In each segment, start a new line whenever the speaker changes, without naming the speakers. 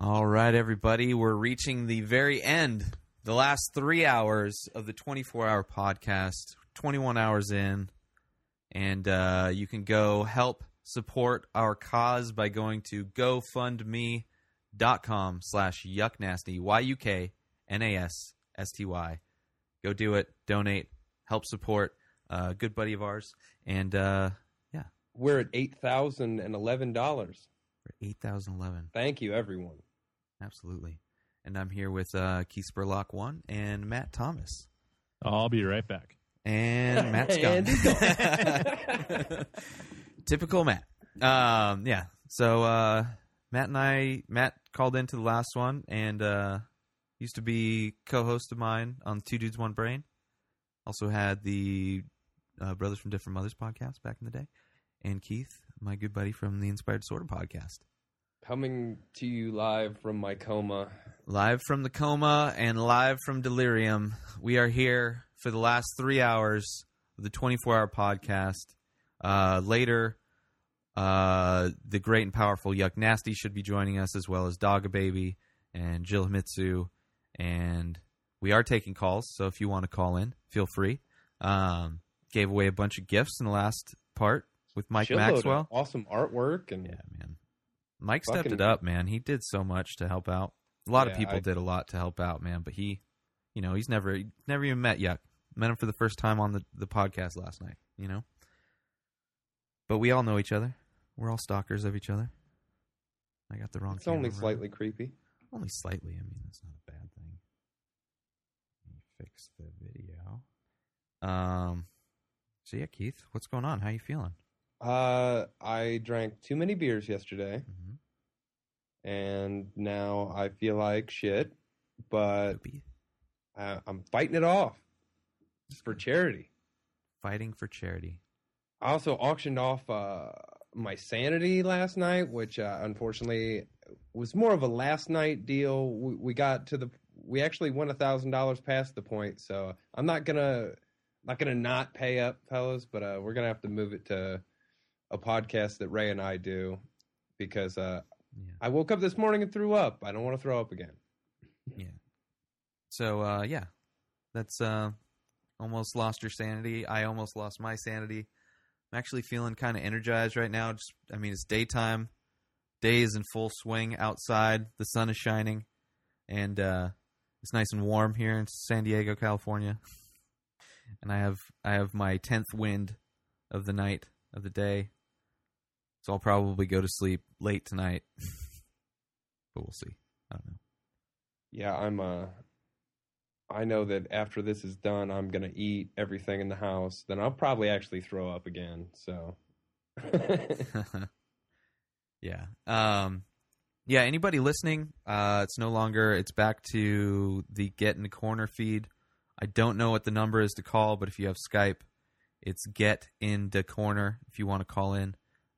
All right, everybody. We're reaching the very end, the last three hours of the 24 hour podcast, 21 hours in. And uh, you can go help support our cause by going to gofundme.com slash yucknasty, Y U K N A S S T Y. Go do it, donate, help support uh, a good buddy of ours. And uh,
We're at eight thousand and eleven dollars.
we're at 8,011.
Thank you, everyone.
Absolutely. And I'm here with uh, Keith Spurlock, one, and Matt Thomas.
I'll be right back.
And Matt's
And he's
gone.
gone.
Typical Matt. Um, yeah. So uh, Matt and I, Matt called into the last one and uh, used to be co-host of mine on Two Dudes One Brain. Also had the uh, Brothers from Different Mothers podcast back in the day, and Keith, my good buddy from the Inspired Sword podcast.
Coming to you live from my coma.
Live from the coma and live from delirium, we are here for the last three hours of the 24 hour podcast. Uh, later, uh, the great and powerful Yuck Nasty should be joining us, as well as Dogga Baby and Jill Himitsu. And we are taking calls, so if you want to call in, feel free. Um, gave away a bunch of gifts in the last part with Mike
Shitload of
Maxwell.
Awesome artwork and
Yeah, man. Mike stepped it
Fucking-
up, man. He did so much to help out. A lot of
Yeah,
people
I-
did a lot to help out, man. But he, you know, he's never never even met Yuck. Met him for the first time on the, the podcast last night, you know? But we all know each other. We're all stalkers of each other. I got the wrong
it's only
camera running.
slightly creepy.
Only slightly. I mean, that's not a bad thing. Let me fix the video. Um. So yeah, Keith, what's going on? How you feeling?
Uh, I drank too many beers yesterday,
Mm-hmm.
and now I feel like shit. But I, I'm fighting it off. It's for charity.
Fighting for charity.
I also auctioned off uh, my sanity last night, which uh, unfortunately was more of a last night deal. We, we got to the we actually went a thousand dollars past the point, so I'm not gonna not gonna not pay up, fellas. But uh, we're gonna have to move it to a podcast that Ray and I do because uh,
Yeah.
I woke up this morning and threw up. I don't want to throw up again.
So uh, yeah, that's uh, almost lost your sanity. I almost lost my sanity. I'm actually feeling kind of energized right now. Just I mean, it's daytime. Day is in full swing outside. The sun is shining, and uh, it's nice and warm here in San Diego, California. And I have I have my tenth wind of the night of the day, so I'll probably go to sleep late tonight. but we'll see. I don't know.
Yeah, I'm uh I know that after this is done, I'm gonna eat everything in the house. Then I'll probably actually throw up again. So
yeah. Um yeah, anybody listening, uh it's no longer it's back to the get in the corner feed. I don't know what the number is to call, but if you have Skype, it's get in the corner if you want to call in.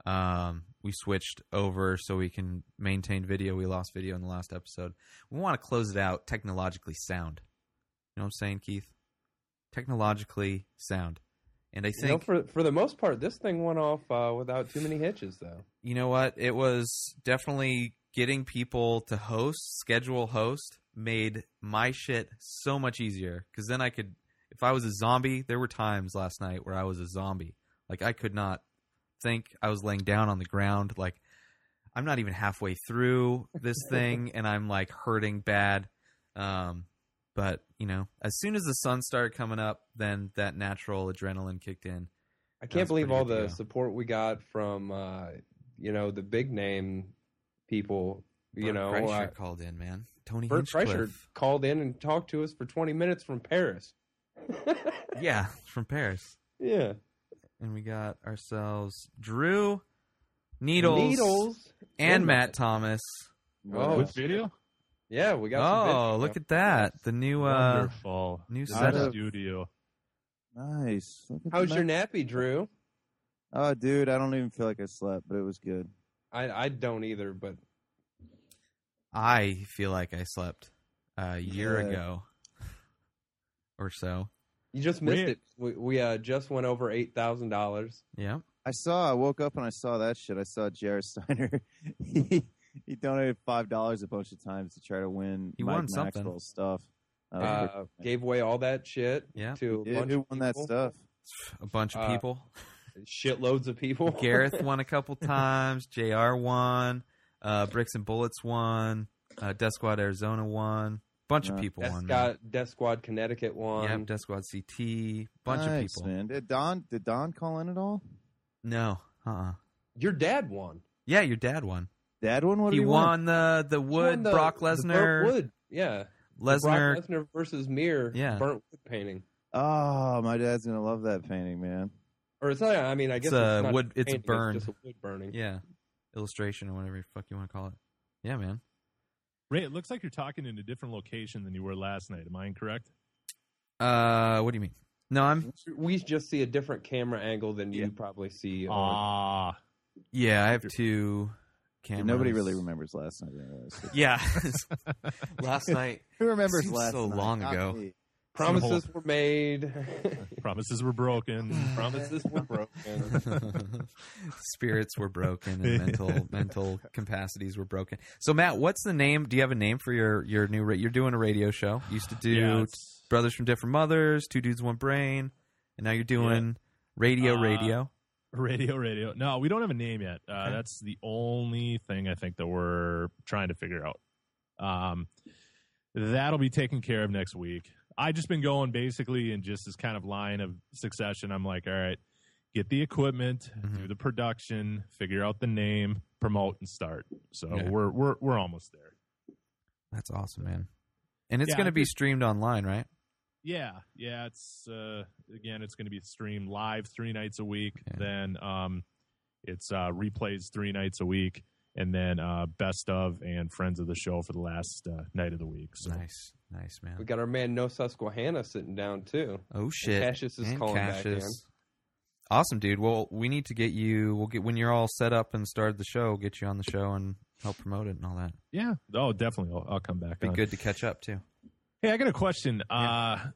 Um we switched over so we can maintain video. We lost video in the last episode. We want to close it out technologically sound. You know what I'm saying, Keith? Technologically sound. And I
you know,
think
for for the most part, this thing went off uh, without too many hitches though.
you know what? It was definitely getting people to host, schedule host, made my shit so much easier. Because then I could, if I was a zombie, there were times last night where I was a zombie. Like I could not think. I was laying down on the ground. Like I'm not even halfway through this thing, and I'm like hurting bad. Um, but you know, as soon as the sun started coming up, then that natural adrenaline kicked in.
I
That's
can't believe
pretty
all
good to
the
go.
support we got from uh you know, the big name people, you
Bert
know,
Kreischer
uh,
called in, man. Tony
Bert
Hinchcliffe.
Kreischer called in and talked to us for 20 minutes from Paris.
yeah, from Paris.
yeah.
And we got ourselves Drew, Needles,
Needles.
and
Yeah.
Matt Thomas.
Oh,
Which
shit.
video?
Yeah, we got some
Oh,
bitches,
look
though.
at that. The new uh
Wonderful.
new
Good
setup.
studio.
Nice. Look at the
How's your
map.
nappy, Drew?
Oh, dude, I don't even feel like I slept, but it was good.
I, I don't either, but
I feel like I slept a year
Yeah.
ago or so.
you just missed
We-
it. We, we uh, just went over eight thousand dollars.
Yeah.
I saw. I woke up and I saw that shit. I saw Jared Steiner. he he donated five dollars a bunch of times to try to win
He
Mike
won something.
Maxwell's stuff. That was
Uh, gave away all that shit
Yeah.
to
pretty-
a bunch
who
of
won that
people,
stuff?
A bunch of
Uh,
people.
Shitloads of people.
Gareth won a couple times. Jr. won. Uh, Bricks and Bullets won. Uh, Death Squad Arizona won. Bunch of
Yeah.
people
Death
won.
Scott, Death Squad Connecticut
man.
one.
Yeah, Death Squad CT. Bunch of
Nice,
people.
Man. Did Don did Don call in at all?
No. Uh. uh
Your dad won.
Yeah, your dad won.
That one would
he
he
won,
won?
the the
He
Wood
won the-
Brock
the
Lesnar.
burnt Wood. Yeah. The
Lesnar.
Brock Lesnar versus Mir.
Yeah.
Burnt wood painting.
Oh, my dad's gonna love that painting, man.
Or it's not. I mean, I
It's
guess
a
not
wood- it's a
painting,
burn.
just a wood burning.
Yeah. Illustration or whatever the fuck you want to call it. Yeah, man.
Ray, it looks like you're talking in a different location than you were last night. Am I incorrect?
Uh, what do you mean? No, I'm.
We just see a different camera angle than you
Yeah.
probably see. on-
Ah,
Yeah, I have two cameras.
Dude, Nobody really remembers last night. Anyways.
Yeah. Last night.
Who remembers
Seems
last
so
night?
long
Not
ago.
me.
Promises were made.
promises were broken. Promises.
Promises were broken.
Spirits were broken and mental mental capacities were broken. So Matt, what's the name? Do you have a name for your your new? Ra- you're doing a radio show. You used to do
Yeah, it's-
Brothers from Different Mothers, Two Dudes One Brain, and now you're doing Radio
Uh,
Radio.
Radio, radio. No, we don't have a name yet. Uh,
Okay.
That's the only thing I think that we're trying to figure out. Um, that'll be taken care of next week. I just been going basically in just this kind of line of succession. I'm like, all right, get the equipment, do
Mhm.
the production, figure out the name, promote, and start. So
Yeah.
we're we're we're almost there.
That's awesome, man. And it's
Yeah,
going
I
to be streamed online, right?
Yeah, yeah. It's uh, again, it's going to be streamed live three nights a week.
Yeah.
Then um, it's uh, replays three nights a week, and then uh, best of and friends of the show for the last uh, night of the week. So
Nice, nice,
we
man.
got our man No Susquehanna sitting down too.
Oh shit.
Cassius is calling back in.
Awesome, dude. Well, we need to get you. We'll get when you're all set up and started the show. We'll get you on the show and help promote it and all that.
yeah, oh, definitely, I'll, I'll come back.
Be
on.
good to catch up too.
Hey, I got a question. Uh,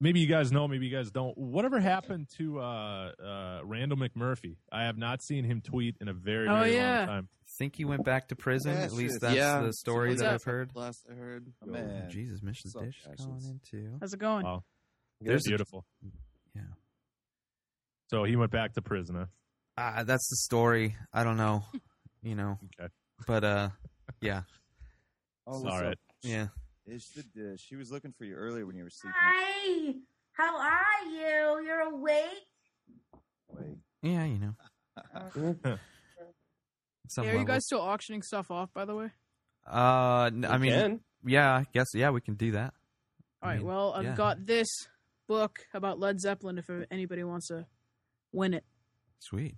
maybe you guys know, maybe you guys don't. Whatever happened to uh, uh, Randall McMurphy? I have not seen him tweet in a very,
Oh,
very
yeah.
long time.
Think he went back to prison.
Yeah,
At least
shit.
that's
Yeah.
the story
What's
that
up?
I've heard.
Last I heard. Oh,
Oh,
man.
Jesus, Mission
What's up,
Dish is calling
Cassius?
in too.
How's it going?
Wow.
There's a,
Beautiful.
Yeah.
So he went back to prison. Huh?
ah, that's the story. I don't know, you know,
Okay.
but uh, yeah,
Oh,
It's
what's
all
up?
right.
yeah.
It's the dish. She was looking for you earlier when you were sleeping.
Hi, how are you? You're awake?
Wait.
Yeah, you know. some
Yeah, are you
level.
guys still auctioning stuff off, by the way?
Uh, n- I mean,
Again?
yeah, I guess, yeah, we can do that. I
All right.
mean,
Well, I've
yeah.
got this book about Led Zeppelin. If anybody wants to win it,
Sweet.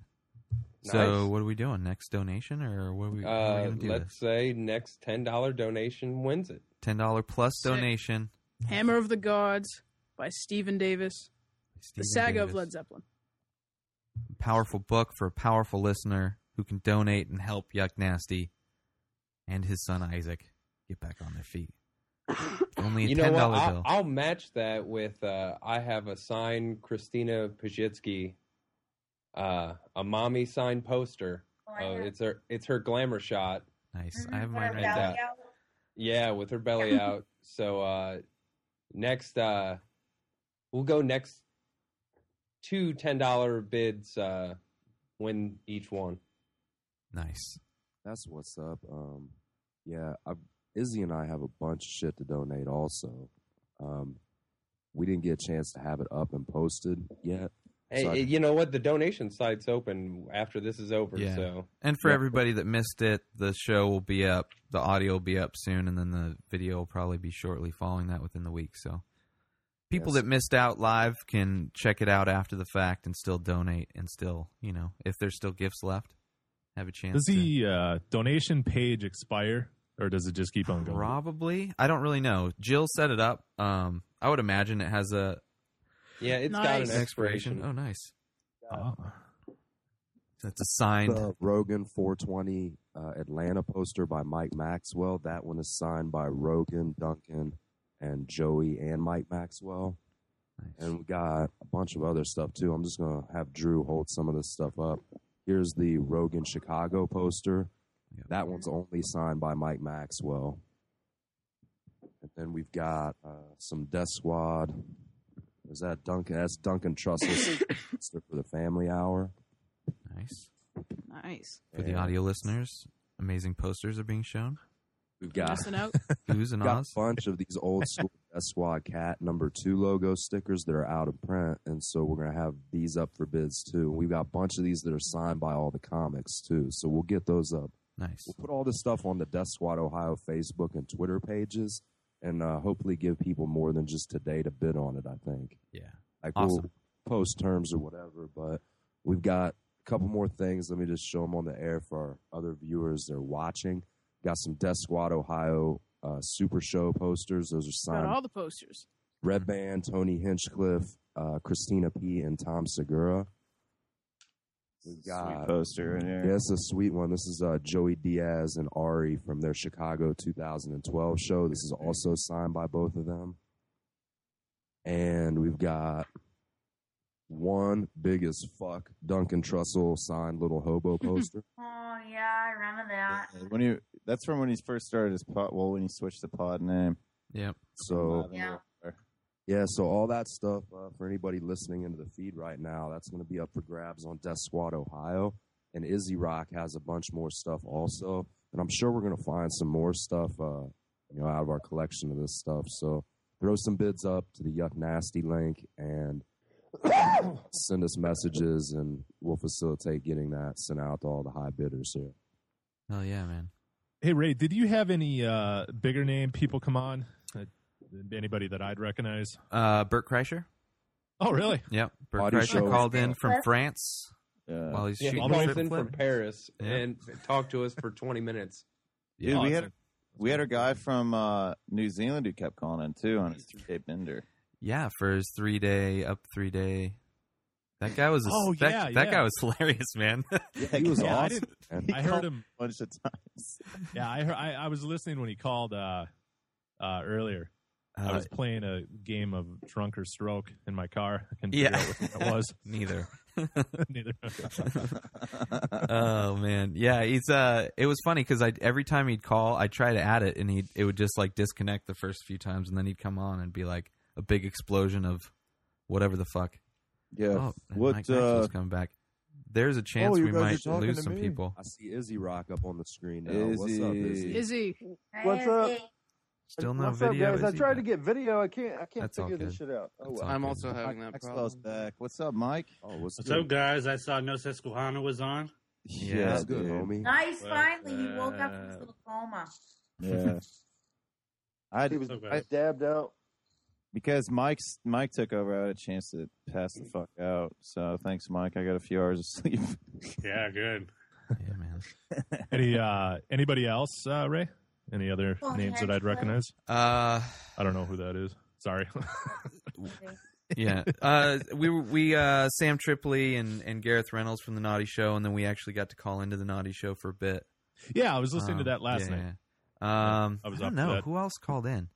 Nice.
So, what are we doing? Next donation, or what are we, how are we
Uh,
going to do?
let's
This?
say next ten dollar donation wins it.
Ten dollar plus
Sick.
donation.
"Hammer of the Gods" by Stephen Davis, the
Stephen
saga of
Davis.
Led Zeppelin.
Powerful book for a powerful listener who can donate and help Yuck Nasty and his son Isaac get back on their feet. Only a
You know
ten
what?
dollar
I'll,
bill.
I'll match that with uh, I have a signed Christina Pajitsky, uh, a mommy signed poster. Uh, it's her it's her glamour shot.
Mm-hmm.
nice.
Mhm,
I have
put
mine
her
right
belly
there.
there.
out.
Yeah, with her belly out. So uh, next, uh, we'll go next two ten dollar bids uh, win each one.
Nice.
That's what's up. Um, yeah, I, Izzy and I have a bunch of shit to donate. Also, um, we didn't get a chance to have it up and posted yet.
Hey,
So I-
you know what? The donation site's open after this is over.
Yeah.
So
And for
Yeah.
everybody that missed it, the show will be up. The audio will be up soon, and then the video will probably be shortly following that within the week. So, people
Yes.
that missed out live can check it out after the fact and still donate and still, you know, if there's still gifts left, have a chance.
Does
to-
the uh, donation page expire, or does it just keep on going?
Probably. I don't really know. Jill set it up. Um, I would imagine it has a
yeah, it's got an
Nice.
an expiration.
expiration.
Oh, nice.
Oh.
That's a signed.
The uh, Rogan 420 uh, Atlanta poster by Mike Maxwell. That one is signed by Rogan, Duncan, and Joey and Mike Maxwell.
Nice.
And we got a bunch of other stuff too. I'm just gonna have Drew hold some of this stuff up. Here's the Rogan Chicago poster.
Yeah.
That one's only signed by Mike Maxwell. And then we've got uh, some Death Squad. Is that Duncan? That's Duncan Trussell's sister for the Family Hour.
Nice.
Nice.
For the
And
audio listeners, amazing posters are being shown.
we've got
Missing out.
Who's and
got a
Oz.
bunch of these old school Death Squad Cat number two logo stickers that are out of print, and so we're gonna have these up for bids too. We've got a bunch of these that are signed by all the comics too, so we'll get those up.
Nice.
We'll put all this stuff on the Death Squad Ohio Facebook and Twitter pages, and uh, hopefully give people more than just today to bid on it. I think.
Yeah.
Like
Awesome.
we'll post terms or whatever, but we've got a couple more things. Let me just show them on the air for our other viewers that are watching. Got some Death Squad Ohio uh, Super Show posters. Those are
Got
signed
all the posters.
Red Band, Tony Hinchcliffe, uh, Christina P, and Tom Segura. We've
Sweet
got
poster in
yeah,
here.
it's a sweet one. This is uh, Joey Diaz and Ari from their Chicago 2012 show. This is also signed by both of them. And we've got one big as fuck Duncan Trussell signed little hobo poster.
Oh yeah, I remember that.
When he, that's from when he first started his pod. Well, when he switched the pod name.
Yep.
so
Yeah.
yeah, so all that stuff uh, for anybody listening into the feed right now, that's going to be up for grabs on Death Squad Ohio. And Izzy Rock has a bunch more stuff also, and I'm sure we're going to find some more stuff, uh, you know, out of our collection of this stuff. So throw some bids up to the Yuck Nasty link and send us messages, and we'll facilitate getting that sent out to all the high bidders here.
Hell Oh, yeah, man.
Hey Ray, did you have any uh, bigger name people come on? Uh, anybody that I'd recognize?
Uh, Bert Kreischer.
Oh, really?
Yep. Bert
Body
Kreischer
show.
called in from
Yeah.
France
Yeah.
while he's
Yeah, he
shooting
calls
Trip
in from
Flip.
Paris
Yeah.
and talked to us for 20 minutes.
Dude, we had
Awesome.
we had a guy from uh, New Zealand who kept calling in too on his three day bender.
Yeah, for his three day up three day. That guy was a,
Oh,
that,
yeah,
that
yeah.
guy was hilarious, man.
Yeah,
he was
yeah, I
awesome.
didn't-
And
He
I heard
called
him.
a bunch of times.
Yeah, I heard. I, I was listening when he called uh, uh, earlier. I
Uh,
was playing a game of drunk or stroke in my car. I couldn't
Yeah.
figure out what that was.
neither.
Neither.
oh man, yeah. He's uh, it was funny because I every time he'd call, I try to add it, and he it would just like disconnect the first few times, and then he'd come on and be like a big explosion of whatever the fuck.
yeah.
Oh, and
what,
Mike Maxwell's
uh,
coming back. There's a chance
Oh, you
we
guys are
might
talking
lose
to
some
me.
people.
I see Izzy Rock up on the screen now. What's up, Izzy?
Izzy.
Izzy.
What's up?
Still no
What's
video.
up, guys?
is
I
he
tried
back?
to get video. I can't. I can't
That's all
figure this
good.
shit out. Oh
That's
well.
all
I'm
good.
also having that
Maxwell's
problem.
back. What's up, Mike?
Oh, what's
What's
good?
up, guys? I saw No Susquehanna was on.
Yeah,
Yeah, that's good,
dude.
homie.
Nice.
What's
Finally, he woke up from his
up?
little coma.
Yeah. I
He was
Okay.
I dabbed out.
because Mike's Mike took over. I had a chance to pass the fuck out. So thanks, Mike. I got a few hours of sleep.
Yeah, good.
Yeah, man.
Any uh, anybody else? Uh, Ray? Any other
Oh,
names that
yeah.
I'd recognize?
Uh,
I don't know who that is. Sorry.
yeah. Uh, we were- we uh, Sam Tripley and and Gareth Reynolds from the Naughty Show, and then we actually got to call into the Naughty Show for a bit.
yeah, I was listening to
Um,
that last
yeah,
night.
yeah. Um,
I
I,
was
don't
up for
know
that.
who else called in.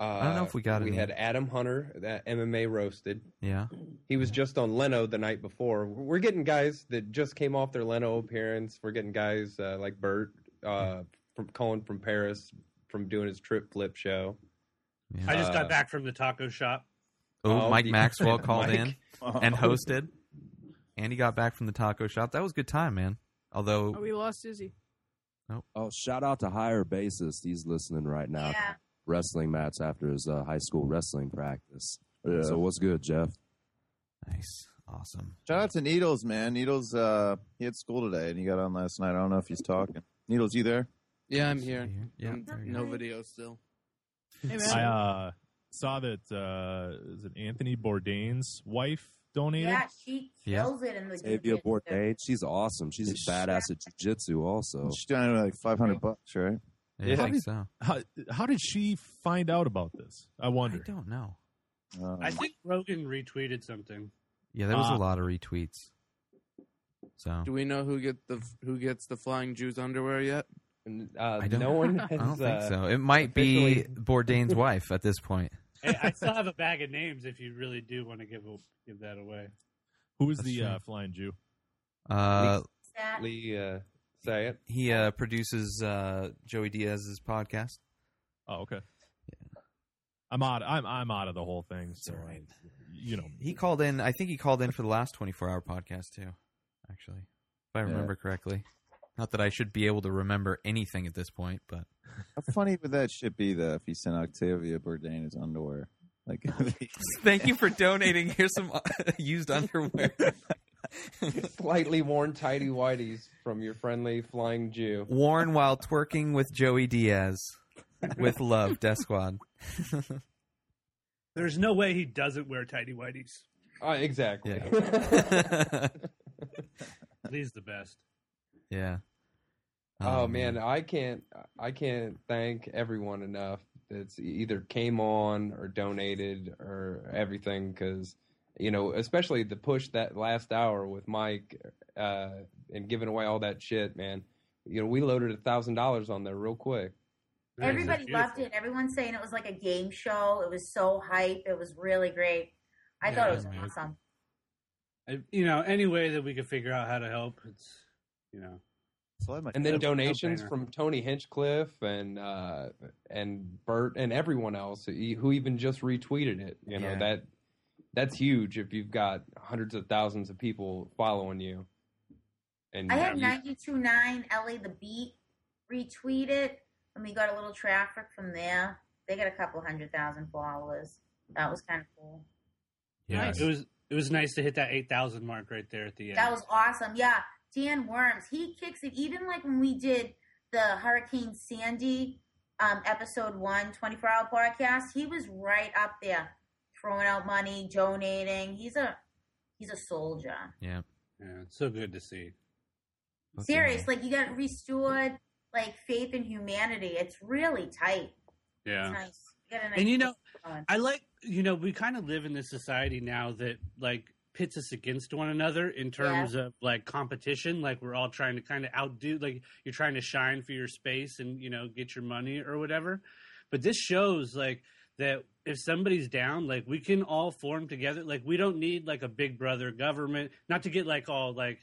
Uh,
I don't know if we got
We
any.
had Adam Hunter, that MMA roasted.
Yeah,
He was just on Leno the night before. We're getting guys that just came off their Leno appearance. We're getting guys uh, like Bert uh, from calling from Paris from doing his trip flip show.
yeah.
I just
Uh,
got back from the taco shop. Um,
oh,
Oh,
Mike
the-
Maxwell called
Mike.
in and
host.
hosted. Andy got back from the taco shop. That was a good time, man. Although
Oh, we lost Izzy.
Oh, shout out to Higher Bassist. He's listening right now.
Yeah.
Wrestling match after his uh, high school wrestling practice. So what's good, Jeff?
nice, awesome.
Shout out to Needles, man. Needles, uh, he had school today and he got on last night. I don't know if he's talking. Needles, you there?
Yeah, I'm here.
Yeah,
Um,
there you go.
No video still.
Hey, man.
I uh, saw that uh, is it Anthony Bourdain's wife donated?
Yeah, she
Yeah.
kills it in the
Xavier
jiu-jitsu.
Bourdain. She's awesome. She's a badass at jiu-jitsu also.
She's down to like 500 bucks, right?
Yeah,
Yeah.
I think so.
How, how did she find out about this? I
I
wonder.
don't know.
Um,
I think Rogan retweeted something.
Yeah, there was a
Uh,
lot of retweets. So
Do we know who get the who gets the flying Jews underwear yet?
And, uh,
I don't-
no one
I
has,
I don't think
uh,
so. It might be
officially-
Bourdain's wife at this point.
Hey, I still have a bag of names if you really do want to give a, give that away.
Who was
That's
the
true.
uh, flying Jew?
Uh,
That-
Lee, uh, Say it.
He uh, produces uh, Joey Diaz's podcast.
Oh, okay. I'm out. I'm I'm out of the whole thing. So I, you know,
He called in. I think he called in for the last 24 hour podcast too. Actually, if I
Yeah.
remember correctly. Not that I should be able to remember anything at this point, but
How funny would that shit be though if he sent Octavia Bourdain his underwear? Like,
thank you for donating. Here's some uh, used underwear.
Slightly worn tidy whities from your friendly flying Jew.
Worn while twerking with Joey Diaz, with love, Death Squad.
There's no way he doesn't wear tidy whities.
Uh, exactly.
Yeah.
Lee's the best.
Yeah.
Oh,
Um,
man, I can't I can't thank everyone enough that's e-, either came on or donated or everything cuz you know, especially the push that last hour with Mike uh and giving away all that shit, man. You know, we loaded a thousand dollars on there real quick.
Everybody loved it. Everyone's saying it was like a game show. It was so hype. It was really great. I
Yeah,
thought
it
it was
was
awesome.
I- you know, any way that we could figure out how to help, it's you know.
and then
It's a
donations
no-brainer.
from Tony Hinchcliffe and uh, and Bert and everyone else who who even just retweeted it. You know
Yeah.
that that's huge if you've got hundreds of thousands of people following you. And
I had
you-
92.9 LA The Beat retweet it, and we got a little traffic from there. They got a couple hundred thousand followers. That was kind of cool.
Nice. It was it was nice to hit that eight thousand mark right there at the end.
That was awesome. Yeah, Dan Worms, he kicks it. Even like when we did the Hurricane Sandy um, episode one 24 hour podcast, he was right up there throwing out money, donating. He's a he's a soldier.
Yeah.
Yeah, it's so good to see.
Serious, like you got restored like faith in humanity. It's really tight.
Yeah.
It's nice. You got a nice
And you know,
going.
I like you know we kind of live in this society now that like pits us against one another in terms of like competition. Like we're all trying to kind of outdo. Like you're trying to shine for your space and you know get your money or whatever. But this shows like that if somebody's down, like we can all form together. Like we don't need like a big brother government. Not to get like all like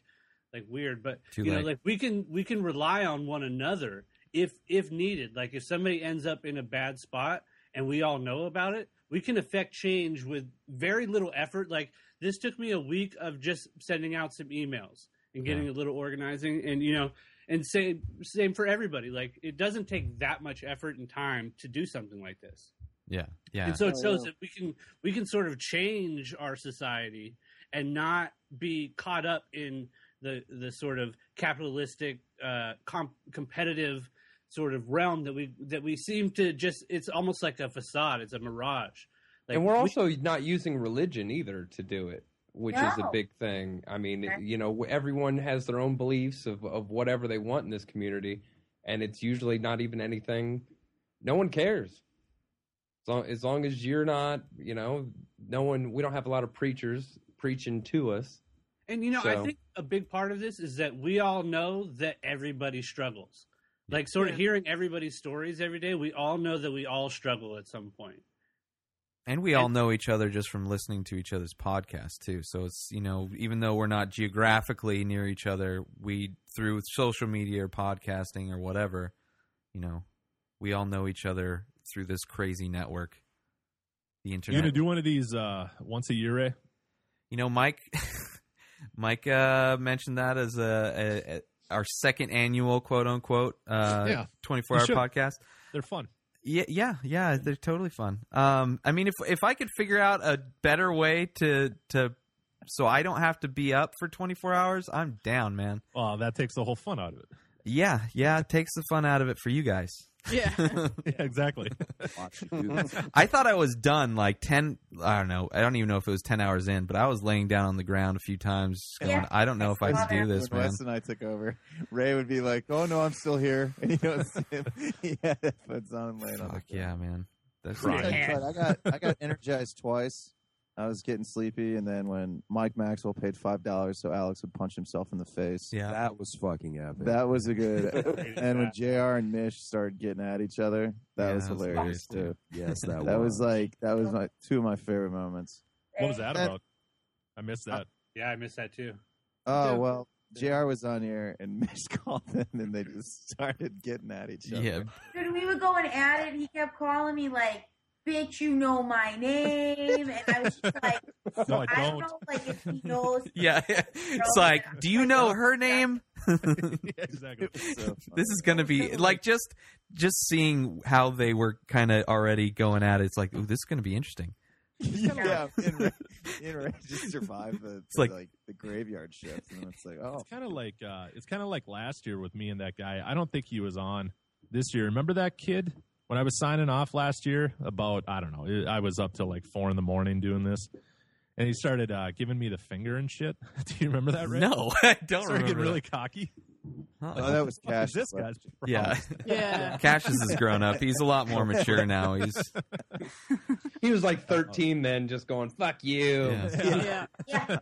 like weird, but
Too
you know,
late.
like we can we can rely on one another if if needed. Like if somebody ends up in a bad spot and we all know about it, we can affect change with very little effort. Like this took me a week of just sending out some emails and getting a little organizing and you know and same same for everybody. Like it doesn't take that much effort and time to do something like this.
Yeah. Yeah.
And so it
Oh,
shows
yeah.
that we can we can sort of change our society and not be caught up in the the sort of capitalistic uh, comp- competitive sort of realm that we that we seem to just it's almost like a facade, it's a mirage. Like
and we're
we-
also not using religion either to do it, which is a
No.
big thing. I mean,
Okay.
you know, everyone has their own beliefs of, of whatever they want in this community, and it's usually not even anything. No one cares. As long, as long as you're not, you know, no one. We don't have a lot of preachers preaching to us.
And you know, I
So-
think a big part of this is that we all know that everybody struggles. Like sort of
Yeah.
hearing everybody's stories every day, we all know that we all struggle at some point.
And we all know each other just from listening to each other's podcasts too. So it's you know, even though we're not geographically near each other, we through social media or podcasting or whatever, you know, we all know each other through this crazy network, the
you gonna
internet.
do one of these uh, once a year, Ray?
you know, Mike, Mike uh, mentioned that as a, a, a our second annual quote unquote uh
Yeah.
twenty four hour
should.
podcast.
They're fun.
Yeah, yeah, yeah. They're totally fun. Um, I mean, if if I could figure out a better way to to, so I don't have to be up for twenty four hours, I'm down, man.
Well, that takes the whole fun out of it.
Yeah, yeah. It takes the fun out of it for you guys.
Yeah.
Yeah, exactly.
Watch you do this.
I thought I was done like ten. I don't know. I don't even know if it was ten hours in, but I was laying down on the ground a few times, just going,
Yeah,
I don't know if I
I
can
saw
do
that.
this,
when
man.
Wes and I took over, Ray would be like, "Oh no, I'm still here." And he knows he had headphones on and laying on. the ground.
Fuck yeah, man. That's
Right.
That's
right.
Yeah.
right. I got I got energized twice. I was getting sleepy, and then when Mike Maxwell paid five dollars so Alex would punch himself in the face,
Yeah.
That was fucking epic.
that was a good. and when Jr. and Mish started getting at each other, that
Yeah,
was
that was
hilarious
nice,
too.
yes, that,
That was like that was my two of my favorite moments.
What was that
That-
Uh,
about? I missed that.
Yeah, I miss that too.
Oh
Yeah.
well, Jr. was on here and Mish called them, and they just started getting at each other.
Yeah,
Dude, we were going at it. He kept calling me like, "Bitch, you know my name," and I was just like,
No, I
I don't
don't.
know, like if he knows.
yeah. It's like, do you know her name?
exactly.
this is gonna be like just just seeing how they were kind of already going at it. It's like, ooh, this is gonna be interesting.
yeah, and Ray, and Ray just survived the,
It's
the,
like-
like, the graveyard shift, and then it's like, oh,
It's kind of like uh, it's kind of like last year with me and that guy. I don't think he was on this year. Remember that kid when I was signing off last year? About I don't know. I was up till like four in the morning doing this, and he started uh, giving me the finger and shit. Do you remember that? Rick?
No, I don't
Started getting
remember
really
that.
cocky.
Uh-uh.
Oh, that was
What the fuck
Cash.
is This guy's
Yeah.
Yeah.
Cassius has grown up. He's a lot more mature now. He's
He was like 13 then, just going "fuck you."
yeah.
Yeah.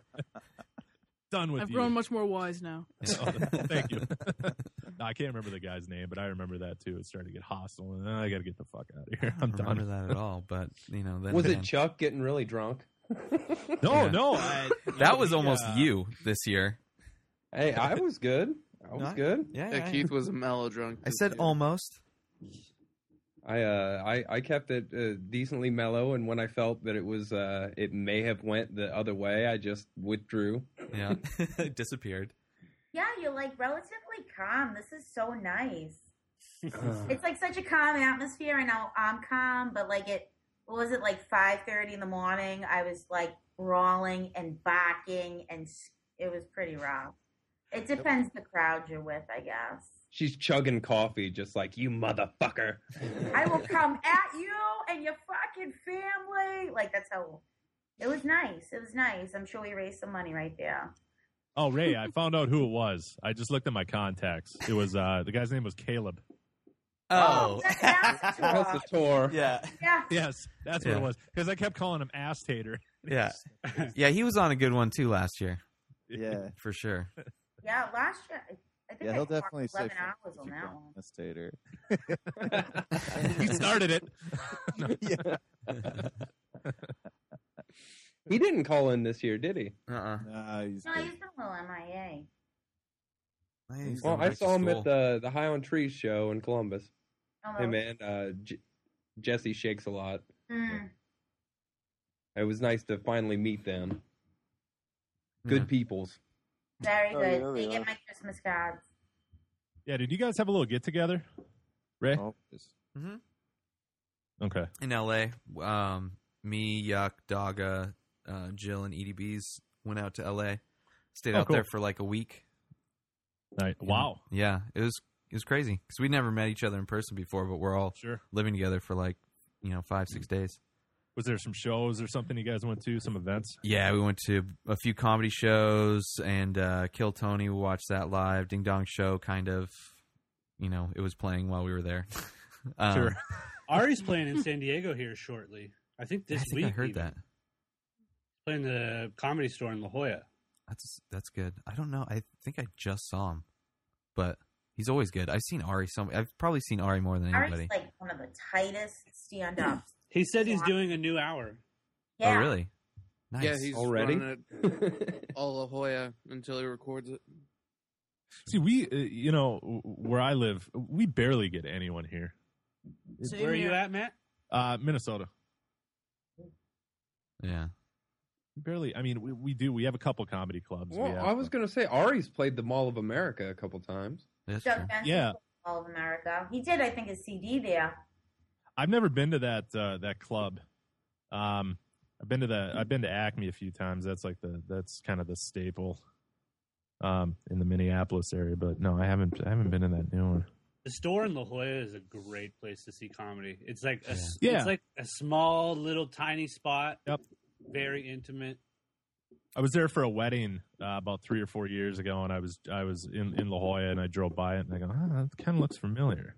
done with
I've
you.
grown much more wise now.
Oh, thank you. No, I can't remember the guy's name, but I remember that too. It started to get hostile, and then I got to get the fuck out of here. I'm
don't remember
done.
that at all. Oh, But you know, then
Was it
man,
Chuck getting really drunk?
No,
Yeah.
no, I,
that was almost
Yeah.
you this year.
Hey, I was good. I was
No, I-
good.
Yeah,
Yeah, Keith was a mellow drunk.
I said
this year.
almost.
I uh, I, I kept it uh, decently mellow, and when I felt that it was uh, it may have went the other way, I just withdrew.
Yeah, disappeared.
Yeah, you're like relatively calm. This is so nice.
Uh.
It's like such a calm atmosphere, and I'll- I'm calm. But like it, what was it like five thirty in the morning? I was like brawling and barking, and s- it was pretty rough. It depends the crowd you're with, I guess.
She's chugging coffee, just like you motherfucker.
I will come at you and your fucking family. Like that's how. It was nice. It was nice. I'm sure we raised some money right there.
Oh, Ray, I found out who it was. I just looked at my contacts. It was uh, the guy's name was Caleb.
Oh,
that sounds to
That's
us.
a tour.
yeah,
Yeah.
Yes, that's what
Yeah.
it was. Because I kept calling him ass tater.
yeah, yeah. He was on a good one too last year
yeah,
for sure.
Yeah, last year. I- I think
yeah.
I
He'll
talked
definitely say
eleven hours on that one.
Stater.
he started it.
yeah,
He didn't call in this year, did he?
Uh-uh.
nah, he's
No, he's
good.
been a little MIA.
He's
Well,
going
I
back to
saw him
school.
at the the High on Trees show in Columbus.
Almost.
Hey man, uh, J- Jesse shakes a lot.
Mm.
It was nice to finally meet them. Good
Yeah.
peoples.
Very
Oh,
good.
yeah,
they
they
get
are.
my Christmas cards.
Yeah, did you guys have a little get together? Ray?
Oh, just-
Mm-hmm. Okay.
in L.A. Um, me, Yuck, Daga, uh, Jill, and EDBs went out to L.A. Stayed
Oh,
out there
cool.
for like a week.
All right. Wow.
Yeah, it was it was crazy because we never met each other in person before, but we're all
Sure.
living together for like you know five six days.
Was there some shows or something you guys went to? Some events?
Yeah, we went to a few comedy shows and uh, Kill Tony. We watched that live. Ding Dong Show, kind of. You know, it was playing while we were there. um,
Sure.
Ari's playing in San Diego here shortly. I think
I
this
think
week.
I heard
even.
that.
Playing the comedy store in La Jolla.
That's that's good. I don't know. I think I just saw him, but he's always good. I've seen Ari. Some I've probably seen Ari more than
Ari's
anybody.
like one of the tightest stand ups.
He said he's
Yeah.
doing a new hour.
Yeah.
Oh, really? Nice.
Yeah, he's
Already?
running it all La Jolla until he records it.
See, we, uh, you know, w- where I live, we barely get anyone here.
Same
Where are you
here.
at, Matt?
Uh, Minnesota.
yeah.
Barely. I mean, we, we do. We have a couple comedy clubs. We
Well,
have-
I was gonna say Ari's played the Mall of America a couple times.
That's true.
Doug Benson
Yeah.
All of America. He did, I think, a CD there.
I've never been to that uh, that club. Um, I've been to the I've been to Acme a few times. That's like the that's kind of the staple um, in the Minneapolis area. But no, I haven't I haven't been in that new one.
The store in La Jolla is a great place to see comedy. It's like a, s-
Yeah.
it's like a small little tiny spot.
Yep.
Very intimate.
I was there for a wedding uh, about three or four years ago, and I was I was in, in La Jolla, and I drove by it, and I go, ah, that kind of looks familiar.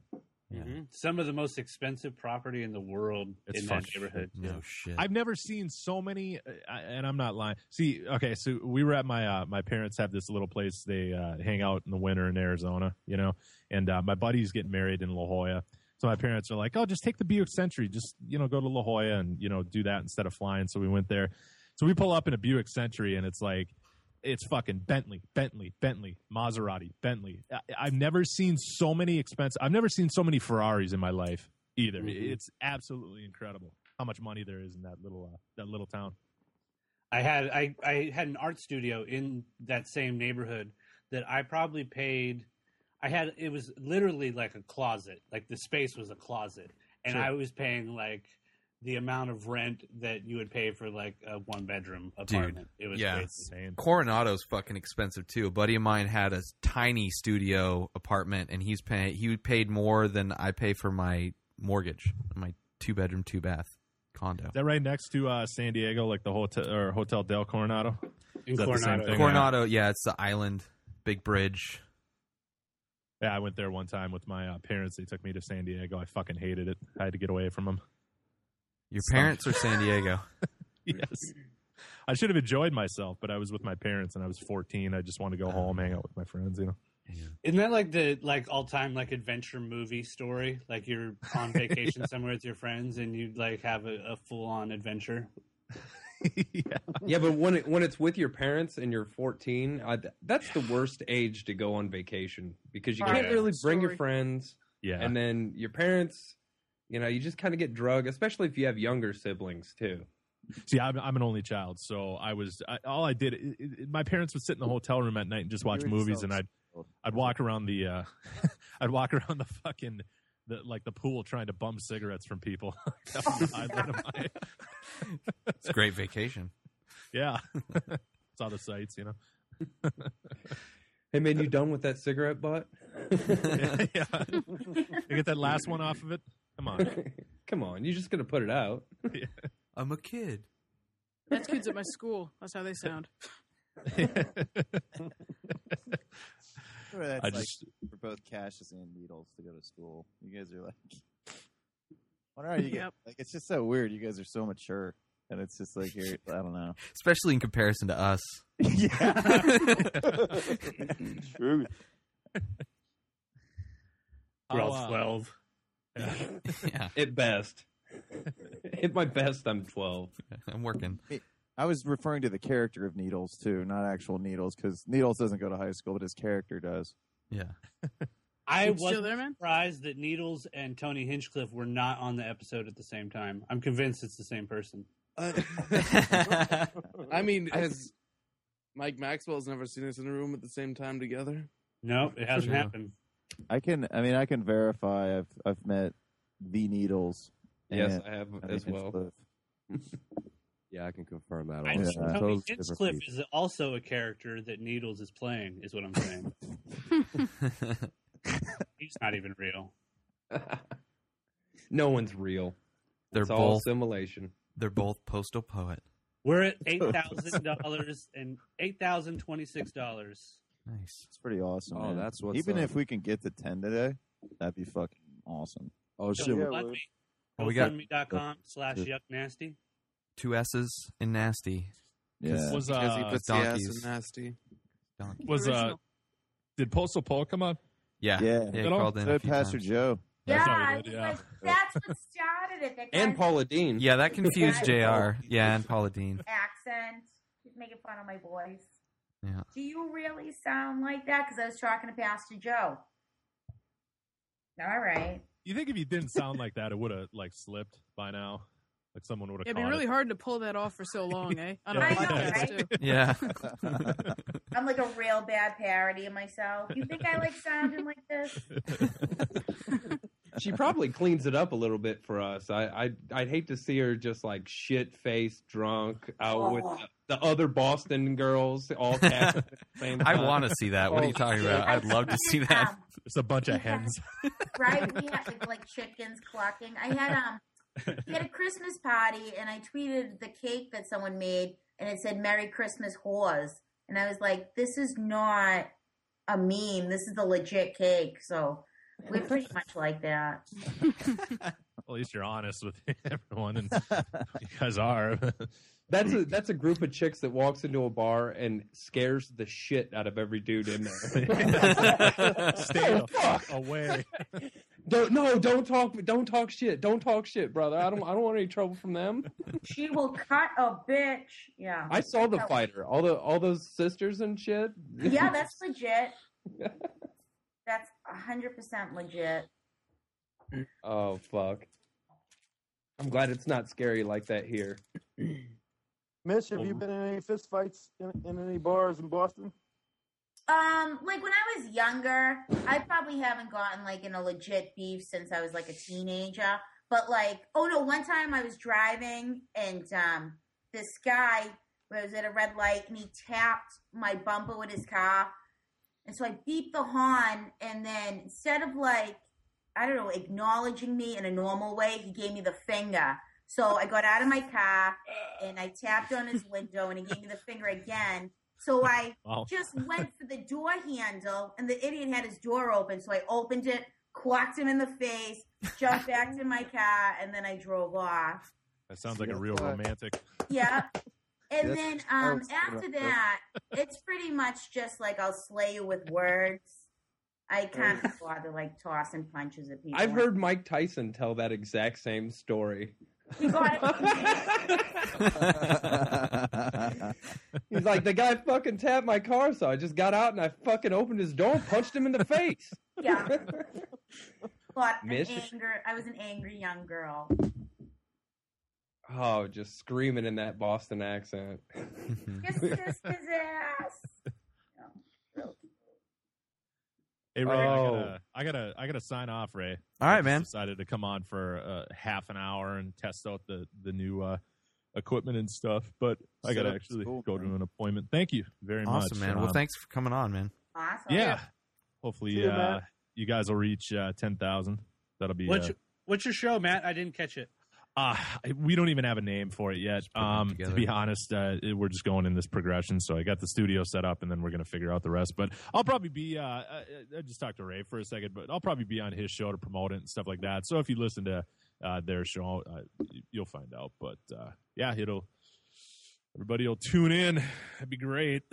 Yeah.
Mhm. Some of the most expensive property in the world in that
fucking-
neighborhood.
No
too.
shit.
I've never seen so many, uh, I- and I'm not lying. See, okay, so we were at my uh, my parents have this little place they uh, hang out in the winter in Arizona, you know, and uh, my buddy's getting married in La Jolla, so my parents are like, oh, just take the Buick Century, just you know, go to La Jolla and you know do that instead of flying. So we went there. So we pull up in a Buick Century, and it's like it's fucking Bentley, Bentley, Bentley, Maserati, Bentley. I, I've never seen so many expensive. I've never seen so many Ferraris in my life either.
Mhm.
It's absolutely incredible how much money there is in that little uh, that little town.
I had I, I had an art studio in that same neighborhood that I probably paid I had it was literally like a closet. Like the space was a closet. And
Sure.
I was paying like the amount of rent that you would pay for like a one bedroom
Dude,
apartment. It was
yeah,
crazy.
Coronado's fucking expensive too. A buddy of mine had a tiny studio apartment, and he's paying. He paid more than I pay for my mortgage, my two bedroom, two bath condo.
Is that right next to uh, San Diego, like the hotel or Hotel Del Coronado?
In
Is that the same
Coronado.
thing?
Coronado, yeah, it's the island, big bridge.
Yeah, I went there one time with my uh, parents. They took me to San Diego. I fucking hated it. I had to get away from them.
Your parents or San Diego?
yes. I should have enjoyed myself, but I was with my parents and I was 14. I just wanted to go home, hang out with my friends, you know.
Isn't that like the like all time like adventure movie story? Like you're on vacation somewhere with your friends and you'd like have a, a full on adventure.
yeah, but when it, when it's with your parents and you're 14, I, that's the worst age to go on vacation because you
Oh,
can't
yeah.
really bring your
Sorry.
friends.
Yeah.
and then your parents, you know, you just kind of get drug, especially if you have younger siblings too.
See, I'm, I'm an only child, so I was I, all I did. It, it, my parents would sit in the hotel room at night and just watch
You're
movies,
so
and I'd I'd walk around the uh, I'd walk around the fucking the like the pool trying to bum cigarettes from people. That was the highlight of my-
It's a great vacation.
yeah, saw the sights, you know.
Hey man, you done with that cigarette butt?
yeah, I get that last one off of it. Come on,
Come on, you're just gonna put it out.
I'm a kid.
That's kids at my school. That's how they sound.
Or that's
I
like
just-
for both Cassius and Needles to go to school. You guys are like, what are you?
Yep.
Like, it's just so weird. You guys are so mature, and it's just like you're, I don't know.
Especially in comparison to us.
yeah. True.
We're all
How, uh,
twelve.
Yeah,
At best, at my best, I'm 12.
I'm working.
I was referring to the character of Needles too, not actual Needles, because Needles doesn't go to high school, but his character does.
Yeah.
I
You still
was
there, man?
surprised that Needles and Tony Hinchcliffe were not on the episode at the same time. I'm convinced it's the same person.
Uh,
I mean, has Mike Maxwell's never seen us in a room at the same time together?
No, it hasn't
Sure.
happened.
I can, I mean, I can verify. I've I've met the Needles.
Yes,
and
I have
Tony
as well.
Hinchcliffe.
Yeah, I can confirm that.
I
Yeah.
also.
just, Tony
Those different
Hinchcliffe
people.
is also a character that Needles is playing, is what I'm saying. He's not even real.
no one's real.
they're
it's all
both
assimilation.
they're both postal poet.
We're at eight thousand dollars and eight thousand twenty six dollars.
Nice.
It's pretty awesome.
Oh,
man.
that's what's
even
up.
if we can get to ten today, that'd be fucking awesome.
Oh shit!
Yeah.
Oh,
Well, we got
GoFundMe.com slash yuck nasty.
two S's in nasty.
Yeah,
was
Because he
uh,
puts the ass
donkeys.
in nasty.
Donkey.
was uh,
Original.
did Postal Paul come up?
Yeah.
Yeah.
he
Good old
called in a
So
few
Pastor
times.
Joe.
Yeah,
That's how we
I
did,
was
yeah.
like, that's what started it. That
And
guy's
Paula Dean.
Yeah, that confused
Yeah.
JR. Yeah, and Paula Dean.
accent. Just making fun of my voice.
Yeah.
Do you really sound like that? Because I was talking to Pastor Joe. All right.
You think if you didn't sound like that, it would have like slipped by now? Like someone would have.
It'd be really hard to pull that off for so long, eh? On a
Yeah.
podcast,
I know,
too.
Yeah.
I'm like a real bad parody of myself. You think I like sounding like this?
she probably cleans it up a little bit for us. I, I I'd hate to see her just like shit faced, drunk, out with the, the other Boston girls, all cast at the same
I
time.
want to see that. What are
Oh,
you talking about? I'd love to see that.
Um,
It's a bunch of hens.
right? We had like, like chickens clucking. I had um, we had a Christmas party, and I tweeted the cake that someone made, and it said "Merry Christmas, whores," and I was like, "This is not a meme. This is the legit cake." So we're pretty much like that.
At least you're honest with everyone, and you guys are.
That's a that's a group of chicks that walks into a bar and scares the shit out of every dude in there.
Stay away.
Don't no, don't talk don't talk shit. Don't talk shit, brother. I don't I don't want any trouble from them.
She will cut a bitch. Yeah.
I saw the fighter. All the all those sisters and shit.
Yeah, that's legit. that's hundred percent legit.
Oh fuck. I'm glad it's not scary like that here.
Mitch, have
Oh.
you been in any fistfights in, in any bars in Boston?
Um, like when I was younger, I probably haven't gotten like in a legit beef since I was like a teenager. But like, oh no, one time I was driving and um, this guy was at a red light and he tapped my bumper with his car, and so I beeped the horn, and then instead of like, I don't know, acknowledging me in a normal way, he gave me the finger. So I got out of my car and I tapped on his window, and he gave me the finger again. So I
Wow.
just went for the door handle, and the idiot had his door open. So I opened it, clocked him in the face, jumped back to my car, and then I drove off.
That sounds like a real romantic.
Yep. And
Yes.
then um,
Oh,
after
yeah.
that, it's pretty much just like I'll slay you with words. I
Oh.
can't bother like tossing punches at people.
I've heard Mike Tyson tell that exact same story.
He got
He's like, the guy fucking tapped my car, so I just got out and I fucking opened his door and punched him in the face.
Yeah. But an
Miss-
anger, I was an angry young girl.
Oh, just screaming in that Boston accent.
Just kissed his ass.
Hey Ray, I
Oh.
gotta, I gotta, I gotta sign off, Ray.
All right,
I just
man.
Decided to come on for uh, half an hour and test out the the new uh, equipment and stuff, but I gotta
Setup's
actually
cool,
go to an appointment. Thank you very much.
Awesome, man. Well,
Um,
thanks for coming on, man.
Awesome.
Yeah. Hopefully,
See you,
uh,
Matt.
you guys will reach uh, ten thousand. That'll be.
What's
uh,
your, what's your show, Matt? I didn't catch it.
Uh, we don't even have a name for it yet. Um, to
together.
be honest, uh, it- we're just going in this progression. So I got the studio set up, and then we're going to figure out the rest. But I'll probably be. Uh, I, I just talked to Ray for a second, but I'll probably be on his show to promote it and stuff like that. So if you listen to uh, their show, uh, y- you'll find out. But uh, yeah, it'll. Everybody will tune in. That'd be great.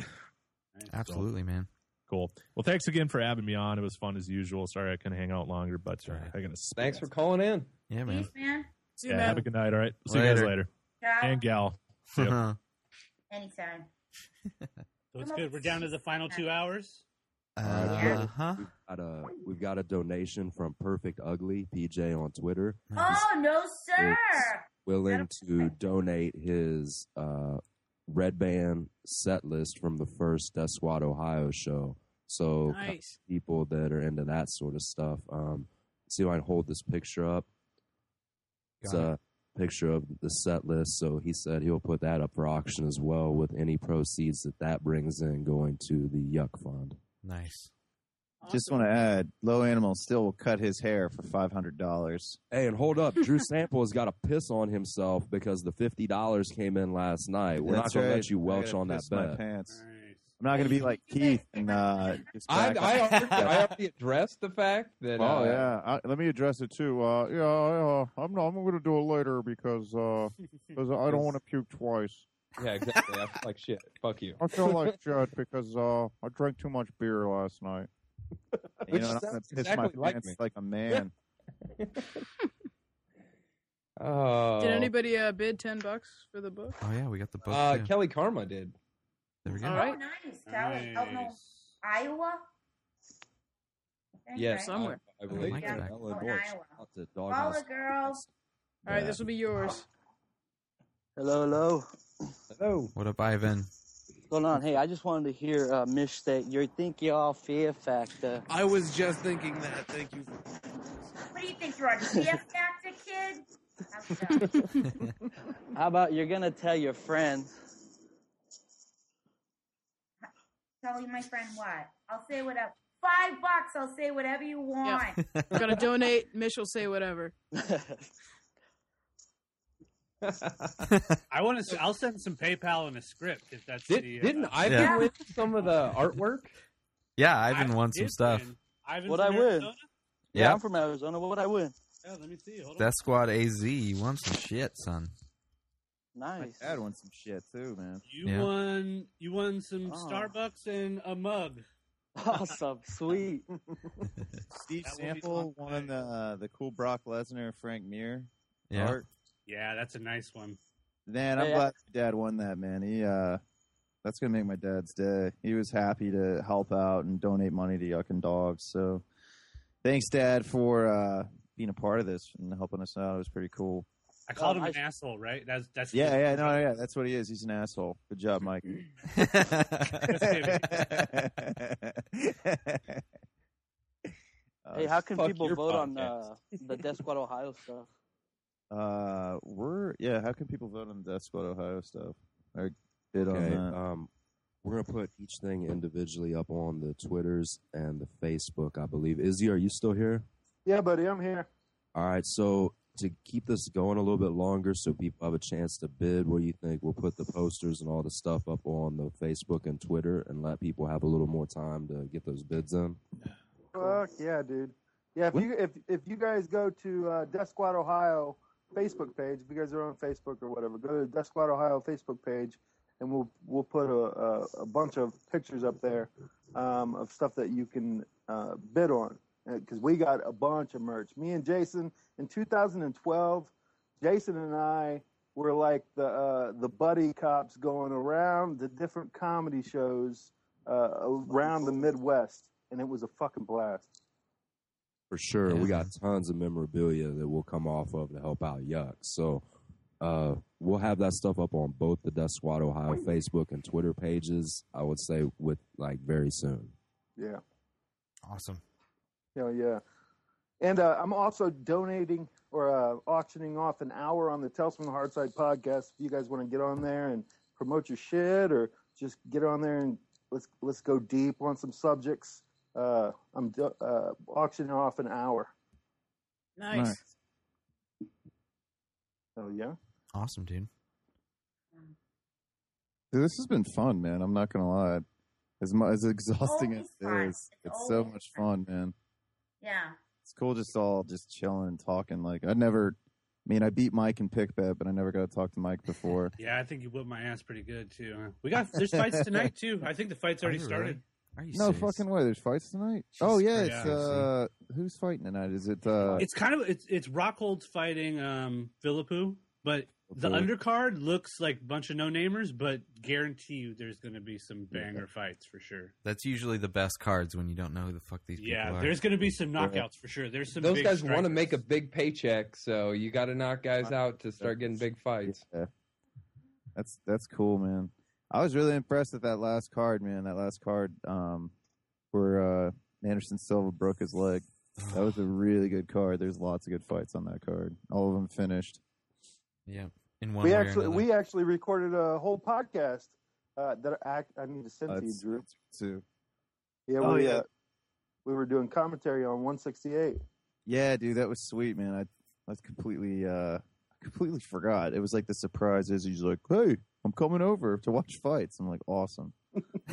Absolutely, man.
Cool. Well, thanks again for having me on. It was fun as usual. Sorry I couldn't hang out longer, but uh, I got to.
Thanks for calling in.
Yeah,
Peace, man.
Yeah, have a good night. All right. See you
Later.
guys later.
Ciao.
And gal. See ya.
Anytime.
So it's good. We're down to the final two hours.
huh.
We've got a we've got a donation from Perfect Ugly PJ on Twitter.
Oh no, sir.
willing to donate his uh, Red Band set list from the first Desquad Ohio show. So
Nice.
people that are into that sort of stuff, um, see if I can hold this picture up. It's
Got
a picture of the set list. So he said he'll put that up for auction as well, with any proceeds that that brings in going to the Yuck Fund.
Nice.
Just want to add, Low Animal still will cut his hair for five hundred dollars.
Hey, and hold up, Drew Sample has got to piss on himself because the fifty dollars came in last night. We're
That's
not gonna
right.
let you
I
welch
gotta
on that
piss my
bet.
pants. I'm not gonna be like Keith and uh. just
I,
back
I,
up.
already, I already addressed the fact that.
oh
uh,
yeah, I, let me address it too. Uh, yeah, I, uh, I'm not, I'm going to do it later because uh, 'cause I don't want to puke twice.
Yeah, exactly. I feel like shit. Fuck you.
I feel like shit because uh, I drank too much beer last night. You
Which
know, and I'm gonna
sounds
piss
exactly
my
like
pants
me.
like a man.
Oh.
Did anybody uh, bid ten bucks for the book?
Oh yeah, we got the book.
Uh,
too.
Kelly Karma did.
There we go.
All
Oh,
right.
nice. Kelly. Oh no, Iowa. Thank
Yes,
you.
Somewhere.
I, I believe
like
yeah.
that.
Ellen
Oh,
Bush.
Iowa.
Out to
All
Doghouse.
the girls.
All right, this will be yours.
Hello, hello.
Hello.
What up, Ivan?
What's going on? Hey, I just wanted to hear, uh, Mish, that you think y'all fear factor.
I was just thinking that. Thank you.
What do you think you're a fear factor kid? How's that?
How about you're gonna tell your friends?
Tell you my friend what? I'll say whatever. Five bucks. I'll say whatever you want.
We're gonna donate. Mitch will say whatever.
I want to. I'll send some PayPal and a script if that's
Did,
the. Uh,
didn't I
Yeah.
win some of the artwork?
Yeah, Ivan won some stuff.
Ivan's
What
from
I win?
Arizona?
Yeah,
Yeah,
I'm from Arizona. What would I win?
Yeah, let me see. Hold on.
Death Squad AZ you won some shit, son.
Nice.
My dad wants some shit too, man.
You
Yeah.
won. You won some
Oh.
Starbucks and a mug.
Awesome, sweet.
Steve Sample won the the cool Brock Lesnar Frank Mir
Yeah.
art.
Yeah, that's a nice one.
Man, I'm
Yeah.
glad your dad won that, man. He uh that's gonna make my dad's day. He was happy to help out and donate money to Yuckin' Dogs. So thanks, Dad, for uh being a part of this and helping us out. It was pretty cool.
I called
Um,
him an asshole, right? That's that's
Yeah, yeah, no, yeah, that's what he is. He's an asshole. Good job, Mike. Oh,
hey, how can
Uh, Fuck
people
your
vote on
podcast.
uh, the Death Squad Ohio stuff?
Uh, we're yeah. How can people vote on Death Squad Ohio stuff? Or bid on
Okay,
that?
Um, we're gonna put each thing individually up on the Twitters and the Facebook, I believe. Izzy, are you still here?
Yeah, buddy, I'm here.
All right, so to keep this going a little bit longer, so people have a chance to bid, what do you think? We'll put the posters and all the stuff up on the Facebook and Twitter, and let people have a little more time to get those bids in.
Fuck yeah, dude. Yeah, if you if if you guys go to uh, Death Squad Ohio Facebook page, if you guys are on Facebook or whatever, go to Death Squad Ohio Facebook page, and we'll we'll put a a, a bunch of pictures up there um, of stuff that you can uh, bid on because we got a bunch of merch. Me and Jason in 2012, Jason and I were like the uh, the buddy cops going around the different comedy shows uh, around the Midwest, and it was a fucking blast.
For sure, we got tons of memorabilia that we'll come off of to help out Yuck. So uh, we'll have that stuff up on both the Death Squad Ohio Facebook and Twitter pages. I would say with like very soon.
Yeah.
Awesome.
Yeah, yeah. And uh, I'm also donating or uh, auctioning off an hour on the Tales from the Hardside podcast. If you guys want to get on there and promote your shit, or just get on there and let's let's go deep on some subjects. Uh, I'm do- uh, auctioning off an hour.
Nice.
Oh yeah.
Awesome, dude.
Dude, this has been fun, man. I'm not gonna lie. As mu as exhausting as
always
it
fun.
is,
It's
it's so
always
much fun, man.
Yeah.
It's cool just all just chilling and talking. Like I never, I mean, I beat Mike and Pickbet, but I never got to talk to Mike before.
Yeah, I think you whipped my ass pretty good too. Huh? We got there's fights tonight too. I think the fight's already
you really?
started.
Are you
no fucking way. There's fights tonight. oh yeah, it's
crazy.
uh, who's fighting tonight? Is it uh?
It's kind of it's it's Rockhold's fighting um Philippou, but the
Okay.
undercard looks like a bunch of no namers, but guarantee you there's going to be some banger fights for sure.
That's usually the best cards when you don't know who the fuck these people
Yeah,
are.
there's going to be some knockouts for sure. There's some
Those
big
guys want to
strikers.
make a big paycheck, so you got to knock guys out to start getting big fights.
Yeah. That's that's cool, man. I was really impressed at that last card, man. That last card um, where uh, Anderson Silva broke his leg. That was a really good card. There's lots of good fights on that card. All of them finished.
Yeah, in one
we actually we actually recorded a whole podcast uh, that I, I need to send to you,
That's-
Drew.
too.
Yeah,
Oh,
we,
yeah.
Uh, we were doing commentary on 168.
Yeah, dude, that was sweet, man. I I completely uh completely forgot. It was like the surprise is he's like, Hey, I'm coming over to watch fights. I'm like, awesome.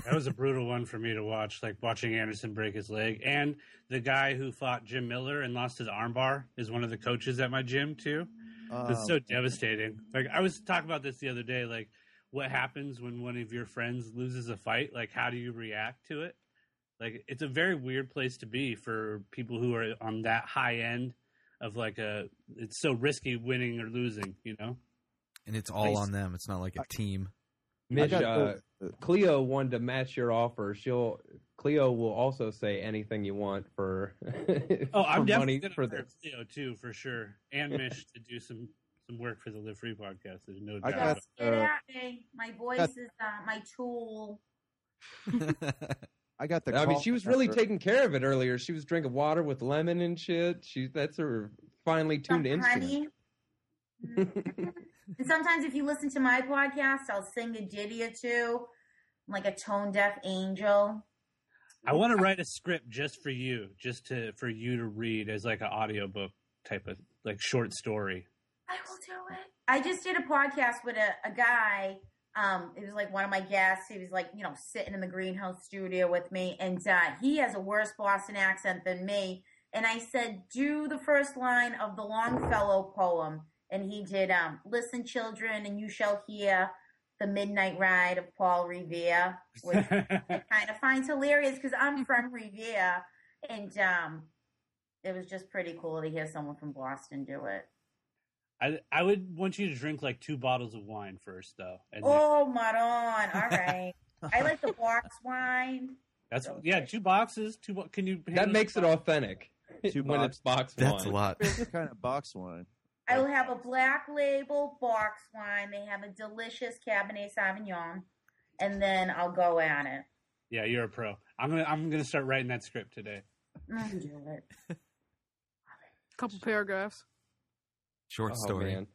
That was a brutal one for me to watch, like watching Anderson break his leg. And the guy who fought Jim Miller and lost his armbar is one of the coaches at my gym too. it's
Oh,
so devastating. Like I was talking about this the other day, like what happens when one of your friends loses a fight? Like how do you react to it? Like it's a very weird place to be for people who are on that high end of like a it's so risky winning or losing, you know?
and it's all on them. It's not like a team.
Mish, uh, Cleo wanted to match your offer. She'll Cleo will also say anything you want for.
Oh, I'm
for
definitely
money
gonna
for
hire
this.
Cleo too for sure, and Mish to do some some work for the Live Free podcast. There's no
I
doubt.
got,
Get
uh,
out, hey. My voice
got-
is uh, my tool.
I got the
I mean,
call
she was really
after-
taking care of it earlier. She was drinking water with lemon and shit. She that's her finely tuned instrument.
Honey. Mm. and sometimes if you listen to my podcast, I'll sing a ditty or two. I'm like a tone deaf angel.
I want to write a script just for you, just to for you to read as like an audiobook type of like short story.
I will do it. I just did a podcast with a, a guy. Um, it was like one of my guests. He was like, you know, sitting in the greenhouse studio with me, and uh, he has a worse Boston accent than me. And I said, do the first line of the Longfellow poem, and he did. Um, Listen, children, and you shall hear the Midnight Ride of Paul Revere, which I kind of find hilarious because I'm from Revere, and um, it was just pretty cool to hear someone from Boston do it.
I I would want you to drink like two bottles of wine first, though. And then-
Oh, Maron, all right. I like the box wine.
that's yeah, two boxes. Two. bo- Can you?
That makes it authentic
Two
when it's box wine.
That's a lot.
What kind of box wine?
I will have a black label box wine. They have a delicious Cabernet Sauvignon, and then I'll go at it.
Yeah, you're a pro. I'm gonna I'm gonna start writing that script today.
Mm, do it.
Couple paragraphs.
Short
Oh,
story.
man.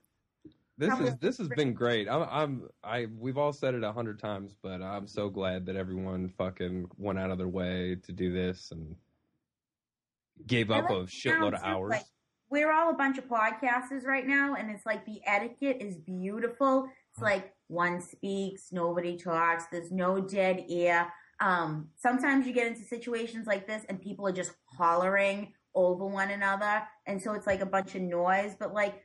This
Probably-
is this has been great. I'm, I'm I we've all said it a hundred times, but I'm so glad that everyone fucking went out of their way to do this and gave
I
up
like
a
the
shitload
sound,
of
too,
hours.
like, we're all a bunch of podcasters right now, and it's like the etiquette is beautiful. It's like one speaks, nobody talks. There's no dead air. Um, sometimes you get into situations like this, and people are just hollering over one another, and so it's like a bunch of noise. But like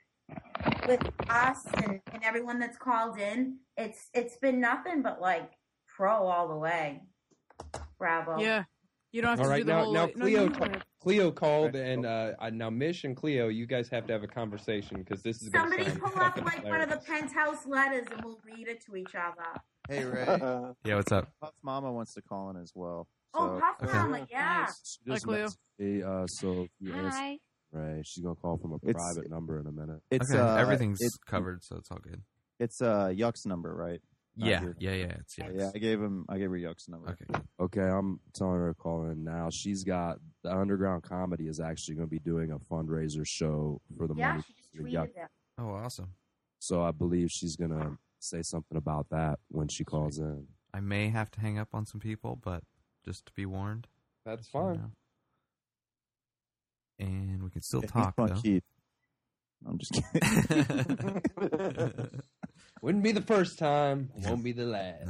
with us and, and everyone that's called in, it's it's been nothing but like pro all the way. Bravo.
Yeah. You don't have
All
to
right,
do the
now
whole.
now
no, you
Cleo
don't have to.
Cleo called and uh, uh, now Mish and Cleo, you guys have to have a conversation because this is gonna
Somebody
sound
pull up
fucking
like one of the
hilarious.
penthouse letters and we'll read it to each other.
Hey Ray,
Yeah, what's up?
Puff Mama wants to call in as well.
oh,
So
Puff
okay.
Mama, yeah.
Nice.
She just
Hi, Cleo.
messaged me, uh, so if you answer,
Hi.
Ray, she's gonna call from a
It's-
private number in a minute.
it's
okay,
uh,
everything's
it's-
covered, so it's all good.
It's uh Yuck's number, right? Not
Yeah,
your-
yeah, yeah. It's yeah.
Yeah, I gave him. I gave her Yuck's number.
Okay. good.
Okay, I'm telling her to call in now. She's got the underground comedy is actually going to be doing a fundraiser show for the
Yeah,
money.
she just
the
tweeted
Yuck.
that.
Oh, awesome.
So I believe she's going to say something about that when she calls in.
I may have to hang up on some people, but just to be warned.
That's
you
fine.
know. And we can still
Yeah, he's
talk
Buck
though.
Keith. I'm just kidding.
no.
Wouldn't be the first time, won't be the last.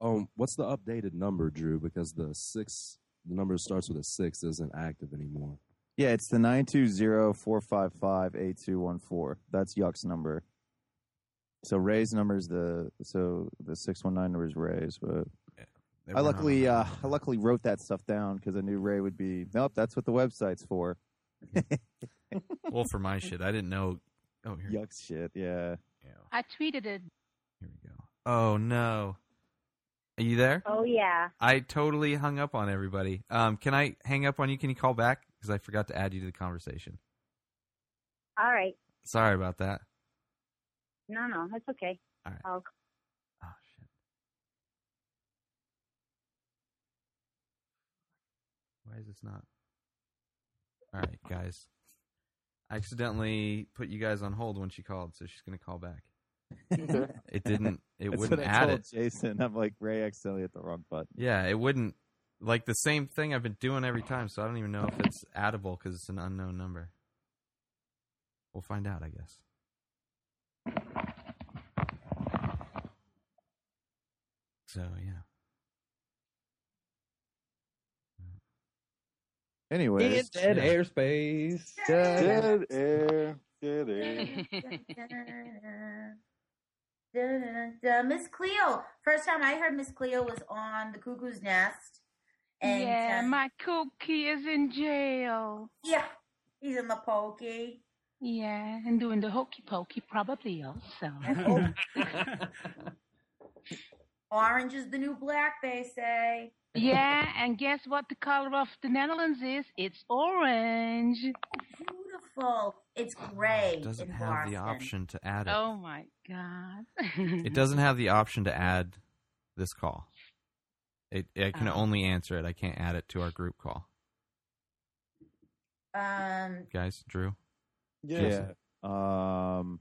Um, what's the updated number, Drew? Because the six, the number that starts with a six, isn't active anymore.
yeah, it's the nine two zero four five five eight two one four. That's Yuck's number. So Ray's number is the so the six one nine number is Ray's, but
They
I
were not
luckily
on
uh,
that.
I luckily wrote that stuff down because I knew Ray would be. Nope, that's what the website's for.
well for my shit. I didn't know Oh, here, here
Yuck's shit. Yeah.
I tweeted it.
we go. Oh no. Are you there?
Oh yeah.
I totally hung up on everybody. Um, can I hang up on you? Can you call back? Because I forgot to add you to the conversation.
All right.
Sorry about that.
No, no, that's okay.
All right.
I'll-
Oh shit. Why is this not? All right, guys. I accidentally put you guys on hold when she called, so she's gonna call back. It didn't. It
That's
wouldn't
what I
add
told
it.
Jason, I'm like Ray accidentally hit the wrong button.
Yeah, it wouldn't. Like the same thing I've been doing every time, so I don't even know if it's addable because it's an unknown number. We'll find out, I guess. So yeah.
Anyways,
It's dead
Yeah.
airspace.
Dead air. Dead air.
Da-da-da-da. Miss Cleo. First time I heard Miss Cleo was on the Cuckoo's Nest. And,
yeah,
uh,
my cookie is in jail.
yeah, he's in the pokey.
Yeah, and doing the hokey pokey probably also.
Orange is the new black, they say.
yeah, and guess what the color of the Netherlands is? It's orange.
Beautiful. It's gray.
It doesn't
in
have the
Boston.
option to add it.
Oh my god. Mm-hmm.
It doesn't have the option to add this call. It I can
Oh.
only answer it. I can't add it to our group call.
Um,
Guys, Drew.
yeah. Um,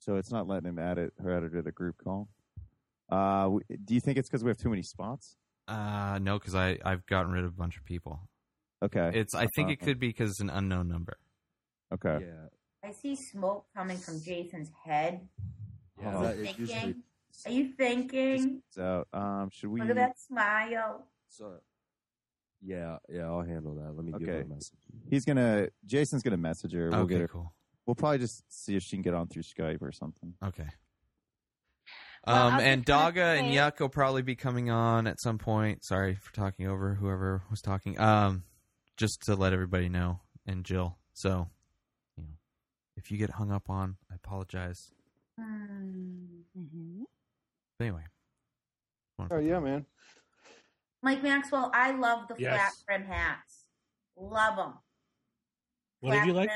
so it's not letting him add it, her editor to the group call. Uh, w- do you think it's because we have too many spots?
Uh no, because I I've gotten rid of a bunch of people.
Okay.
It's I think it
Uh-huh.
could be because it's an unknown number.
okay.
Yeah.
I see smoke coming from Jason's head.
Yeah.
Is
Oh,
that- it usually-
Thinking. Are you thinking?
it's out. Um, should we?
Look at that smile.
so- yeah, yeah, I'll handle that. Let me give
Okay.
her a message.
He's gonna. Jason's gonna message her. We'll
okay,
get her.
cool.
We'll probably just see if she can get on through Skype or something.
Okay.
Well,
Um,
I was
and
just gonna
Daga and
say-
Yuck will probably be coming on at some point. Sorry for talking over whoever was talking. Um, just to let everybody know, and Jill. So, you know, if you get hung up on, I apologize.
Hmm.
Mm-hmm.
But anyway,
Oh yeah, man.
Mike Maxwell, I love the
Yes.
flat brim hats. Love them.
What did you like?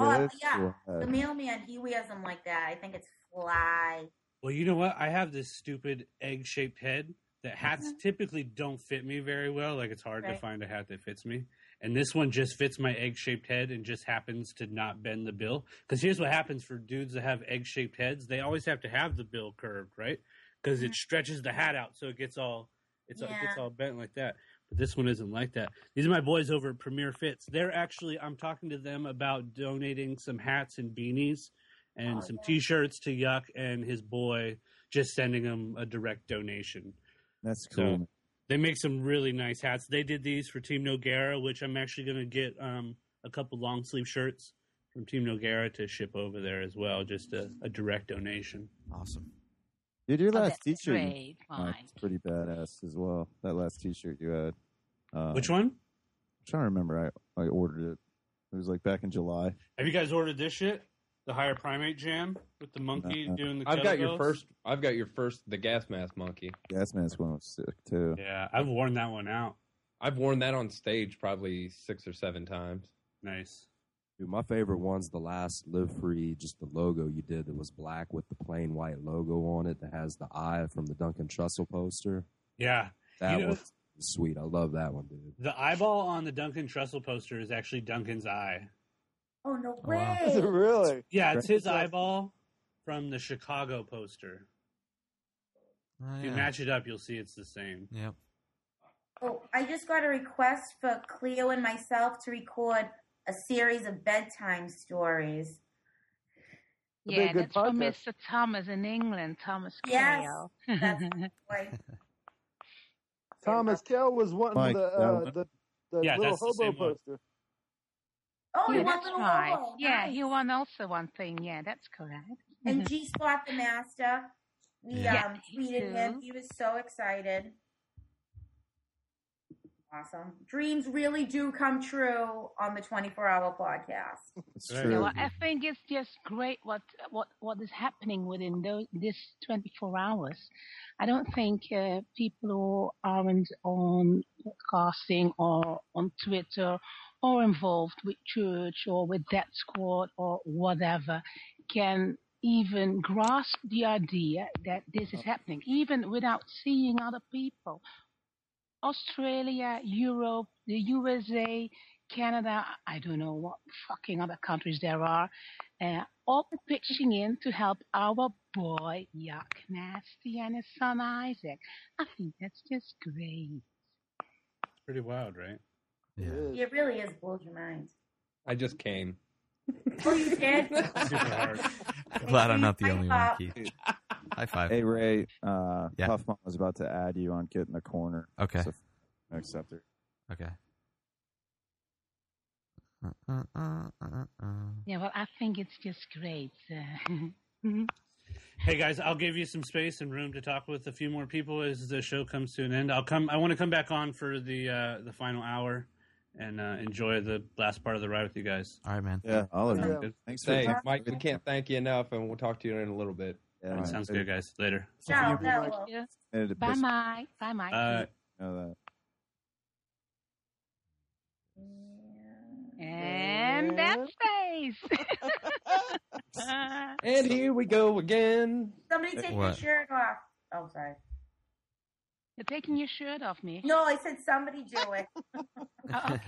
Oh, yeah. The mailman, he wears them like that. I think it's fly.
Well, you know what? I have this stupid egg shaped head that hats typically don't fit me very well. Like it's hard to
Mm-hmm. Right.
find a hat that fits me. And this one just fits my egg shaped head and just happens to not bend the bill. Because here's what happens for dudes that have egg shaped heads they always have to have the bill curved, right? Because it stretches the hat out so it gets all it's it gets
Mm-hmm. Yeah.
all bent like that. But this one isn't like that. These are my boys over at Premier Fits. They're actually I'm talking to them about donating some hats and beanies and some t-shirts to Yuck and his boy, just sending him a direct donation.
That's
So-
cool.
They make some really nice hats. They did these for Team Noguera, which I'm actually going to get um, a couple long sleeve shirts from Team Noguera to ship over there as well, just a, a direct donation.
Awesome.
Dude, your
Oh,
last
that's
T-shirt, you-
great.
uh, it's pretty badass as well. That last T-shirt you had. Uh,
Which one?
I'm trying to remember. I I ordered it. It was like back in July.
Have you guys ordered this shit? The Higher Primate Jam with the monkey
Uh-huh.
doing the.
I've got your
kettlebells?
first. I've got your first. The gas mask monkey.
Gas mask one was sick too.
Yeah, I've worn that one out.
I've worn that on stage probably six or seven times.
Nice.
Dude, my favorite one's the last Live Free, just the logo you did that was black with the plain white logo on it that has the eye from the Duncan Trussell poster.
Yeah.
That
You know-
one's sweet. I love that one, dude.
The eyeball on the Duncan Trussell poster is actually Duncan's eye.
Oh, no way.
wow. Is it
really?
Yeah, it's
Right.
his eyeball from the Chicago poster. If you match it up, you'll see it's the same.
Oh, Yep.
Oh, I just got a request for Cleo and myself to record a series of bedtime stories. That'd be a
Yeah,
good
that's from
podcast.
Mr. Thomas in England, Thomas
Yes,
Cale.
that's right.
Thomas Kell was one
Mike,
of the,
that
uh,
one-
the the
Yeah,
little
that's the
hobo
same one.
poster.
Oh,
yeah,
you want
that's
little
right.
Lobo.
Yeah,
Nice.
he won also one thing. Yeah, that's correct.
And G Spot the Master. We
Mm-hmm. Yeah.
um,
Yeah, he
tweeted him.
too.
He was so excited. Awesome. Dreams really do come true on the 24 hour podcast.
It's
You know, I think it's just great what what what is happening within those this 24 hours. I don't think uh, people who aren't on podcasting or on Twitter or involved with church or with that squad or whatever can even grasp the idea that this is happening, even without seeing other people. Australia, Europe, the USA, Canada, I don't know what fucking other countries there are, uh, all pitching in to help our boy Yuck Nasty and his son Isaac. I think that's just great.
Pretty wild, right?
It really is blows your mind.
I just came.
Oh, you did?
Glad I'm not the only one,
High
Keith. High five.
Hey Ray, uh, Puff Mom was about to add you on Get in the Corner.
Okay.
So, accept her.
Okay. Uh, uh, uh, uh.
Yeah, well, I think it's just great. Uh,
Hey guys, I'll give you some space and room to talk with a few more people as the show comes to an end. I'll come. I want to come back on for the uh, the final hour and uh, enjoy the last part of the ride with you guys.
All right, man.
Yeah, all of
Sounds
you.
good.
Thanks for
Hey,
thanks
Mike, we can't thank you enough, and we'll talk to you in a little bit.
Yeah, All right.
Sounds good, guys. Later.
Ciao,
Yeah.
for you.
Bye, Mike. Bye, Mike.
Uh,
Know that.
and that face.
And here we go again.
Somebody take your shirt off. Oh, sorry.
You're taking your shirt off me.
No, I said somebody do it.
Oh,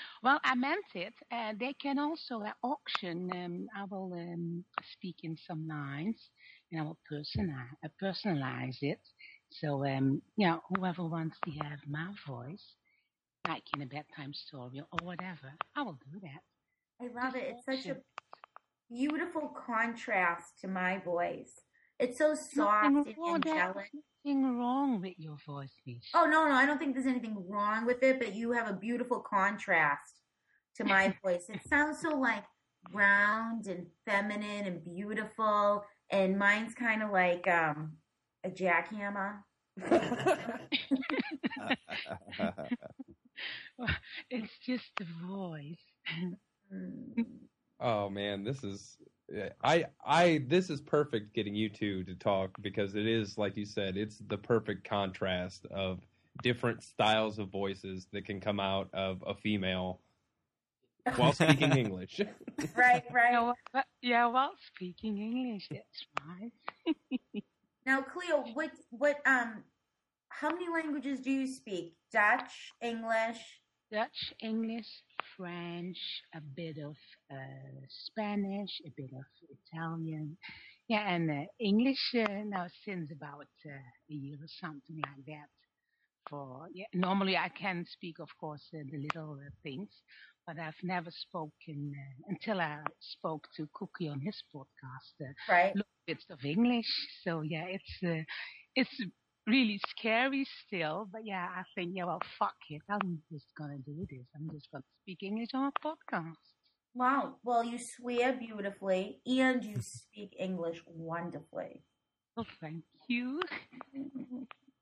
Well, I meant it. Uh, they can also uh, auction. Um, I will um, speak in some lines, and I will personalize, uh, personalize it. So, um, you know, whoever wants to have my voice, like in a bedtime story or whatever, I will do that.
I love it. It's such a beautiful contrast to my voice. It's so soft
Nothing wrong,
and
there-
angelic.
nothing wrong with your voice, Mish.
Oh no, no, I don't think there's anything wrong with it, but you have a beautiful contrast to my voice. It sounds so like round and feminine and beautiful, and mine's kind of like um, a jackhammer.
it's just the voice.
Oh man, this is I I this is perfect getting you two to talk because it is like you said, it's the perfect contrast of different styles of voices that can come out of a female while speaking English.
right, right.
yeah, while speaking English, that's right.
now, Cleo, what what um, how many languages do you speak? Dutch, English.
Dutch, English, French, a bit of uh, Spanish, a bit of Italian. Yeah, and uh, English uh, now since about uh, a year or something like that. For yeah, normally I can speak, of course, uh, the little uh, things, but I've never spoken uh, until I spoke to Cookie on his podcast. Uh,
Right.
little bits of English, so yeah, it's uh, it's really scary still. But yeah, I think yeah, well, fuck it, I'm just gonna do this. I'm just gonna speak English on a podcast.
Wow. Well, you swear beautifully, and you speak English wonderfully.
Well, Oh, thank you.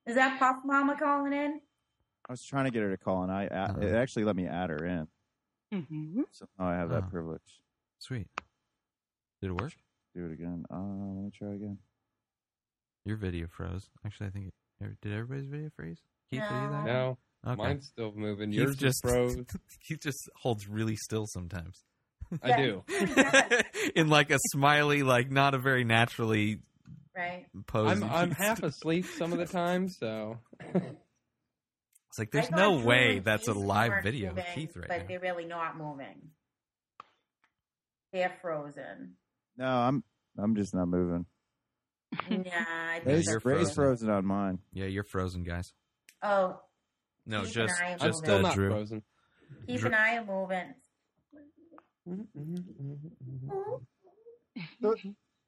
Is that Puff Mama calling in?
I was trying to get her to call, and I
Uh-huh.
a- it actually let me add her in.
Mm-hmm.
So now I have
Oh.
that privilege.
Sweet. Did it work?
Do it again. Uh, let me try again.
Your video froze. Actually, I think it, er, did everybody's video freeze? Keith, did you that?
No,
Okay.
mine's still moving.
Keith
Yours is
just
froze.
Keith just holds really still sometimes.
I do.
in like a smiley, like not a very naturally
Right.
posed.
I'm I'm half asleep some of the time, so
It's like
I
there's
thought
no
Drew
way
and
that's a
Jason
live
weren't
video of
moving,
Keith right
but
now.
they're really not moving. They're frozen.
No, I'm I'm just not moving.
nah, I
Yeah,
think
Ray's,
you're
they're
Ray's
frozen.
frozen on mine.
Yeah, you're frozen, guys.
Oh,
No,
Keith
just
and I are
just
moving.
uh,
not
Drew.
frozen.
Keith
Dr-
and I are moving.
So,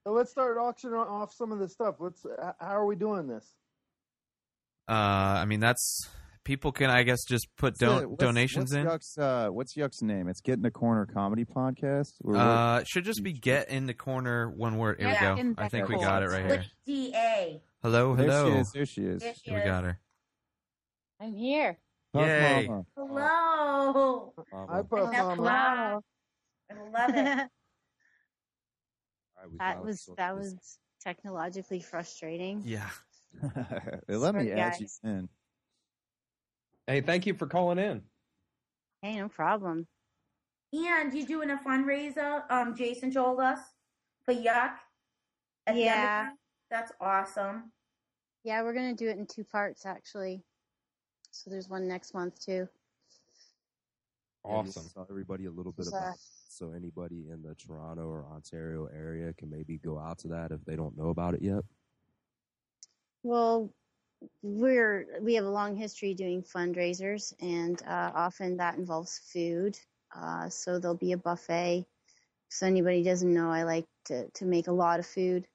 so let's start auctioning off some of this stuff. Let's. h- How are we doing this?
Uh, I mean, that's people can I guess just put
What's
don-
the- what's-
donations
what's
in.
Yuck's, uh, what's Yuck's name? It's Get in the Corner Comedy Podcast. Or what?
Uh, it should just be get in the corner. One word. Here
Yeah,
we
in
go. I
the
think we got it right
corner.
here.
With DA.
Hello,
there
hello.
she is. There she is.
There she
We
is.
got her.
I'm here.
Puff
Yay.
Mama.
Hello.
I put
Hello,
uh,
mama.
Clara.
I
mm-hmm.
love it.
that was that was technologically frustrating.
Yeah.
They let me
Sorry,
add you
guys.
in.
Hey, thank you for calling in.
Hey, no problem.
And you're doing a fundraiser. Um, Jason told us for Yuck. At the end of
Yeah.
town? that's awesome.
Yeah, we're gonna do it in two parts actually. So there's one next month too.
And we'll
Awesome.
Tell everybody a little bit
Just,
about
uh,
it. so anybody in the Toronto or Ontario area can maybe go out to that if they don't know about it yet.
Well, we're we have a long history doing fundraisers, and uh, often that involves food. Uh, so there'll be a buffet. So anybody doesn't know, I like to to make a lot of food.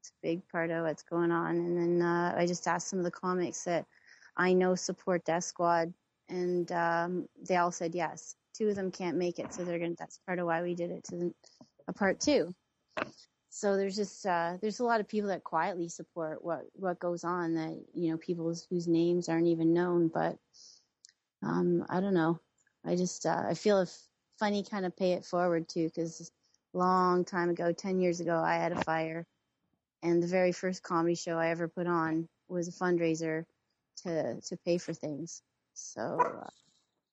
It's a big part of what's going on. And then uh, I just asked some of the comics that I know support Death Squad, and um, they all said yes. Two of them can't make it, so they're gonna. That's part of why we did it to the, a part two so there's just uh, there's a lot of people that quietly support what what goes on that you know people whose names aren't even known but um, i don't know i just uh, i feel if funny kind of pay it forward too because long time ago 10 years ago i had a fire and the very first comedy show i ever put on was a fundraiser to to pay for things so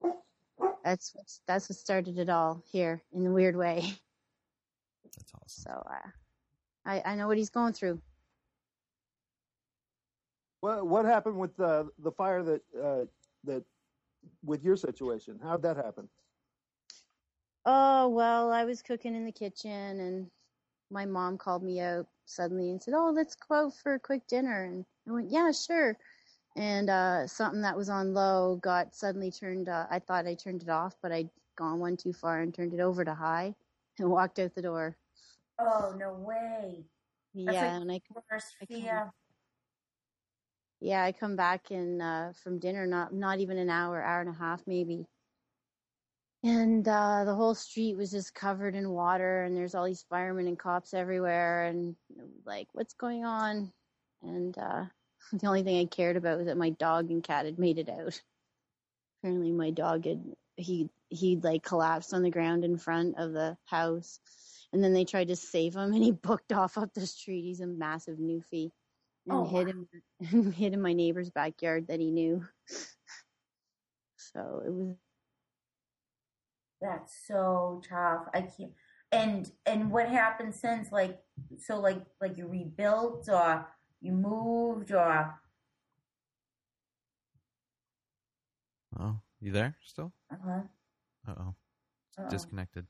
uh, that's what's, that's what started it all here in a weird way
That's awesome.
so uh, I, I know what he's going through.
What What happened with the the fire that uh, that with your situation? How'd that happen?
Oh, well, I was cooking in the kitchen and my mom called me out suddenly and said, Oh, let's go out for a quick dinner. And I went, Yeah, sure. And uh, something that was on low got suddenly turned, uh, I thought I turned it off, but I'd gone one too far and turned it over to high and walked out the door.
Oh no way. That's
yeah,
like
and I
worst
I can't-
fear.
yeah, I come back and uh, from dinner, not not even an hour, hour and a half maybe. and uh, the whole street was just covered in water and there's all these firemen and cops everywhere and like what's going on and uh, the only thing i cared about was that my dog and cat had made it out apparently my dog had he he like collapsed on the ground in front of the house and then they tried to save him and he booked off up the street he's a massive newfie and
Oh,
hid him and hid in my neighbor's backyard that he knew so it was
That's so tough. I can't. And and what happened since? Like so, like like you rebuilt or you moved or
Oh, you there still?
uh
Uh-huh.
Uh oh.
Uh-oh.
Disconnected.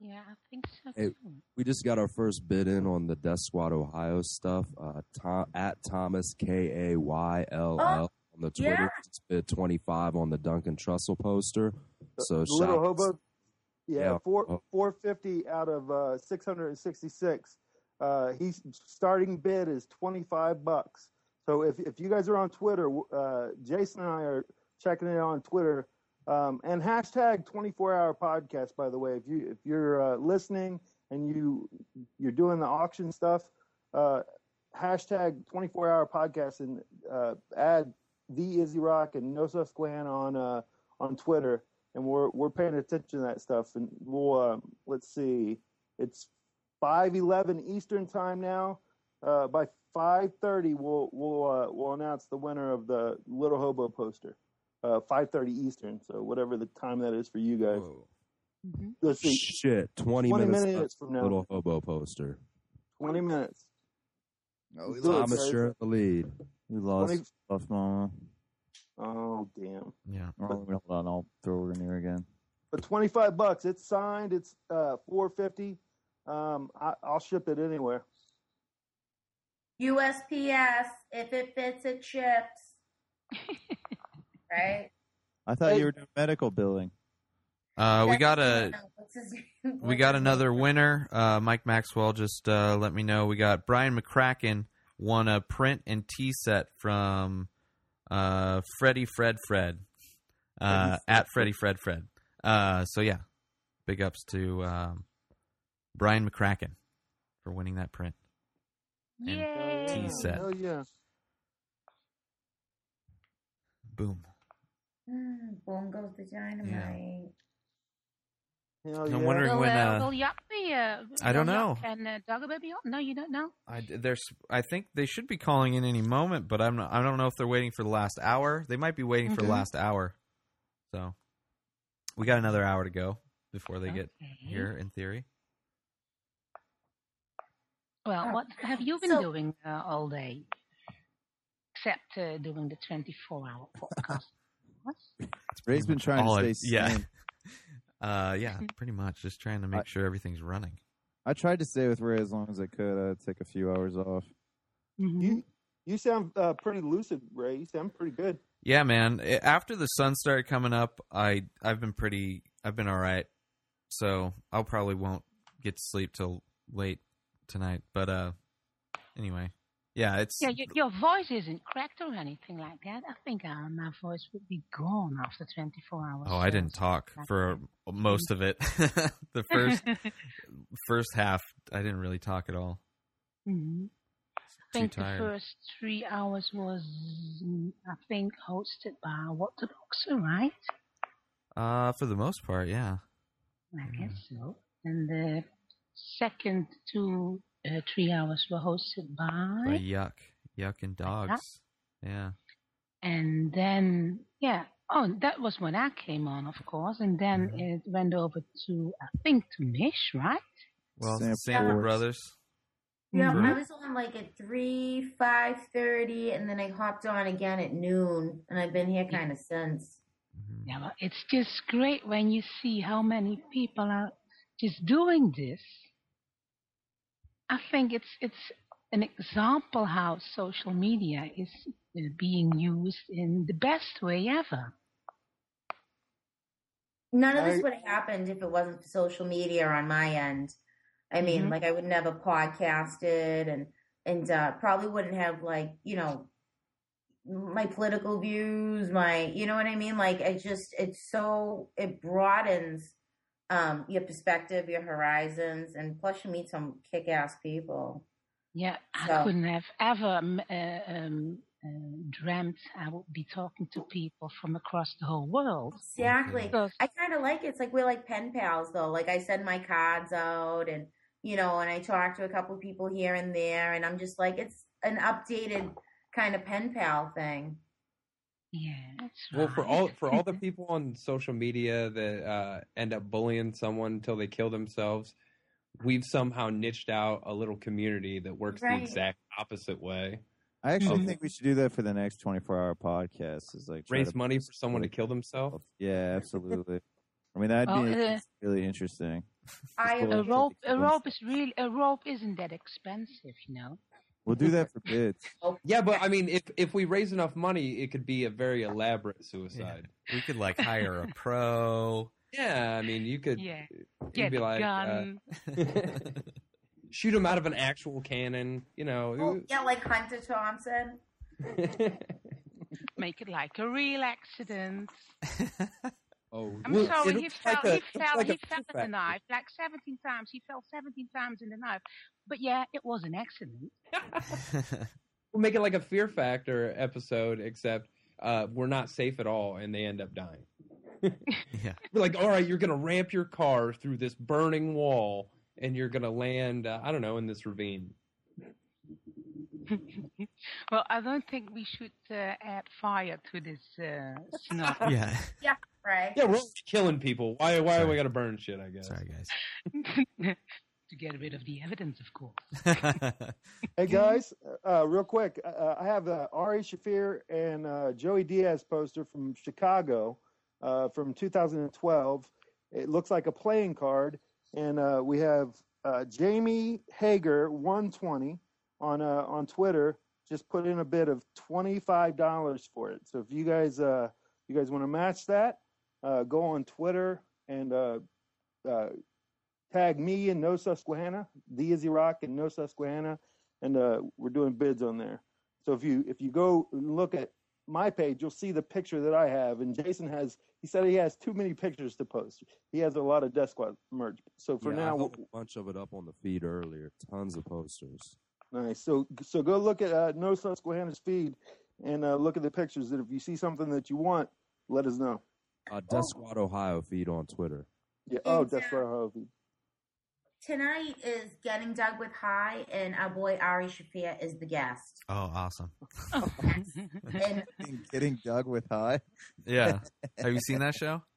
Yeah, I think so.
Hey, we just got our first bid in on the Death Squad Ohio stuff. Uh, Tom, at Thomas K A Y L L on the Twitter.
yeah.
Just bid twenty five on the Duncan Trussell poster. So
The little
shout-
hobo. Yeah,
Yeah. Oh.
four four fifty out of uh, six hundred and sixty six. Uh, he's starting bid is twenty five bucks. So if if you guys are on Twitter, uh, Jason and I are checking it on Twitter um, and hashtag twenty four hour podcast. By the way, if you if you're uh, listening and you you're doing the auction stuff, uh, hashtag twenty four hour podcast and uh, add the Izzy Rock and No Susquehanna on uh, on Twitter, and we're we're paying attention to that stuff. And we'll uh, let's see, it's five eleven Eastern time now. Uh, by five thirty, we'll we'll uh, we'll announce the winner of the Little Hobo poster. Uh, five thirty Eastern, so whatever the time that is for you guys. Let's see,
Shit, twenty,
20
minutes,
minutes
left,
from now.
Little hobo poster.
twenty minutes.
Oh,
Let's do it,
Thomas,
guys.
you're in the lead.
We lost,
Twenty-
lost Mama.
Oh damn.
Yeah.
hold on, I'll throw her in here again.
But twenty five bucks. It's signed. It's uh, four fifty. Um, I, I'll ship it anywhere.
USPS? If it fits, it ships. right?
I thought you were doing medical billing.
Uh, we got a
What's his name?
we got another winner. Uh, Mike Maxwell just uh, let me know. We got Brian McCracken won a print and tea set from uh, Freddy Fred Fred uh, at Freddy Fred Fred. Uh, so yeah, big ups to um, Brian McCracken for winning that print.
Yay.
Tea set.
Hell yeah.
Boom.
Mm, boom goes the dynamite.
Hell
I'm wondering
Will,
when. Uh,
uh, will Yuck be? Uh,
I don't
will
know.
Yuck and uh, Doggo Baby on? No, you don't know.
I, there's, I think they should be calling in any moment, but I'm not, I don't know if they're waiting for the last hour. They might be waiting for the
Mhm.
last hour. So we got another hour to go before they get here in theory.
Well,
Oh.
what have you been
So-
doing uh, all day, except uh, doing the twenty-four hour podcast? What?
Ray's been trying
All
to
I-
stay
yeah.
sane.
Uh, yeah, pretty much just trying to make
I-
sure everything's running.
I tried to stay with Ray as long as I could. I took a few hours off.
You you sound uh, pretty lucid, Ray. You sound pretty good.
Yeah, man. I- After the sun started coming up, I I've been pretty I've been all right. So, I'll probably won't get to sleep till late tonight, but uh anyway. Yeah, it's
Yeah, your, your voice isn't cracked or anything like that. I think uh, my voice would be gone after twenty-four hours.
Oh, I didn't talk for most of it. the first first half, I didn't really talk at all.
Mm-hmm.
hmm I
Too
think the
tired.
first three hours was, mm, I think, hosted by Waterboxer, right?
Uh, for the most part, yeah.
I
Mm-hmm.
guess so. And the second two, uh, three hours were hosted
By
by,
yuck, yuck and dogs. Yeah.
and then yeah, oh, that was when I came on, of course, and then
Mm-hmm.
it went over to, I think, to Mish, right?
Well,
Sample
Sample
Wars.
Brothers.
Yeah,
Mhm.
I was on like at three, five thirty, and then I hopped on again at noon, and I've been here kind of since.
Yeah, well, it's just great when you see how many people are just doing this. I think it's it's an example how social media is uh, being used in the best way ever.
None of this
I-
would have happened if it wasn't for social media on my end. I mean,
Mhm.
like I would never podcasted, and and uh, probably wouldn't have like you know my political views, my you know what I mean? Like it just it's so it broadens um your perspective, your horizons, and plus you meet some kick ass people.
Yeah, I
So-
couldn't have ever um, uh, um, uh, dreamt I would be talking to people from across the whole world.
Exactly.
Because
I kind of like it. It's like we're like pen pals, though. Like I send my cards out, and you know, and I talk to a couple people here and there, and I'm just like, it's an updated kind of pen pal thing.
Yeah.
Well, for all for all the people on social media that uh, end up bullying someone until they kill themselves, we've somehow niched out a little community that works
Right.
the exact opposite way.
I actually
Mhm.
think we should do that for the next 24 hour podcast. Is like try
Raise
to-
money for someone to kill themselves.
Yeah, absolutely. I mean, that'd
Oh,
be
uh,
really interesting.
I
a
We'll,
rope, a rope is really a rope isn't that expensive, you know.
we'll do that for bids.
Oh.
Yeah, but I mean, if if we raise enough money, it could be a very elaborate suicide.
We could like hire a pro.
Yeah, I mean, you could.
Yeah.
you'd
Get
be
a
like, uh,
gun.
shoot him out of an actual cannon. You know,
Oh, yeah, like Hunter Thompson.
Make it like a real accident.
Oh,
I'm sorry, he fell, he fell, he fell in the knife like 17 times. He fell 17 times in the knife. But yeah, it was an accident.
We'll make it like a Fear Factor episode, except uh, we're not safe at all, and they end up dying. We're like, all right, you're gonna ramp your car through this burning wall, and you're gonna land, uh, I don't know, in this ravine.
well, I don't think we should uh, add fire to this uh, snow.
Yeah.
Yeah, right.
Yeah, we're already killing people. Why? Why are we gonna burn shit? I guess. Sorry,
guys.
to get rid of the evidence, of course.
Hey guys, uh, real quick, uh, I have uh, Ari Shafir and uh, Joey Diaz poster from Chicago uh, from 2012. It looks like a playing card, and uh, we have uh, Jamie Hager 120 on uh, on Twitter. Just put in a bid of twenty five dollars for it. So if you guys uh, you guys want to match that, uh, go on Twitter and uh, uh, tag me and No Susquehanna, the Izzy Rock and No Susquehanna, and uh, we're doing bids on there. So if you if you go and look at my page, you'll see the picture that I have. And Jason has he said he has too many pictures to post. He has a lot of Death Squad merch. So for
Yeah, I
now,
hung a bunch of it up on the feed earlier. Tons of posters.
Nice. So so go look at uh, No Susquehanna's feed and uh, look at the pictures. And if you see something that you want, let us know.
Uh,
Oh.
Death Squad Ohio feed on Twitter.
Yeah. Oh, Death Squad Ohio feed.
Tonight is Getting Dug with High, and our boy Ari Shafir is the guest.
Oh, awesome.
And
Getting dug with high.
Yeah. Have you seen that show?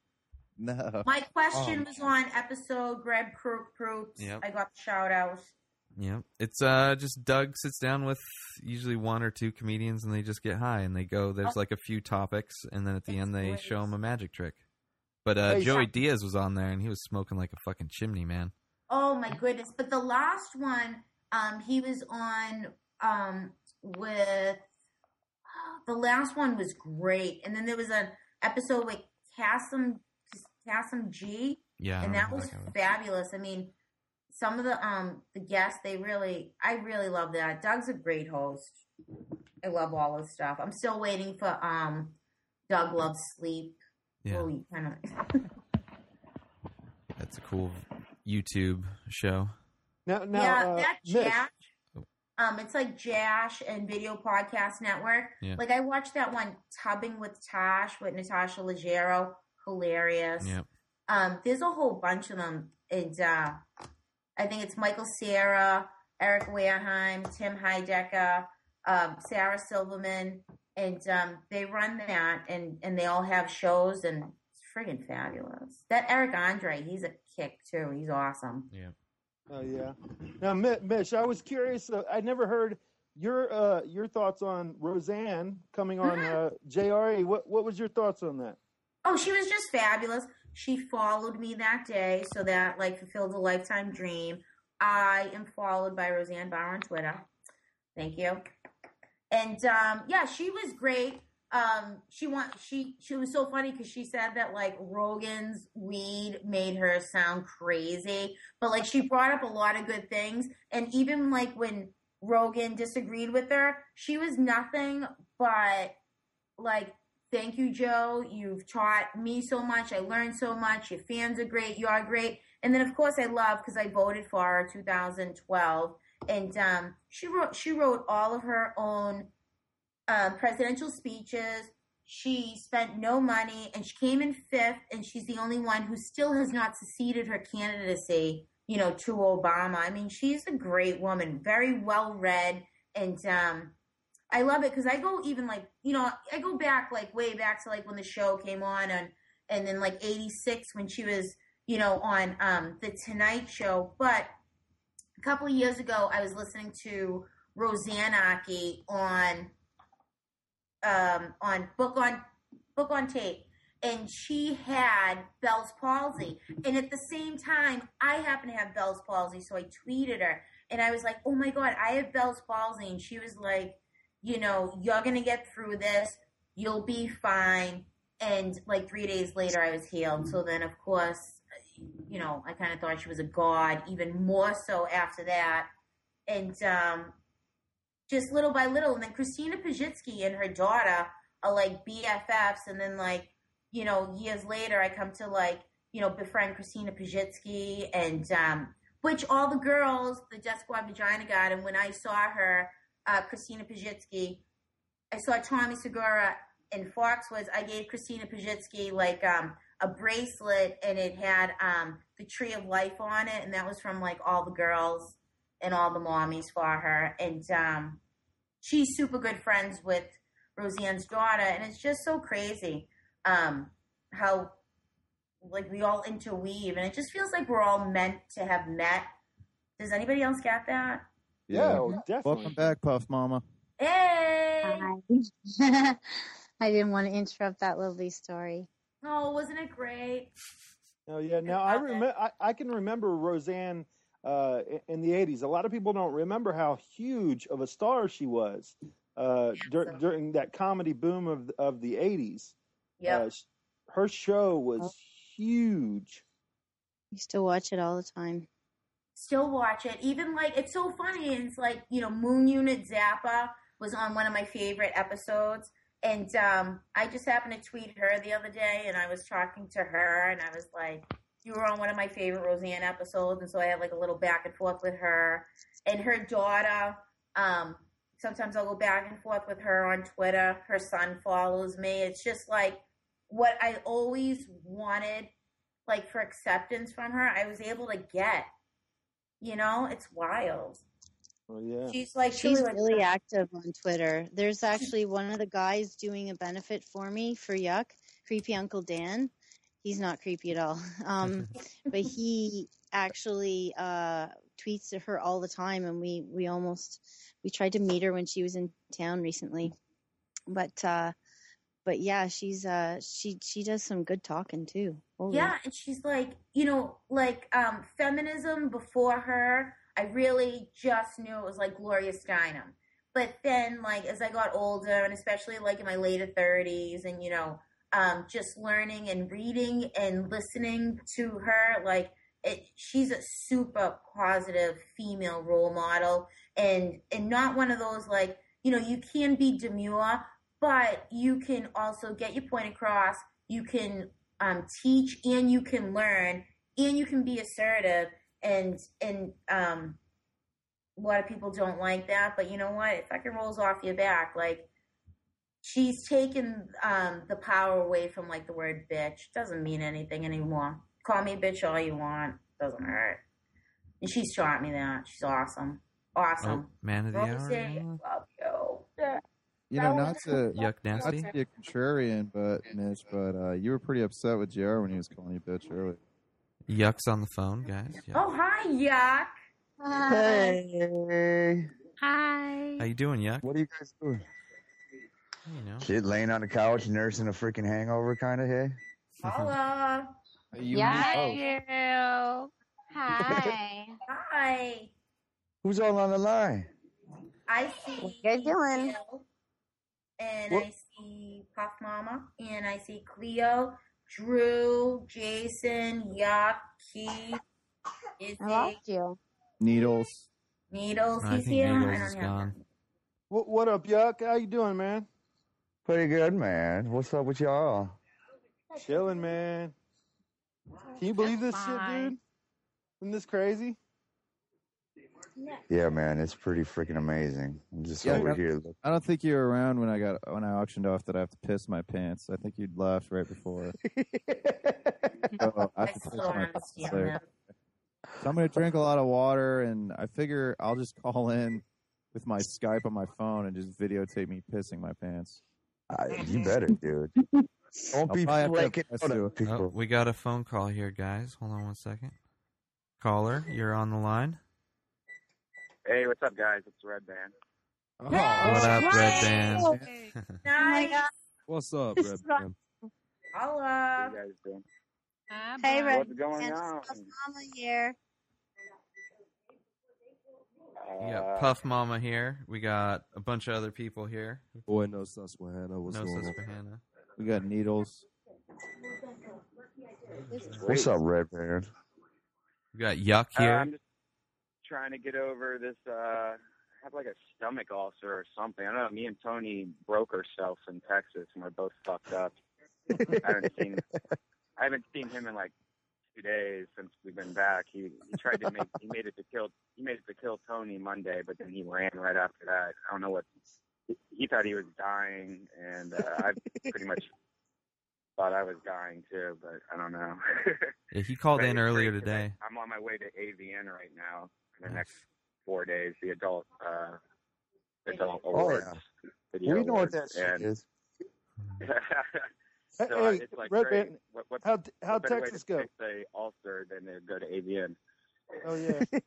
No.
my question
Um.
was on episode Greg Crook Proops.
Yep.
I got the shout out.
Yeah. It's uh just Doug sits down with usually one or two comedians and they just get high and they go there's like a few topics and then at the end they show him a magic trick. But uh
Hey,
Joey
Sean.
Diaz was on there and he was smoking like a fucking chimney, man.
Oh my goodness! But the last one, um, he was on um with the last one was great, and then there was an episode with Cassim Cassim G.
Yeah, I
and that
remember
was
that guy.
fabulous. I mean, some of the um the guests they really, I really love that. Doug's a great host. I love all his stuff. I'm still waiting for um Doug loves sleep.
Yeah.
Oh, you kind of.
That's a cool YouTube show.
Now, now
yeah,
uh,
that
Mitch.
Jash. Um, it's like Jash and Video Podcast Network.
Yeah.
Like I watched that one Tubbing with Tosh with Natasha Leggero. Hilarious.
Yep.
Um, there's a whole bunch of them. And uh, I think it's Michael Sierra, Eric Wareheim, Tim Heidecker, um, Sarah Silverman, and um, they run that and, and they all have shows and it's friggin' fabulous. That Eric Andre, he's a kick too. He's awesome.
Yeah.
Oh yeah. Now, Mi- Mitch, I was curious. Uh, I never heard your uh, your thoughts on Roseanne coming on uh, JRE. What what was your thoughts on that?
Oh, she was just fabulous. She followed me that day, so that like fulfilled a lifetime dream. I am followed by Roseanne Bauer on Twitter. Thank you. And um, yeah, she was great. Um, she want she she was so funny because she said that like Rogan's weed made her sound crazy, but like she brought up a lot of good things. And even like when Rogan disagreed with her, she was nothing but like, thank you, Joe. You've taught me so much. I learned so much. Your fans are great. You are great. And then, of course, I love because I voted for her 2012, and um, she wrote she wrote all of her own um, presidential speeches. She spent no money, and she came in fifth. And she's the only one who still has not seceded her candidacy, you know, to Obama. I mean, she's a great woman, very well read, and um, I love it because I go even like you know I go back like way back to like when the show came on and and then like '86 when she was you know on um, the Tonight Show. But a couple of years ago, I was listening to Roseanne Aki on um, on book on book on tape, and she had Bell's palsy. And at the same time, I happen to have Bell's palsy, so I tweeted her, and I was like, "Oh my god, I have Bell's palsy," and she was like, "You know, you're gonna get through this. You'll be fine." And like three days later, I was healed. So then, of course, you know, I kind of thought she was a god, even more so after that. And um, just little by little. And then Christina Pajitsky and her daughter are like BFFs. And then, like, you know, years later, I come to like, you know, befriend Christina Pajitsky and, um, which all the girls, the Death Squad Vagina God, and when I saw her, uh, Christina Pajitsky, I saw Tommy Segura in Foxwoods. I gave Christina Pajitsky like, um, a bracelet and it had um, the tree of life on it and that was from like all the girls and all the mommies for her and um, she's super good friends with roseanne's daughter and it's just so crazy um, how like we all interweave and it just feels like we're all meant to have met does anybody else get that
Yeah,
oh, definitely.
Welcome back, Puff Mama.
hey
Hi. I didn't want to interrupt that lovely story.
oh wasn't it great
Oh yeah. Now I remember. I, I can remember Roseanne uh, i- in the '80s. A lot of people don't remember how huge of a star she was uh, dur- during that comedy boom of the- of the '80s.
Yep. Oh,
Uh, sh- her show was huge.
Used to watch it all the time.
still watch it. Even like it's so funny. And it's like you know, Moon Unit Zappa was on one of my favorite episodes, and um, I just happened to tweet her the other day, and I was talking to her, and I was like, "You were on one of my favorite Roseanne episodes," and so I had like a little back and forth with her and her daughter. Um, sometimes I'll go back and forth with her on Twitter. Her son follows me. It's just like what I always wanted, like for acceptance from her, I was able to get. You know, it's wild.
Oh yeah.
She's like
She's
really like
really active on Twitter. There's actually one of the guys doing a benefit for me for Yuck, creepy Uncle Dan. He's not creepy at all, um, but he actually uh, tweets to her all the time, and we we almost we tried to meet her when she was in town recently, but uh, but yeah, she's uh, she she does some good talking too. Holy.
yeah, and she's like you know like um feminism before her. I really just knew it was like Gloria Steinem. But then like as I got older, and especially like in my later thirties, and you know um just learning and reading and listening to her like. It, she's a super positive female role model and and not one of those like you know you can be demure but you can also get your point across. You can um, teach, and you can learn, and you can be assertive. And and um, a lot of people don't like that, but you know what? It fucking rolls off your back. Like she's taken um, the power away from like the word bitch. Doesn't mean anything anymore. Call me bitch all you want. Doesn't hurt. And she's taught me that. She's awesome. Awesome.
Oh, man of the
Always
hour.
say, I love you.
You know, not to
Yuck nasty.
not to be a contrarian, but Mitch, but uh, you were pretty upset with Jr. when he was calling you bitch earlier.
Yuck's on the phone, guys. Yuck.
Oh hi, Yuck.
Hey.
Hi.
How you doing, Yuck?
What are you guys doing?
You know.
Shit, laying on the couch, nursing a freaking hangover kind of hey. Oh,
Hola.
oh.
yeah, you. Hi.
Hi.
Who's all on the line?
I see. What you doing? and I see Puff Mama, and I see Cleo, Drew, Jason, Yuck, Keith, Izzy,
you.
Needles.
Needles.
I
He's
think
here. I
Noodles
don't
is
have him.
gone.
What what up, Yuck? How you doing, man?
Pretty good, man. What's up with y'all?
Chilling, man. Can you believe this shit, dude? Isn't this crazy?
Yeah, man, it's pretty freaking amazing. I'm just
Yeah,
over
I-
here.
I don't think you were around when I got when I auctioned off that I have to piss my pants. I think you'd left right before. oh, I have to piss my pants later. So I'm gonna drink a lot of water, and I figure I'll just call in with my Skype on my phone and just videotape me pissing my pants.
Ah, you better, dude. Don't be flaking out on
Oh, we got a phone call here, guys. Hold on one second. Caller, you're on the line.
Hey, what's up, guys? It's Red Band.
what up, Red
Oh
Band?
Oh
Nice.
What's up,
This
Red
is right.
Man?
Hola.
How you guys doing?
Hey, Red.
What's going
and
on?
how's Mama here.
We got Puff Mama here. We got a bunch of other people here.
Boy, no Susquehanna. What's
No
going on?
Susquehanna.
We got needles.
What's up, Red Band?
We got Yuck
Uh,
here.
I'm just trying to get over this. Uh, I have like a stomach ulcer or something. I don't know. Me and Tony broke ourselves in Texas, and we're both fucked up. I haven't seen. I haven't seen him in like two days since we've been back. He he tried to make. He made it to kill. He made it to kill Tony Monday, but then he ran right after that. I don't know what. He, he thought he was dying, and uh, I pretty much thought I was dying too, but I don't know.
Yeah, he called
But
in
it's
earlier
great 'cause
today.
I, am on my way to AVN right now for the
Nice.
next four days. The adult, uh, adult
Oh,
awards.
yeah.
Video
We know what
awards.
that shit
and,
is.
so uh,
Hey,
it's like
Red
great.
Band,
What, what,
how how
what better
Texas
way to
go?
fix a ulcer than to go to AVN?
Oh yeah,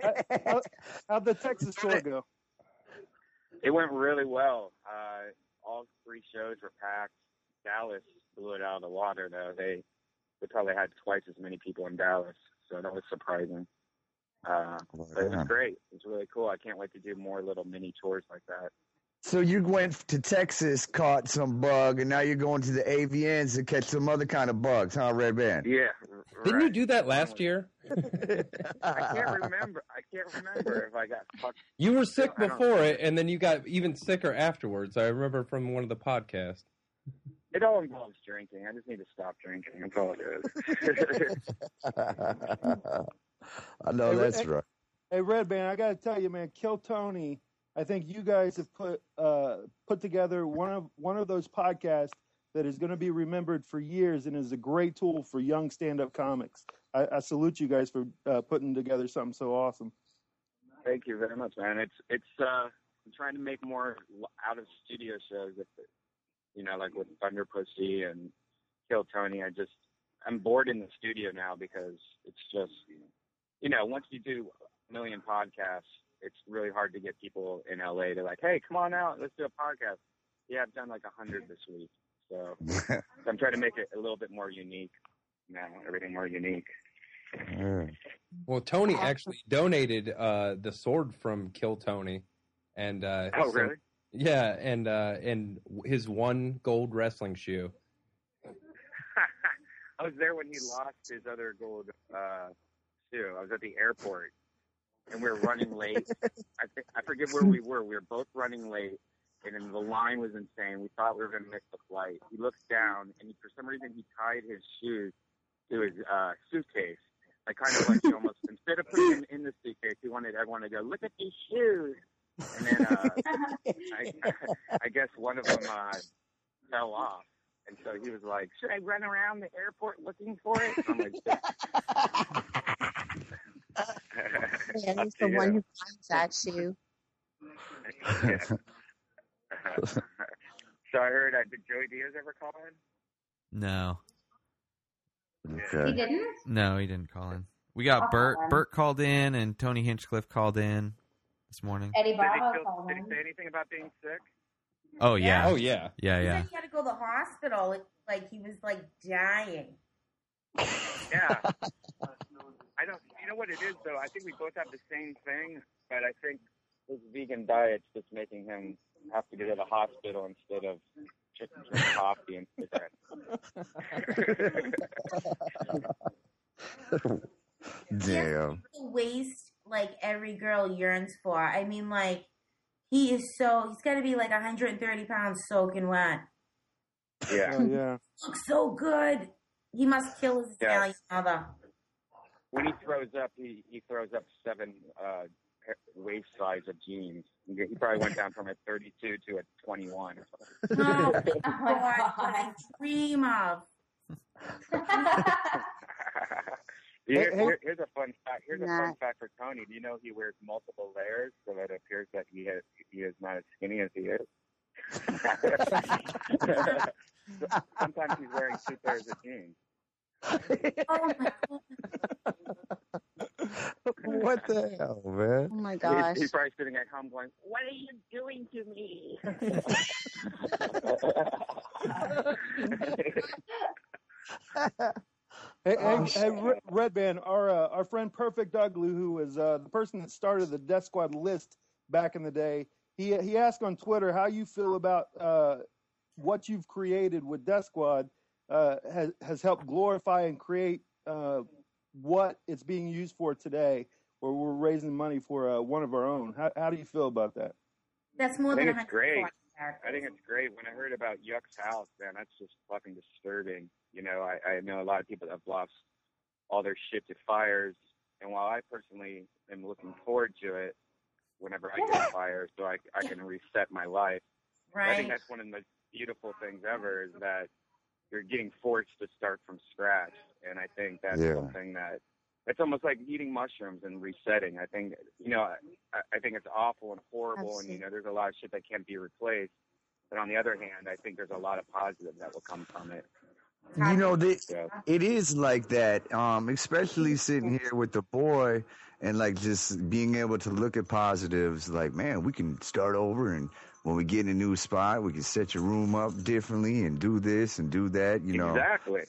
How- how, how'd the Texas tour go?
It went really well. Uh, all three shows were packed. Dallas blew it out of the water, though. They they probably had twice as many people in Dallas, so that was surprising. Uh, but it
yeah.
was great. It was really cool. I can't wait to do more little mini tours like that.
So you went to Texas, caught some bug, and now you're going to the AVNs to catch some other kind of bugs, huh, Red Band?
Yeah.
Didn't you do that last year?
I can't remember. I can't remember if I got fucked.
You were sick
I don't-
before it, and then you got even sicker afterwards. I remember from one of the podcasts.
It all involves drinking. I just need to stop drinking. That's all it is.
I know
Hey,
that's
hey-
right.
Hey, Red Band, I gotta tell you, man, Kill Tony. I think you guys have put uh, put together one of one of those podcasts that is going to be remembered for years and is a great tool for young stand up comics. I, I salute you guys for uh, putting together something so awesome.
Thank you very much, man. It's it's uh, I'm trying to make more l- out of studio shows. If it- you know, like with Thunder Pussy and Kill Tony, I just I'm bored in the studio now because it's just you know once you do a million podcasts, it's really hard to get people in LA. They're like, hey, come on out, let's do a podcast. Yeah, I've done like a hundred this week, so I'm trying to make it a little bit more unique now. Everything more unique.
Mm.
Well, Tony actually donated uh, the sword from Kill Tony, and uh,
Oh, really?
Yeah, and uh, and his one gold wrestling shoe.
I was there when he lost his other gold uh, shoe. I was at the airport, and we were running late. I think I forget where we were. We were both running late, and then the line was insane. We thought we were going to miss the flight. He looks down, and he, for some reason, he tied his shoes to his uh, suitcase. I kind of like he almost instead of putting them in the suitcase, he wanted everyone to go look at these shoes. And then uh, I, I guess one of them uh, fell off. And so he was like, "Should I run around the airport looking for it?" I'm like,
Yeah,
Up
he's
to
the
you.
one who finds that shoe.
so I heard. Uh, did Joey Diaz ever call in?
No.
Okay. He didn't?
No, he didn't call in. We got Bert. Bert called in, and Tony Hinchcliffe called in this morning.
Eddie
Did he,
Bravo
feel-
called
did he
in.
say anything about being sick?
Oh yeah.
Yeah. Oh, yeah.
Yeah,
He
yeah.
said he had to go to the hospital. Like he was like dying.
Yeah. I don't. You know what it is though. I think we both have the same thing, but I think his vegan diet's just making him have to go to the hospital instead of just drinking coffee and
Damn.
The waist like every girl yearns for. I mean, like he is so he's got to be like 130 pounds soaking wet.
Yeah.
Oh, yeah.
Looks so good. He must kill his
Yeah.
Italian mother.
When he throws up, he, he throws up seven uh, pa- waist size of jeans. He he probably went down from a 32 to a 21.
No, oh my God, what I dream of.
Here,
Hey, hey.
here, here's a fun fact. Here's a fun
Nah.
fact for Tony. Do you know he wears multiple layers so that it appears that he has, he is not as skinny as he is? So- Sometimes he's wearing two pairs of jeans.
oh my
What the hell, man?
Oh my
He's, he's probably sitting at home going, "What are you doing to me?"
Hey,
Um,
hey, hey Re- Red Band, our uh, our friend Perfect Ugly, who was uh, the person that started the Death Squad list back in the day, he he asked on Twitter how you feel about uh, what you've created with Death Squad uh, has has helped glorify and create uh, what it's being used for today, where we're raising money for uh, one of our own. How, how do you feel about that?
That's
I
more
think
than
it's great.
100
I think it's great. When I heard about Yuck's house, man, that's just fucking disturbing. You know, I, I know a lot of people that have lost all their shit to fires, and while I personally am looking forward to it, whenever I get a fire, so I I can reset my life. I think
Right.
that's one of the most beautiful things ever is that you're getting forced to start from scratch, and I think that's
Yeah.
something that it's almost like eating mushrooms and resetting. I think you know, I, I think it's awful and horrible, and you know, there's a lot of shit that can't be replaced. But on the other hand, I think there's a lot of positive that will come from it.
You know, they,
Yeah.
it is like that, um, especially sitting here with the boy and like just being able to look at positives. Like, man, we can start over, and when we get in a new spot, we can set your room up differently and do this and do that. You know,
Exactly.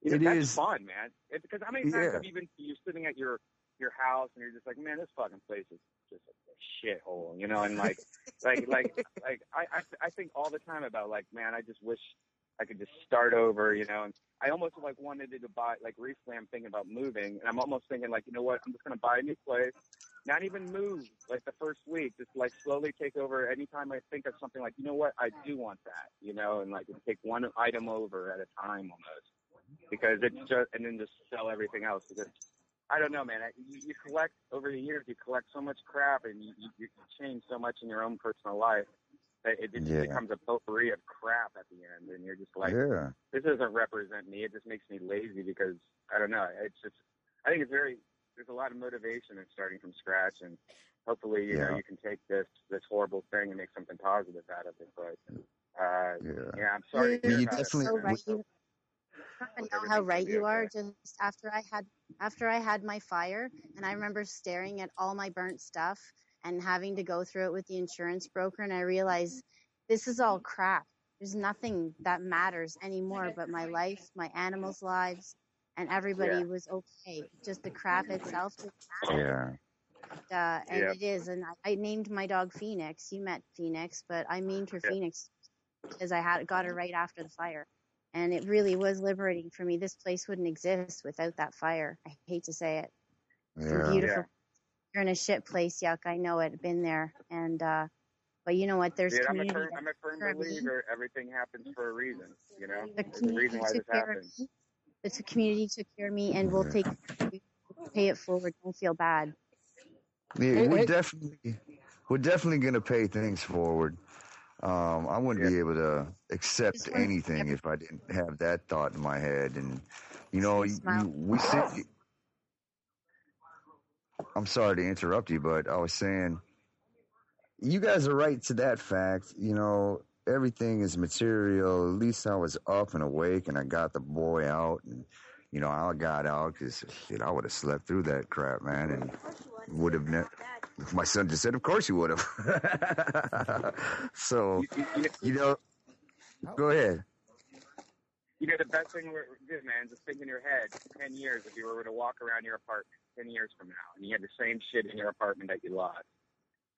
You know,
It
that's
is-
fun, man. It's because how many times
Yeah.
have you been you're sitting at your your house and you're just like, man, this fucking place is just a shithole, you know? And like, like, like, like, I, I, I think all the time about like, man, I just wish I could just start over, you know? And I almost like wanted to buy like recently. I'm thinking about moving, and I'm almost thinking like, you know what? I'm just gonna buy a new place. Not even move like the first week, just like slowly take over. Anytime I think of something like, you know what, I do want that, you know, and like take one item over at a time almost because it's just and then just sell everything else because I don't know, man. I- You, you collect over the years, you collect so much crap, and you, you, you change so much in your own personal life that it just
Yeah.
becomes a potpourri of crap at the end, and you're just like,
yeah.
this doesn't represent me. It just makes me lazy because I don't know. It's just I think it's very there's a lot of motivation in starting from scratch, and hopefully you know
Yeah.
you can take this this horrible thing and make something positive out of it. But uh,
Yeah.
yeah, I'm sorry. to hear
You
about it,
definitely-
So
man.
right you I know how right you are. Just after I had after I had my fire, and I remember staring at all my burnt stuff and having to go through it with the insurance broker, and I realized this is all crap. There's nothing that matters anymore but my life, my animals' lives, and everybody
Yeah.
was okay. Just the crap itself didn't
Yeah.
uh, and
Yeah.
it is. And I, I named my dog Phoenix. You met Phoenix, but I named her Phoenix because I had got her right after the fire, and it really was liberating for me. This place wouldn't exist without that fire. I hate to say it.
Yeah.
beautiful. You're in a shit place, yuck. I know it. Been there, and uh, but you know what? There's
Dude, I'm a,
community.
firm, I'm a firm
there,
believer everything happens for a reason, you know?
The
There's a reason
community
why this
took care of
happens.
me. The t- community took care of me, and we'll take we pay it forward. Don't feel bad.
Yeah,
Hey,
we're
hey.
definitely we're definitely gonna pay things forward. Um, I wouldn't be able to accept anything if I didn't have that thought in my head. And you know, you, you- we sit. I'm sorry to interrupt you, but I was saying, you guys are right to that fact. You know, everything is material. At least I was up and awake, and I got the boy out, and you know, I got out because shit, I would have slept through that crap, man, and would have. Ne- my son just said, "Of course you would have." so, you know, go ahead.
You know, the best thing we did, man, is just think in your head 10 years if you were to walk around your apartment 10 years from now and you had the same shit in your apartment that you lost.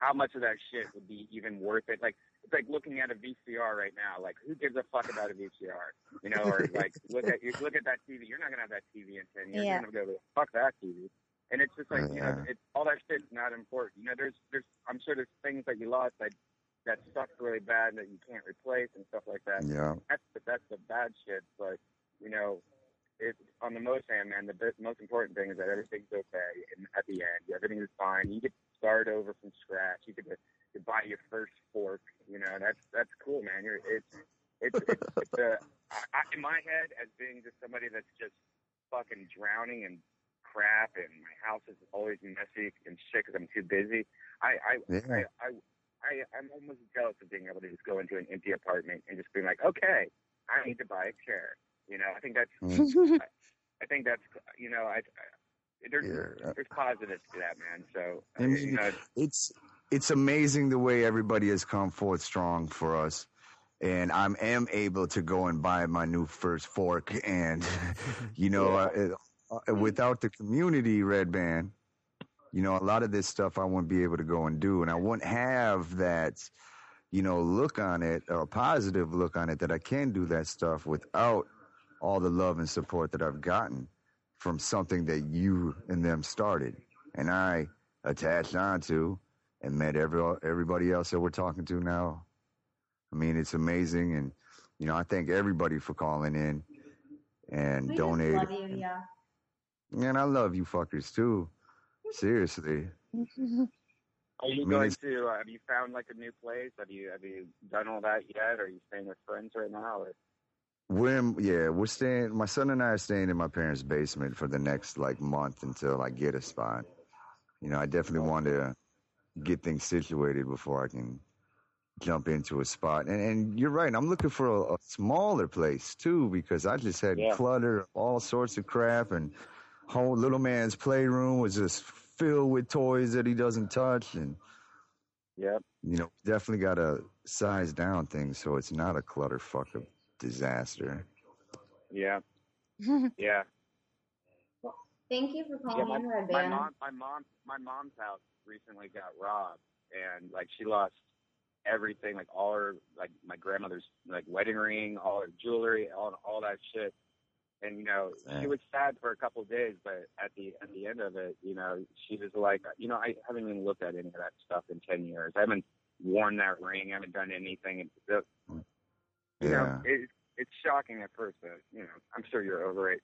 How much of that shit would be even worth it? Like, it's like looking at a VCR right now. Like, who gives a fuck about a VCR? E You know, or like, look at you look at that TV. You're not gonna have that TV in ten years.
Yeah.
You're gonna go, fuck that TV. And it's just like, you know,
Yeah.
it's all that shit's not important. You know, there's there's I'm sure there's things that you lost that that sucks really bad and that you can't replace and stuff like that.
Yeah.
That's the, that's the bad shit. But you know, it on the Mosan man, the bit, most important thing is that everything's okay and at the end everything is fine. You could start over from scratch. You could uh, you buy your first fork. You know, that's that's cool, man. You're it's it's it's, it's a, I, I, in my head as being just somebody that's just fucking drowning in crap and my house is always messy and shit because I'm too busy. I I,
Yeah.
I I I I'm almost jealous of being able to just go into an empty apartment and just be like, okay, I need to buy a chair. You know, I think that's
Mm.
I, I think that's you know I. I there's,
Yeah.
there's positives to that, man. So
I mean,
know,
it's it's amazing the way everybody has come forth strong for us. And I'm am able to go and buy my new first fork, and you know, uh, uh, without the community, Red Band, you know, a lot of this stuff I wouldn't be able to go and do, and I wouldn't have that, you know, look on it or a positive look on it that I can do that stuff without all the love and support that I've gotten from something that you and them started, and I attached onto, and met every everybody else that we're talking to now. I mean, it's amazing, and you know, I thank everybody for calling in and
We just
donating.
love you, yeah.
And I love you fuckers too. Seriously.
Are you
I mean,
going
it's-
to? Uh, have you found like a new place? Have you have you done all that yet? Are you staying with friends right now? Or
We're in, yeah, we're staying. My son and I are staying in my parents' basement for the next like month until I get a spot. You know, I definitely
Oh,
want to get things situated before I can jump into a spot. And, and you're right. I'm looking for a, a smaller place too because I just had
Yeah.
clutter, all sorts of crap, and whole little man's playroom was just filled with toys that he doesn't touch. And
Yep.
you know, definitely got to size down things so it's not a clutterfuck of disaster.
yeah, yeah.
Thank you for
yeah
Oh,
calling
my,
in, Red
my
Band.
mom, my mom, my mom's house recently got robbed, and like she lost everything, like all her, like my grandmother's like wedding ring, all her jewelry, all all that shit. And you know, she
Damn.
was sad for a couple of days, but at the at the end of it, you know, she was like, you know, I haven't even looked at any of that stuff in ten years. I haven't worn that ring. I haven't done anything. It's the- you
yeah.
know, it, it's shocking at first, but you know, I'm sure you're over it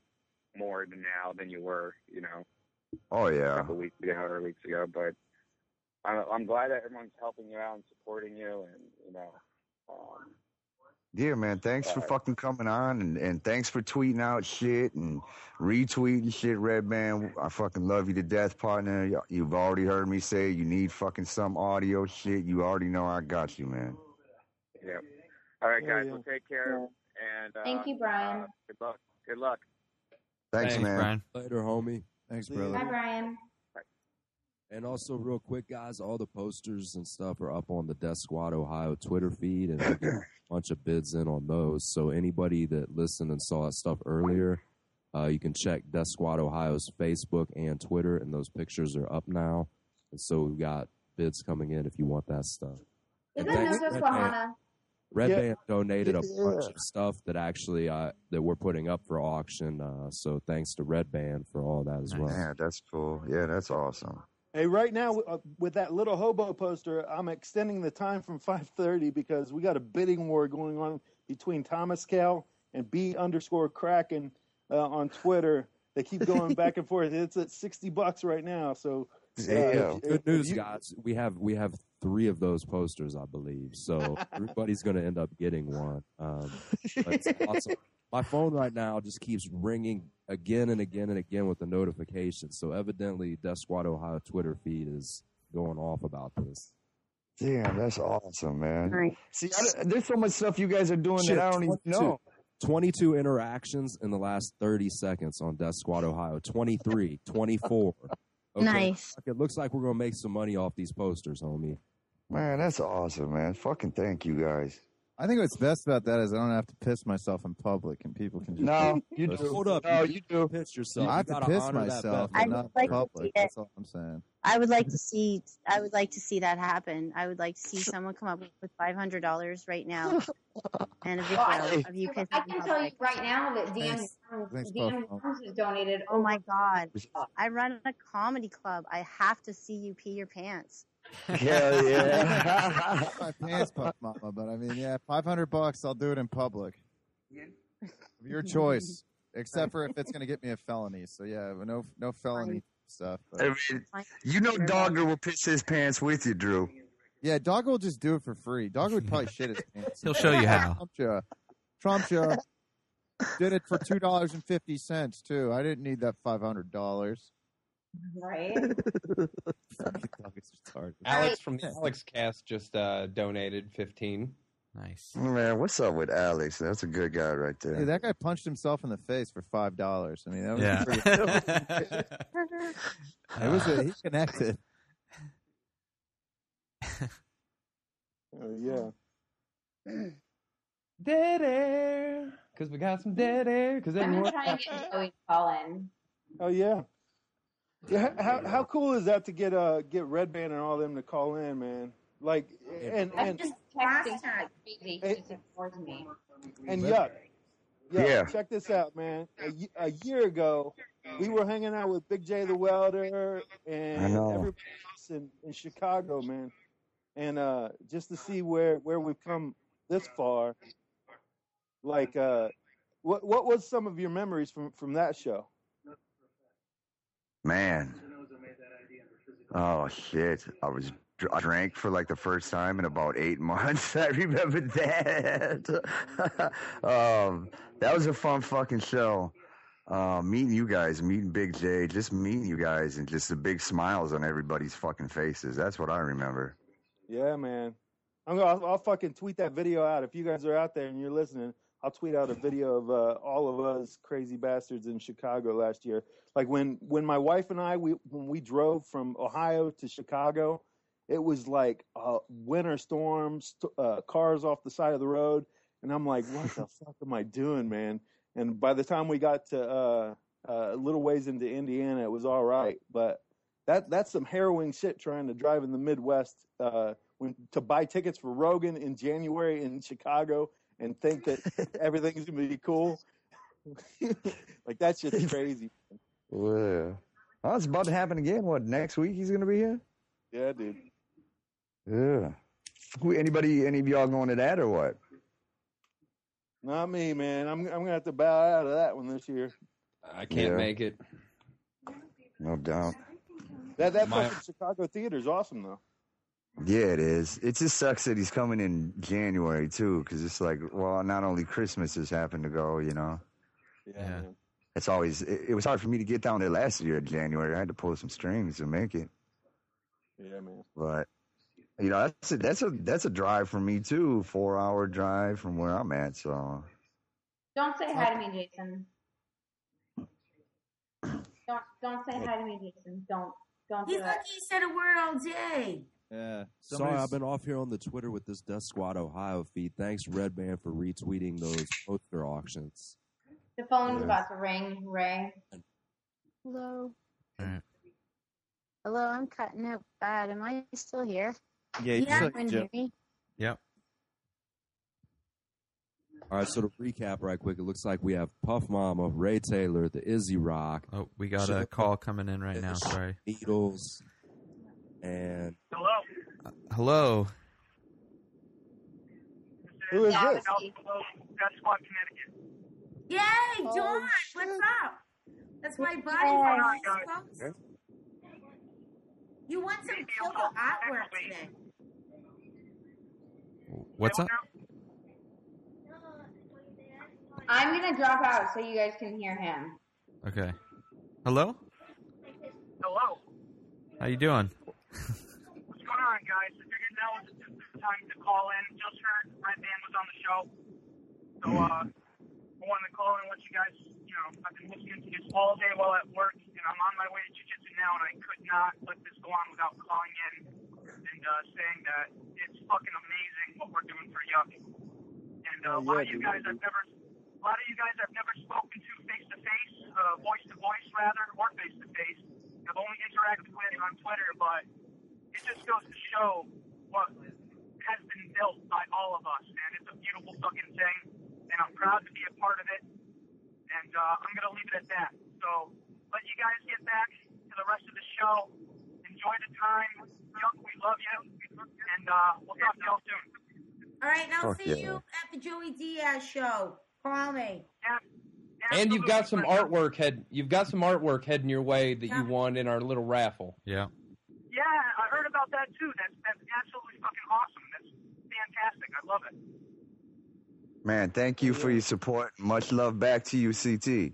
more than now than you were, you know,
Oh
a
yeah.
couple weeks ago or weeks ago. But I'm, I'm glad that everyone's helping you out and supporting you, and you know, um,
Yeah, man. Thanks for fucking coming on and, and thanks for tweeting out shit and retweeting shit, Red Man. I fucking love you to death, partner. Y- You've already heard me say you need fucking some audio shit. You already know I got you, man.
yeah. All right,
Oh,
guys,
yeah.
we'll take care, and uh,
Thank you, Brian.
uh, good luck. Good luck.
Thanks,
Thanks,
man.
Brian.
Later, homie. Thanks, brother.
Bye, Brian.
And also, real quick, guys, all the posters and stuff are up on the Death Squad Ohio Twitter feed, and we got a bunch of bids in on those. So anybody that listened and saw that stuff earlier, uh, you can check Death Squad Ohio's Facebook and Twitter, and those pictures are up now. And so we've got bids coming in if you want that stuff.
Is
And
that
thanks,
Nova
Red Band.
Squahana?
Red
Yeah.
Band donated a bunch
Yeah.
of stuff that actually uh, that we're putting up for auction. Uh, so thanks to Red Band for all that as well.
Yeah, that's cool. Yeah, that's awesome.
Hey, right now uh, with that little hobo poster, I'm extending the time from 5:30 because we got a bidding war going on between Thomas Cal and B underscore Kraken uh, on Twitter. They keep going back and forth. It's at 60 bucks right now. So uh,
Damn.
if- if-
Good news,
if you-
guys. We have we have three of those posters, I believe. So everybody's going to end up getting one. Um, but it's awesome. My phone right now just keeps ringing again and again and again with the notification. So evidently, Death Squad Ohio Twitter feed is going off about this.
Damn, that's awesome, man.
Right.
See, I don't- there's so much stuff you guys are doing that I don't even know.
22 interactions in the last 30 seconds on Death Squad Ohio. 23, 24.
Nice.
Fuck, It looks like we're going to make some money off these posters, homie.
Man, that's awesome, man. Fucking thank you guys.
I think what's best about that is I don't have to piss myself in public, and people can just
No, you do.
Hold up.
No, you do.
Piss yourself.
I
You
have to
gotta
piss
honor that bet.
myself, but
I
not
would like to
in
see
public.
that.
That's all I'm saying.
I would like to see. I would like to see that happen. I would like to see someone come up with five hundred dollars right now and a video
Well,
of you kissing
I
in
can tell you
public.
right now that Dan
Thanks.
Worms,
Thanks,
Dan
Buffalo.
Worms has donated.
Oh my god!
over-
I run a comedy club. I have to see you pee your pants.
Hell
yeah. My pants pop, mama. But I mean, yeah, five hundred bucks. I'll do it in public. Of Your choice, except for if it's going to get me a felony. So yeah, no, no felony stuff. but-
I mean, you know, Dogger will piss his pants with you, Drew.
Yeah, Doggo will just do it for free. Doggo would probably shit his pants.
He'll show you how.
Trump ya. Trump ya. did it for two dollars and fifty cents too. I didn't need that five hundred dollars.
Right.
Alex from the Alex Cast just uh, donated fifteen.
Nice.
Man, what's up with Alex? That's a good guy right there.
Hey, that guy punched himself in the face for five dollars. I mean, that was
Yeah.
pretty. it was a, he connected.
Uh,
Oh, yeah.
Dead air, because we got some dead air. Because
I'm
everyone.
gonna try and get Joey Cullen.
Oh yeah. Yeah, h- how how cool is that to get uh get Red Band and all them to call in, man? Like and
I'm
and
just texting her like crazy. She just ignores me.
and yuck.
Yeah.
Check this out, man. A, y- a year ago, we were hanging out with Big J the Welder and
I know.
everybody else in, in Chicago, man. And uh, just to see where, where we've come this far, like, uh, what what was some of your memories from, from that show?
Man. Oh shit! I was dr- I drank for like the first time in about eight months. I remember that. um, that was a fun fucking show. Uh, meeting you guys, meeting Big J, just meeting you guys, and just the big smiles on everybody's fucking faces. That's what I remember.
Yeah, man. I'm gonna, I'll, I'll fucking tweet that video out if you guys are out there and you're listening. I'll tweet out a video of uh, all of us crazy bastards in Chicago last year. Like when when my wife and I we when we drove from Ohio to Chicago, it was like a winter storm, st- uh, cars off the side of the road, and I'm like, what the fuck am I doing, man? And by the time we got to uh, uh, a little ways into Indiana, it was all right, but that that's some harrowing shit trying to drive in the Midwest uh, when to buy tickets for Rogan in January in Chicago and think that everything's gonna be cool. like that shit's crazy.
Yeah. Oh, it's about to happen again. What next week? He's gonna be here.
Yeah, dude.
Yeah. Who? Anybody? Any of y'all going to that or what?
Not me, man. I'm I'm gonna have to bow out of that one this year.
I can't
Yeah.
make it.
No doubt.
That that
My-
fucking Chicago theater's awesome though.
Yeah, it is. It just sucks that he's coming in January too, because it's like, well, not only Christmas has happened to go, you know.
Yeah.
It's always. It, it was hard for me to get down there last year in January. I had to pull some strings to make it,
Yeah, man.
but you know, that's a, that's a that's a drive for me too. Four hour drive from where I'm at. So
Don't say hi to me, Jason. Don't don't say hi to me, Jason. Don't don't
He's
do it.
lucky he said a word all day.
Yeah.
Sorry, I've been off here on the Twitter with this Death Squad Ohio feed. Thanks, Red Band, for retweeting those poster auctions.
The phone's
Yeah.
about to ring. Ray.
Hello.
Alright.
Hello, I'm cutting out bad. Am I still here?
Yeah, you're Yeah. still-
Can you hear me?
All right, so to recap right quick, it looks like we have Puff Mama, Ray Taylor, the Izzy Rock.
Oh, we got a call coming in right now. Sorry.
Beatles, and
Hello.
Hello.
Who is
John
this?
in Buffalo, Saskatchewan, Connecticut.
Yay,
Oh,
John, what's up? That's my buddy
What's
from
going on,
East
guys?
Coast. You want some killer artwork today?
What's up?
I'm gonna drop out so you guys can hear him.
Okay. Hello.
Hello.
How you doing?
What's going on, guys? I figured now was just the time to call in. Just heard Red Band was on the show, so uh, I wanted to call in and let you guys. You know, I've been listening to this all day while at work, and I'm on my way to jujitsu now, and I could not let this go on without calling in and uh, saying that it's fucking amazing what we're doing for Yuck. And uh,
Oh,
a lot of
yeah,
you
dude.
guys I've never, a lot of you guys I've never spoken to face to face, uh, voice to voice rather, or face to face. I've only interacted with on Twitter, but it just goes to show what has been built by all of us, man. It's a beautiful fucking thing, and I'm proud to be a part of it. And uh, I'm gonna leave it at that. So let you guys get back to the rest of the show. Enjoy Enjoy the time. Young, we love you. And uh, we'll talk to y'all soon.
All right, and I'll
Fuck
see
yeah.
you at the Joey Diaz show. Call me.
And you've got some artwork head. You've got some artwork heading your way that you won in our little raffle.
Yeah.
Yeah, I heard about that too. That's that's absolutely fucking awesome. That's fantastic. I love it.
Man, thank you for your support. Much love back to you, CT.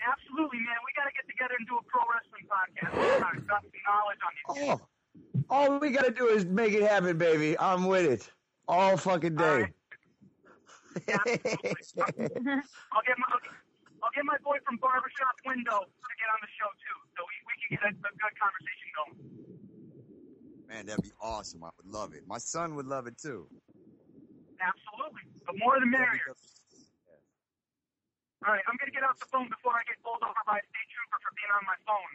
Absolutely, man. We got to get together and do a pro wrestling podcast. I've got some knowledge on this.
Oh, all we gotta do is make it happen, baby. I'm with it all fucking day.
I'll get my I'll get my boy from Barbershop Window to get on the show too, so we, we can get a, a good conversation going.
Man, that'd be awesome. I would love it. My son would love it too.
Absolutely. The more the merrier. All right, I'm gonna get off the phone before I get pulled over by a state trooper for being on my phone.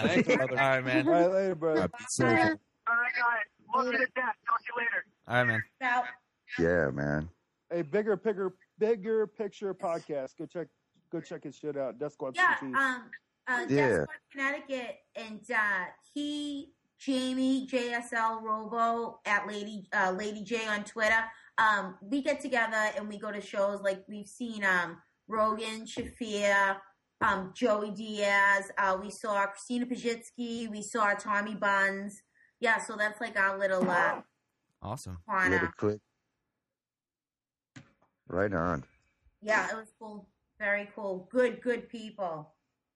Thanks, brother. All right, man.
All right, later, brother.
All right, guys. Love you to death. Talk to you later.
All right, man.
Out.
Yeah, man.
A bigger, bigger, bigger picture podcast. Go check, go check his shit out. Death Squad.
Yeah,
CT.
um, uh,
Yeah.
Death Squad Connecticut, and uh, he, Jamie, JSL Robo at Lady uh, Lady J on Twitter. Um, we get together and we go to shows like we've seen um, Rogan, Shafir, um, Joey Diaz. Uh, we saw Christina Pajitsky. We saw Tommy Buns. Yeah, so that's like our little uh,
Awesome.
corner.
Click. Right on.
Yeah, it was cool. Very cool. Good, good people.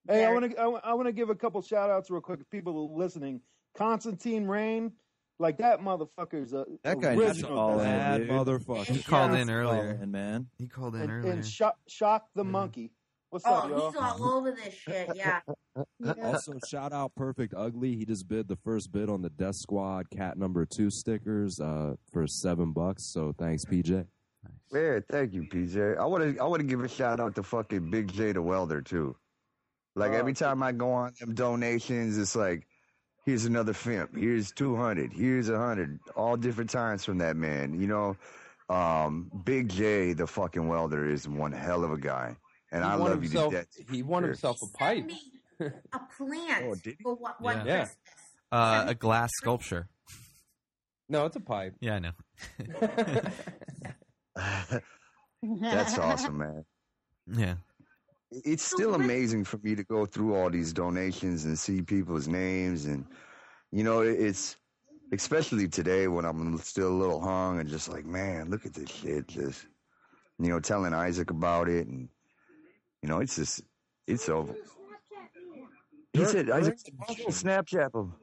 Hey, I want to I want to give a couple shout outs real quick. People listening, Constantine Rain, like that motherfucker's a
That guy needs to
original
call in,
Death Squad.
dude.
He called in
Call
earlier.
in, man.
He called in
and,
earlier.
and shock, shock the monkey. What's
oh,
up, y'all?
he's all over this shit. Yeah.
also, shout out Perfect Ugly. He just bid the first bid on the Death Squad Cat Number Two stickers uh, for seven bucks. So thanks, PJ.
Yeah, thank you, PJ. I want to I want to give a shout out to fucking Big J the welder too. Like every time I go on them donations, it's like, here's another fimp, here's two hundred, here's a hundred, all different times from that man. You know, um, Big J the fucking welder is one hell of a guy, and I
won
love
himself-
you to death.
He won
Sure.
himself a pipe.
a plant
Oh,
for what one
Yeah.
Christmas.
Uh, a glass sculpture.
No, it's a pipe.
Yeah, I know.
That's awesome, man.
Yeah.
It's still amazing for me to go through all these donations and see people's names. And, you know, it- it's especially today when I'm still a little hung and just like, man, look at this shit. Just, you know, telling Isaac about it. And, you know, it's just, it's over. He
During-
said, Isaac,
during
Snapchat him.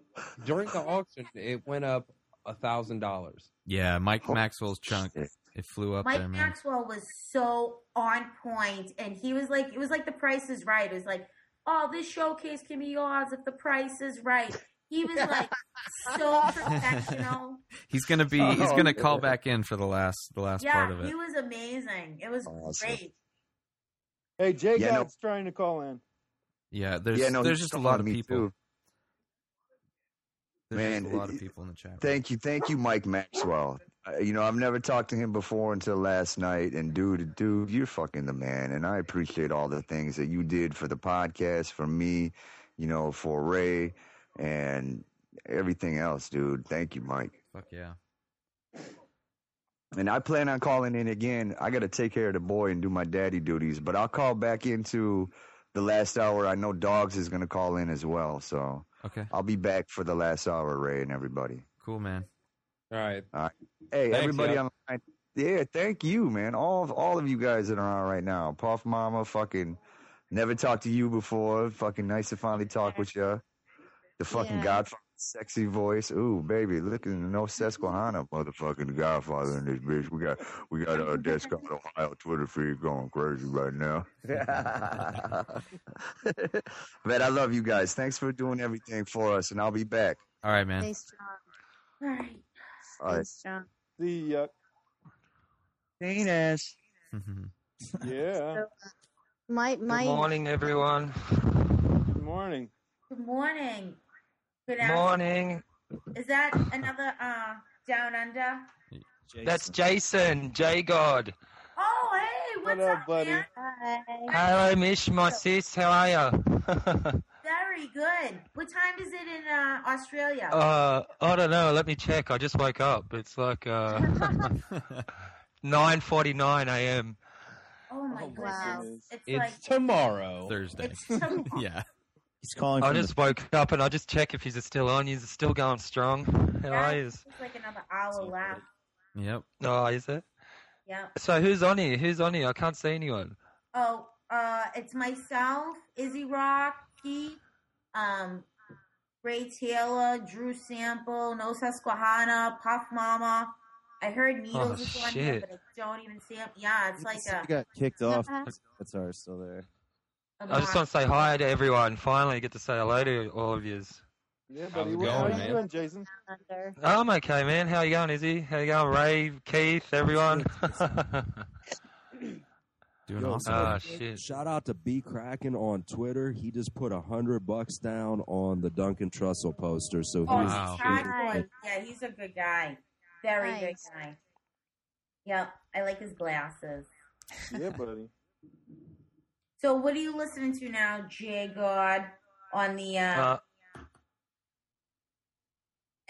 During the auction, it went up a thousand dollars.
Yeah, Mike
Oh,
Maxwell's chunk. It flew up
Mike
there, man.
Maxwell was so on point, and he was like, it was like the price is right. It was like, oh, this showcase can be yours if the price is right. He was like so professional.
He's gonna be.
Oh,
He's gonna call back in for the last the last
yeah,
part of it.
he was amazing. It was
Awesome.
great.
Hey, Jay
Yeah, no.
God's trying to call in.
Yeah, there's
Yeah, no,
there's
he's
just a
on
lot of
me,
people.
too.
There's just a
Man,
lot of
it-
people in the chat.
Thank you, thank you, Mike Maxwell. Uh, you know, I've never talked to him before until last night, and dude, dude, you're fucking the man, and I appreciate all the things that you did for the podcast, for me, you know, for Ray, and everything else, dude. Thank you, Mike.
Fuck yeah.
And I plan on calling in again. I got to take care of the boy and do my daddy duties, but I'll call back into the last hour. I know Dogs is going to call in as well, so
Okay.
I'll be back for the last hour, Ray, and everybody.
Cool, man.
All right.
All right. Hey,
Thanks,
everybody
y'all.
online. Yeah, thank you, man. All of all of you guys that are on right now. Puff Mama, fucking never talked to you before. Fucking nice to finally talk with you. The fucking
Yeah.
Godfather, sexy voice. Ooh, baby, look at the no Susquehanna, motherfucking Godfather in this bitch. We got we got our desk on Ohio Twitter feed going crazy right now. man, I love you guys. Thanks for doing everything for us, and I'll be back.
All right, man.
Thanks,
John. All right.
All right.
John.
The uh,
Venus.
Mm-hmm.
yeah.
My
Good
my
morning, everyone.
Good morning.
Good morning. Good
Morning.
Is that another uh down under?
That's Jason, J God.
Oh, hey, what's up,
buddy?
man?
Hi.
Hello, Mish, my sis. How are you?
Very very good. What time is it in uh, Australia?
Uh, I don't know. Let me check. I just woke up. It's like uh, 9:49 a.m.
oh my goodness! It's, like
tomorrow,
Thursday.
It's tomorrow.
yeah.
He's
calling.
I
from
just woke up and I just check if he's still on. He's still going strong. How
Yeah,
are you?
It's like another hour left.
Yep.
Oh, is it?
Yeah.
So who's on here? Who's on here? I can't see anyone.
Oh, uh, it's myself, Izzy Rocky, um, Ray Taylor, Drew Sample, No Susquehanna, Puff Mama. I heard Needles
Oh,
is on here,
shit.
but I don't even see him. Yeah, it's like
I
a.
got kicked off.
Uh-huh.
Guitar's still there.
a
Oh,
I just
lot.
want to say hi to everyone. Finally, get to say hello to all of you.
Yeah,
How's
buddy.
it
What, how
going,
you
man?
doing, Jason?
I'm okay, man. How you going, Izzy? How you going, Ray, Keith, everyone?
Doing
awesome. Ah, shit.
Shout out to B Kraken on Twitter. He just put a hundred bucks down on the Duncan Trussell poster. So he
Oh,
is
he's hard. Yeah, he's a good guy. Very good guy. Yep, I like his glasses.
yeah, buddy.
So, what are you listening to now, J God, on the uh,
Uh,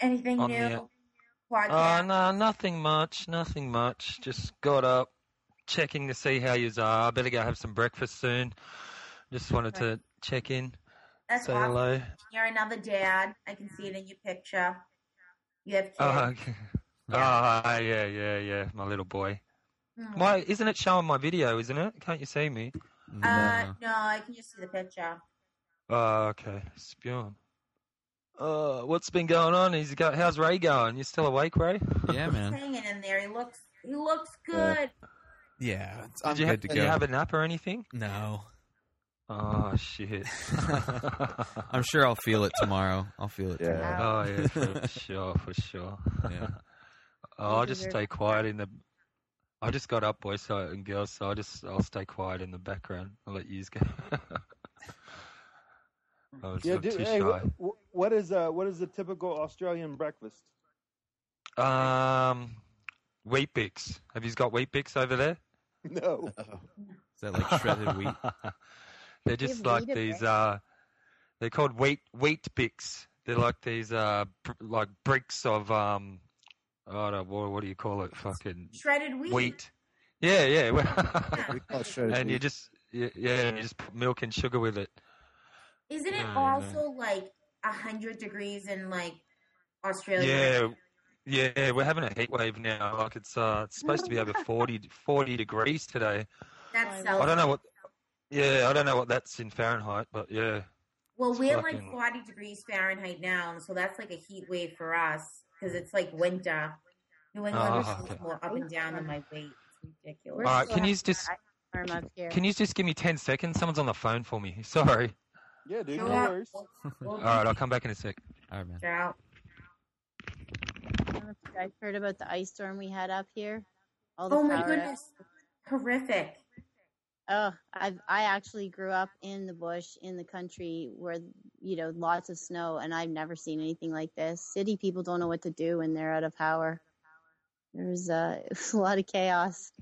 anything
on
new
the, uh,
podcast?
uh, no, nothing much. Nothing much. Just got up, checking to see how you are. I better go have some breakfast soon. Just wanted to check in,
That's
say
awesome.
hello.
You're another dad. I can see it in your picture. You have kids.
Oh, okay. Ah, yeah, yeah, yeah. My little boy.
Hmm.
Why isn't it showing my video? Isn't it? Can't you see me?
Uh, no, I can just see the picture.
Oh, okay. Spion. Uh, what's been going on? He's got. How's Ray going? You still awake, Ray?
Yeah,
He's hanging in there. He looks. He looks good.
Yeah, it's,
Did
I'm
you,
good to
did you
go.
have a nap or anything?
No.
Oh shit.
I'm sure I'll feel it tomorrow. I'll feel
uh,
it
Oh
tomorrow.
yeah, for sure, for sure. oh, I'll just
deserve
stay quiet in the. I just got up, boys so, and girls, so I just I'll stay quiet in the background. I'll let you go. I was
Yeah,
I'm
dude,
Oh, too
hey,
shy.
wh- wh- what is uh, what is the typical Australian breakfast?
Um, wheat bix. Have you got wheat bix over there?
No.
Is that like shredded wheat?
They're
Give
just
wheat
like
a
these.
break.
Uh, they're called wheat wheat bix. They're like these uh br- like bricks of um. I don't know, what do you call it? Fucking
Shredded wheat.
wheat. Yeah, yeah. we
call it shredded
and you
wheat.
just yeah, yeah, and you just put milk and sugar with it.
Isn't it
Yeah, yeah.
also like a hundred degrees in like Australia?
Yeah, yeah. We're having a heat wave now. Like it's uh, it's supposed to be over 40, 40 degrees today.
That's
I
so.
don't know what. Yeah, I don't know what that's in Fahrenheit, but yeah.
Well,
It's
we're
fucking-
like forty degrees Fahrenheit now, and so that's like a heat wave for us because it's like winter. New England
Ah,
is
okay.
more up and down than my weight. It's ridiculous.
All right, can you just
Warm up here.
can you just give me ten seconds? Someone's on the phone for me. Sorry.
Yeah, dude.
Sure.
No worries.
All right, I'll come back in a sec.
All right, man.
Out.
I don't know if you guys heard about the ice storm we had up here. All the
Oh my
power out.
goodness, horrific!
Oh, I I actually grew up in the bush in the country where you know lots of snow, and I've never seen anything like this. City people don't know what to do when they're out of power. There's uh, it was a lot of chaos.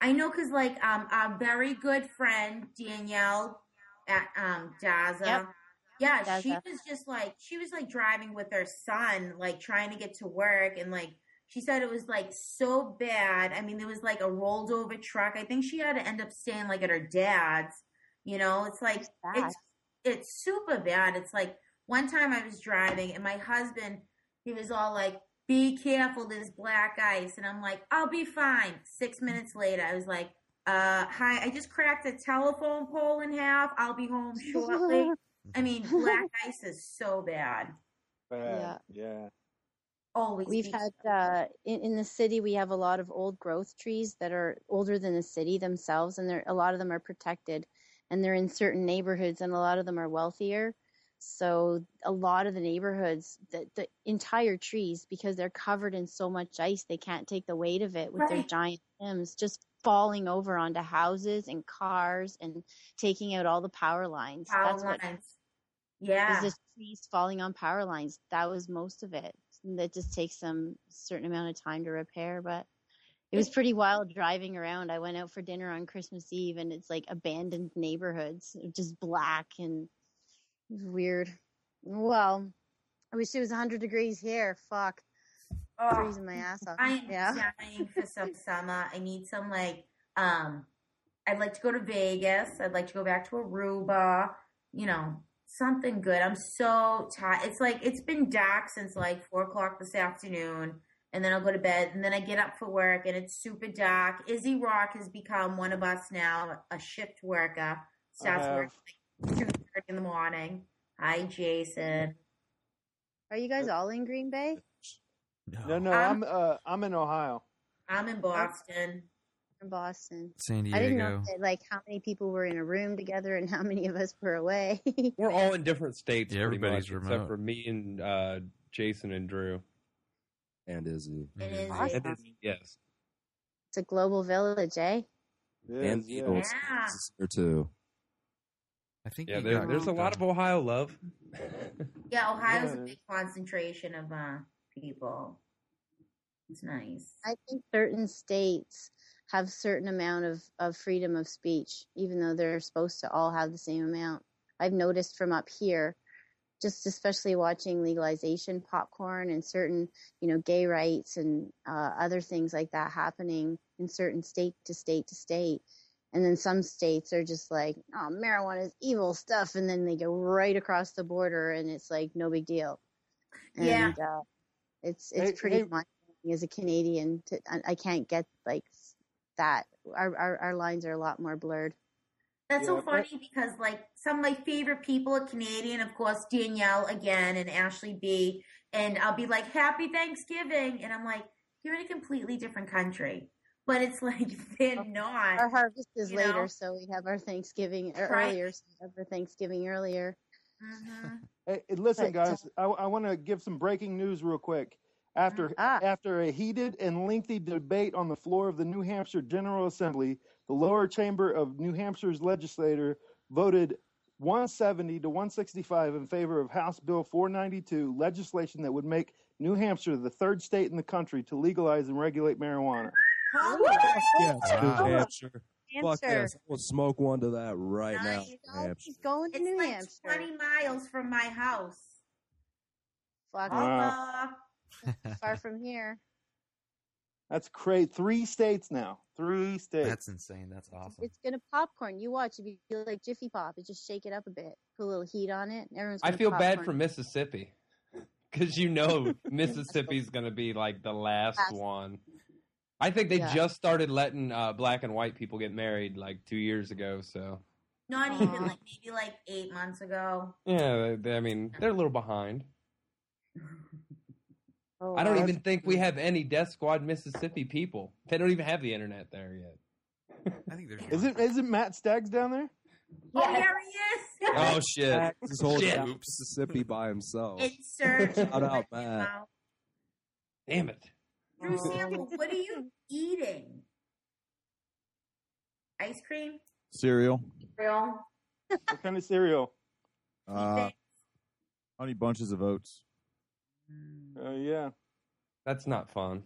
I know because like um our very good friend Danielle at um Daza.
Yep.
Yeah, she
Daza.
was just like she was like driving with her son, like trying to get to work and like she said it was like so bad. I mean, there was like a rolled over truck. I think she had to end up staying like at her dad's. You know, it's like it's it's super bad. It's like one time I was driving and my husband he was all like, "Be careful, there's black ice," and I'm like, "I'll be fine." Six minutes later, I was like, "Uh, hi, I just cracked a telephone pole in half. I'll be home shortly." I mean, black ice is so bad.
Bad. Yeah.
Always
We've had uh, in, in the city we have a lot of old growth trees that are older than the city themselves, and they're a lot of them are protected, and they're in certain neighborhoods, and a lot of them are wealthier. So a lot of the neighborhoods, the, the entire trees, because they're covered in so much ice, they can't take the weight of it with their
Right.
giant limbs just falling over onto houses and cars and taking out all the power lines.
Power
That's what
lines. Yeah.
is just trees falling on power lines. That was most of it. And That just takes them a certain amount of time to repair, but it was pretty wild driving around. I went out for dinner on Christmas Eve and it's like abandoned neighborhoods, just black and It was weird. Well, I wish it was 100 degrees here. Fuck.
Oh,
freezing my ass off.
I am
yeah.
dying for some summer. I need some like um I'd like to go to Vegas. I'd like to go back to Aruba. You know, something good. I'm so tired. It's like it's been dark since like four o'clock this afternoon, and then I'll go to bed, and then I get up for work, and it's super dark. Izzy Rock has become one of us now, a shift worker. Starts
have.
working
Uh,
like two thirty in the morning. Hi, Jason.
Are you guys all in Green Bay?
No,
Um,
no, I'm uh, I'm in Ohio.
I'm in Boston.
In Boston.
San
I didn't know
Diego.
that, like how many people were in a room together and how many of us were away.
We're all in different states.
Yeah,
pretty
everybody's
much,
remote.
except for me and uh, Jason and Drew,
and Izzy.
It is.
Awesome.
yes,
It's a global village, eh?
and the Eagles
Yeah.
or two.
I think
yeah. There, there's a lot of Ohio love.
Yeah, Ohio's
Yeah.
a big concentration of uh, people. It's nice.
I think certain states have certain amount of, of freedom of speech, even though they're supposed to all have the same amount. I've noticed from up here, just especially watching legalization, popcorn, and certain you know gay rights and uh, other things like that happening in certain state to state to state. And then some states are just like, oh, marijuana is evil stuff. And then they go right across the border and it's like, no big deal. And
Yeah.
uh, it's
Hey-
it's pretty
hey-
mind as a Canadian. To, I, I can't get like that. Our, our our lines are a lot more blurred.
That's so
Yeah,
funny
but-
because like some of my favorite people are Canadian, of course, Danielle again and Ashley B. And I'll be like, Happy Thanksgiving and I'm like, You're in a completely different country. But it's like they're not
Our harvest is
you
later,
know?
so we have our Thanksgiving or
Right.
earlier. So we have our Thanksgiving earlier.
Mm-hmm.
Hey, hey, listen,
But, uh,
guys, I, want to give some breaking news real quick. After
Mm, ah.
after a heated and lengthy debate on the floor of the New Hampshire General Assembly, the lower chamber of New Hampshire's legislature voted 170 to 165 in favor of House Bill 492, legislation that would make New Hampshire the third state in the country to legalize and regulate marijuana.
Yes, New
Oh,
Wow.
Hampshire. Fuck
Hampshire.
yes, I will smoke one to that right now. New Hampshire.
He's going to New
like
Hampshire.
Twenty miles from my house.
Fuck.
Wow.
Far from here.
That's crazy. Three states now. Three states.
That's insane. That's awesome.
It's gonna popcorn. You watch. It'd be like Jiffy Pop. It just shake it up a bit. Put a little heat on it. And everyone's.
I
gonna
feel bad
popcorn.
for Mississippi because you know Mississippi's going to be like the last
Last.
one. I think they
Yeah.
just started letting uh, black and white people get married like two years ago. So
Not
Oh,
even like maybe like eight months ago.
yeah, they, they- I mean they're a little behind.
Oh,
I don't
wow.
even think we have any Death Squad Mississippi people. They don't even have the internet there yet.
I think there's.
Isn't isn't Matt Staggs down there?
Oh, there he is.
Oh shit!
This whole
Shit.
down Mississippi by himself.
Insert.
Shout out, Matt.
Damn it!
Drew Sample, what are you eating? Ice cream?
Cereal.
Real?
What kind of cereal?
Uh, honey bunches of oats.
Oh yeah.
That's not fun.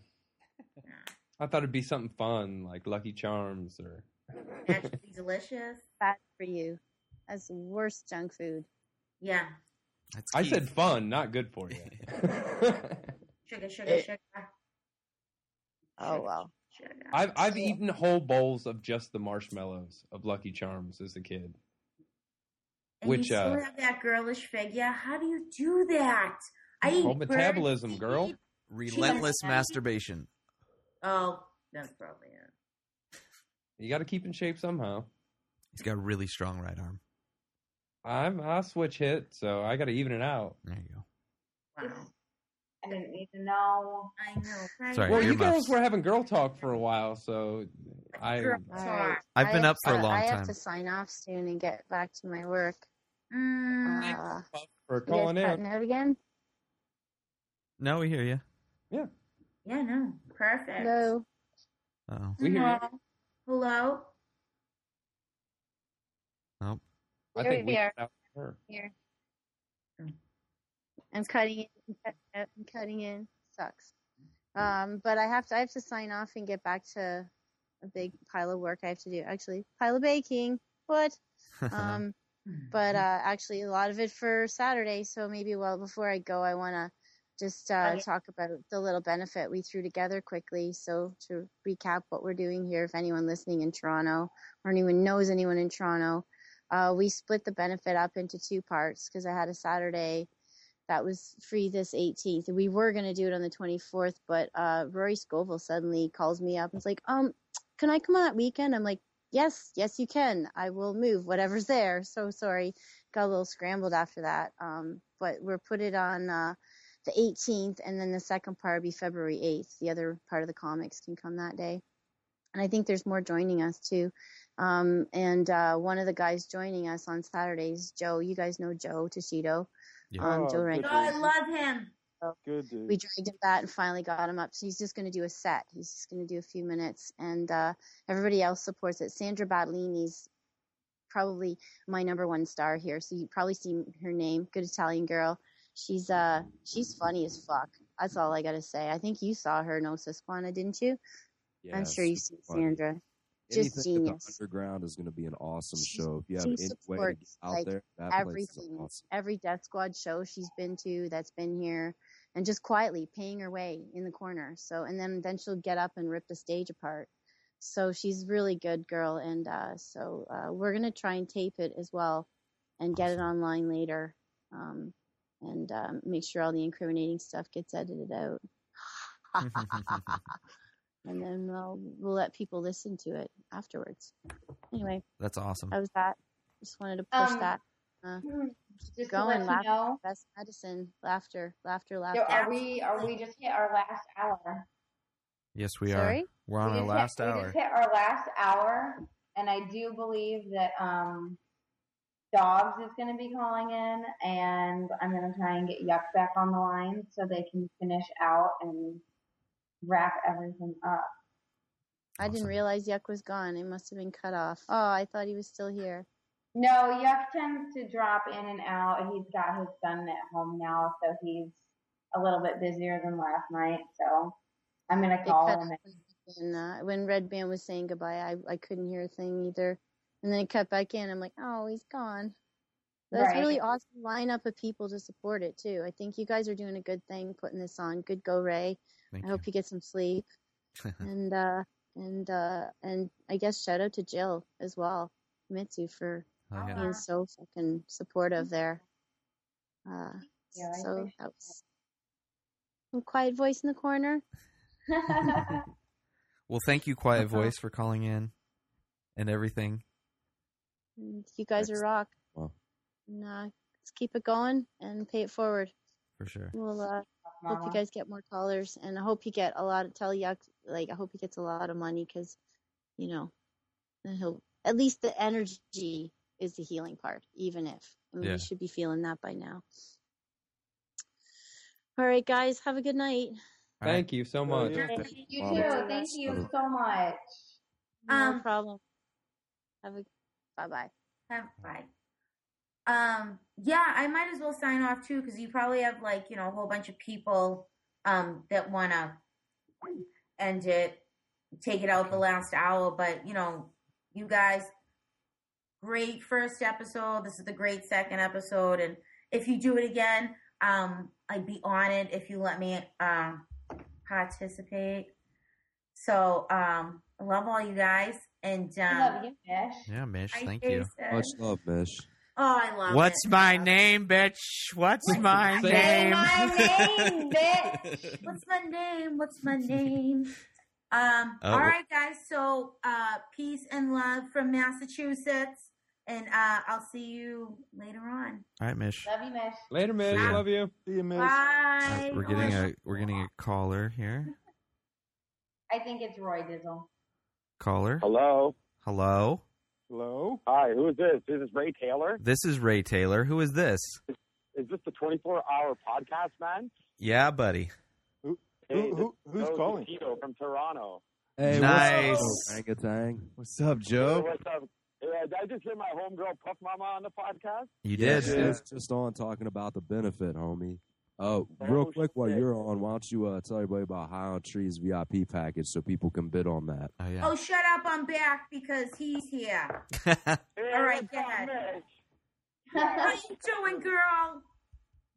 I thought it'd be something fun like Lucky Charms or
Actually delicious.
Bad for you. That's the worst junk food.
Yeah.
I said fun, not good for you.
Sugar, sugar, sugar.
Oh wow.
I've I've eaten whole bowls of just the marshmallows of Lucky Charms as a kid.
And
Which
you still
uh
have that girlish figure. How do you do that? I eat
well
bird-
metabolism, girl.
Relentless
Cheese.
masturbation.
Oh, that's probably it.
You gotta keep in shape somehow.
He's got a really strong right arm.
I'm I switch hit, so I gotta even it out.
There you go.
I didn't even know.
I know. Right?
Sorry,
well, you
earmuffs.
girls were having girl talk for a while, so I
Girl
All
talk.
right.
I've
I
been
have
up for a
to-
long
I
time.
have to sign off soon and get back to my work.
Mm.
Uh,
for
you guys
calling in.
cutting out again.
No, we hear you.
Yeah, no. Perfect.
Hello.
Oh,
Hello? Hello?
nope.
I
There
think
we
we
are.
out her.
Here. I'm cutting in. I'm cutting out, I'm cutting in. Sucks. Um, but I have to. I have to sign off and get back to a big pile of work I have to do. Actually, pile of baking. What? Um, but uh, actually a lot of it for Saturday. So maybe well before I go, I want to just uh,
Okay.
talk about the little benefit we threw together quickly. So to recap what we're doing here, if anyone listening in Toronto or anyone knows anyone in Toronto, uh, we split the benefit up into two parts because I had a Saturday that was free this 18th. We were going to do it on the 24th, but uh, Rory Scoville suddenly calls me up and's like, um, can I come on that weekend? I'm like, yes, yes, you can. I will move whatever's there. So sorry. Got a little scrambled after that. Um, but we're put it on uh, the 18th, and then the second part will be February 8th. The other part of the comics can come that day. And I think there's more joining us too. Um, and uh, one of the guys joining us on Saturdays, Joe. You guys know Joe Toshido. Um,
Oh,
Oh,
Joe Rankin.
I love him.
Good dude.
We dragged him that and finally got him up. So he's just going to do a set. He's just going to do a few minutes, and uh, everybody else supports it. Sandra Badlini's probably my number one star here, so you probably see her name. Good Italian girl. She's uh she's funny as fuck. That's all I gotta say. I think you saw her in Osasquana, didn't you? I'm sure you've seen
funny.
Sandra.
Anything
Just
at the
genius.
underground is going to be an awesome show. If you have
she
any way to get
supports
out
like
there, that place is
everything,
awesome.
every Death Squad show she's been to that's been here, and just quietly paying her way in the corner. So, and then then she'll get up and rip the stage apart. So she's really good girl, and uh, so uh, we're gonna try and tape it as well, and get it online later, um, and um, make sure all the incriminating stuff gets edited out, and then we'll, we'll let people listen to it afterwards. Anyway.
That's awesome.
That was that. Just wanted to push
Um,
that. Uh,
just to
going,
let you
laughter,
know-
best medicine, laughter, laughter,
So
laughter.
are we? Are we just hit our last hour?
Yes, we
Sorry?
are. We're on
We
our
just hit-
last
We
hour.
just hit our last hour, and I do believe that um, Dogs is going to be calling in, and I'm going to try and get Yuck back on the line so they can finish out and wrap everything up.
I didn't realize Yuck was gone. It must have been cut off. Oh, I thought he was still here.
No, Yuck tends to drop in and out. He's got his son at home now, so he's a little bit busier than last night. So I'm going to
It
call
cut
him.
off when, uh, when Red Band was saying goodbye, I, I couldn't hear a thing either. And then it cut back in. I'm like, oh, he's gone. That's
Right.
really awesome lineup of people to support it too. I think you guys are doing a good thing putting this on. Good go, Ray.
Thank
I hope you get some sleep. and uh and uh and I guess shout out to Jill as well, Mitsu for
Oh,
Uh-huh.
yeah.
being so fucking supportive there. Uh,
Hmm. Yeah, I
so
appreciate
that was some quiet voice in the corner.
Well, thank you, Quiet
Uh-huh.
Voice, for calling in and everything.
And you guys are rock.
Wow.
And, uh, let's keep it going and pay it forward.
For sure.
We'll uh, hope you
Mama.
guys get more callers, and I hope you get a lot of tell Yuck. Like I hope he gets a lot of money because, you know, then he'll at least the energy is the healing part. Even if I mean,
Yeah.
you should be feeling that by now. All right, guys, have a good night.
Thank you so much.
You too. Thank you so much.
No
Um,
problem. Have a bye bye.
Have- Bye. Um, yeah, I might as well sign off too because you probably have like you know a whole bunch of people um, that want to end it, take it out the last hour. But you know, you guys, great first episode. This is the great second episode, and if you do it again, um, I'd be honored if you let me um, participate. So um, I love all you guys, and um,
I love you, Mish.
Yeah, Mish,
Hi,
thank you.
Jason.
Much love, Mish.
Oh, I love
What's
it.
my name, bitch? What's my
Say
name?
my name, bitch. What's my name? What's my name? Um,
Oh.
all right, guys. So, uh, peace and love from Massachusetts, and uh, I'll see you later on.
All right, Mish.
Love you, Mish.
Later, Mish.
See ya.
Love you. See you, Mish.
Bye.
We're getting a we're getting a caller here.
I think it's Roy Dizzle.
Caller.
Hello.
Hello.
Hello. Hi, who is this? This is Ray Taylor.
This is Ray Taylor. Who is this?
Is this the 24 hour podcast, man?
Yeah, buddy.
Hey,
Who- who-
this
who's
Joe
calling?
Tito from Toronto.
Hey,
Nice.
What's up, Rangatang? What's up,
Hey,
Joe?
what's up? Yeah, did I just hear my homegirl Puff Mama on the podcast?
You
Yeah,
did.
she was just on talking about the benefit, homie. Uh, real quick, while you're on, why don't you uh, tell everybody about High on Trees VIP package so people can bid on that?
Oh
Oh, shut up! I'm back because he's here. all right, go ahead. What are you doing, girl?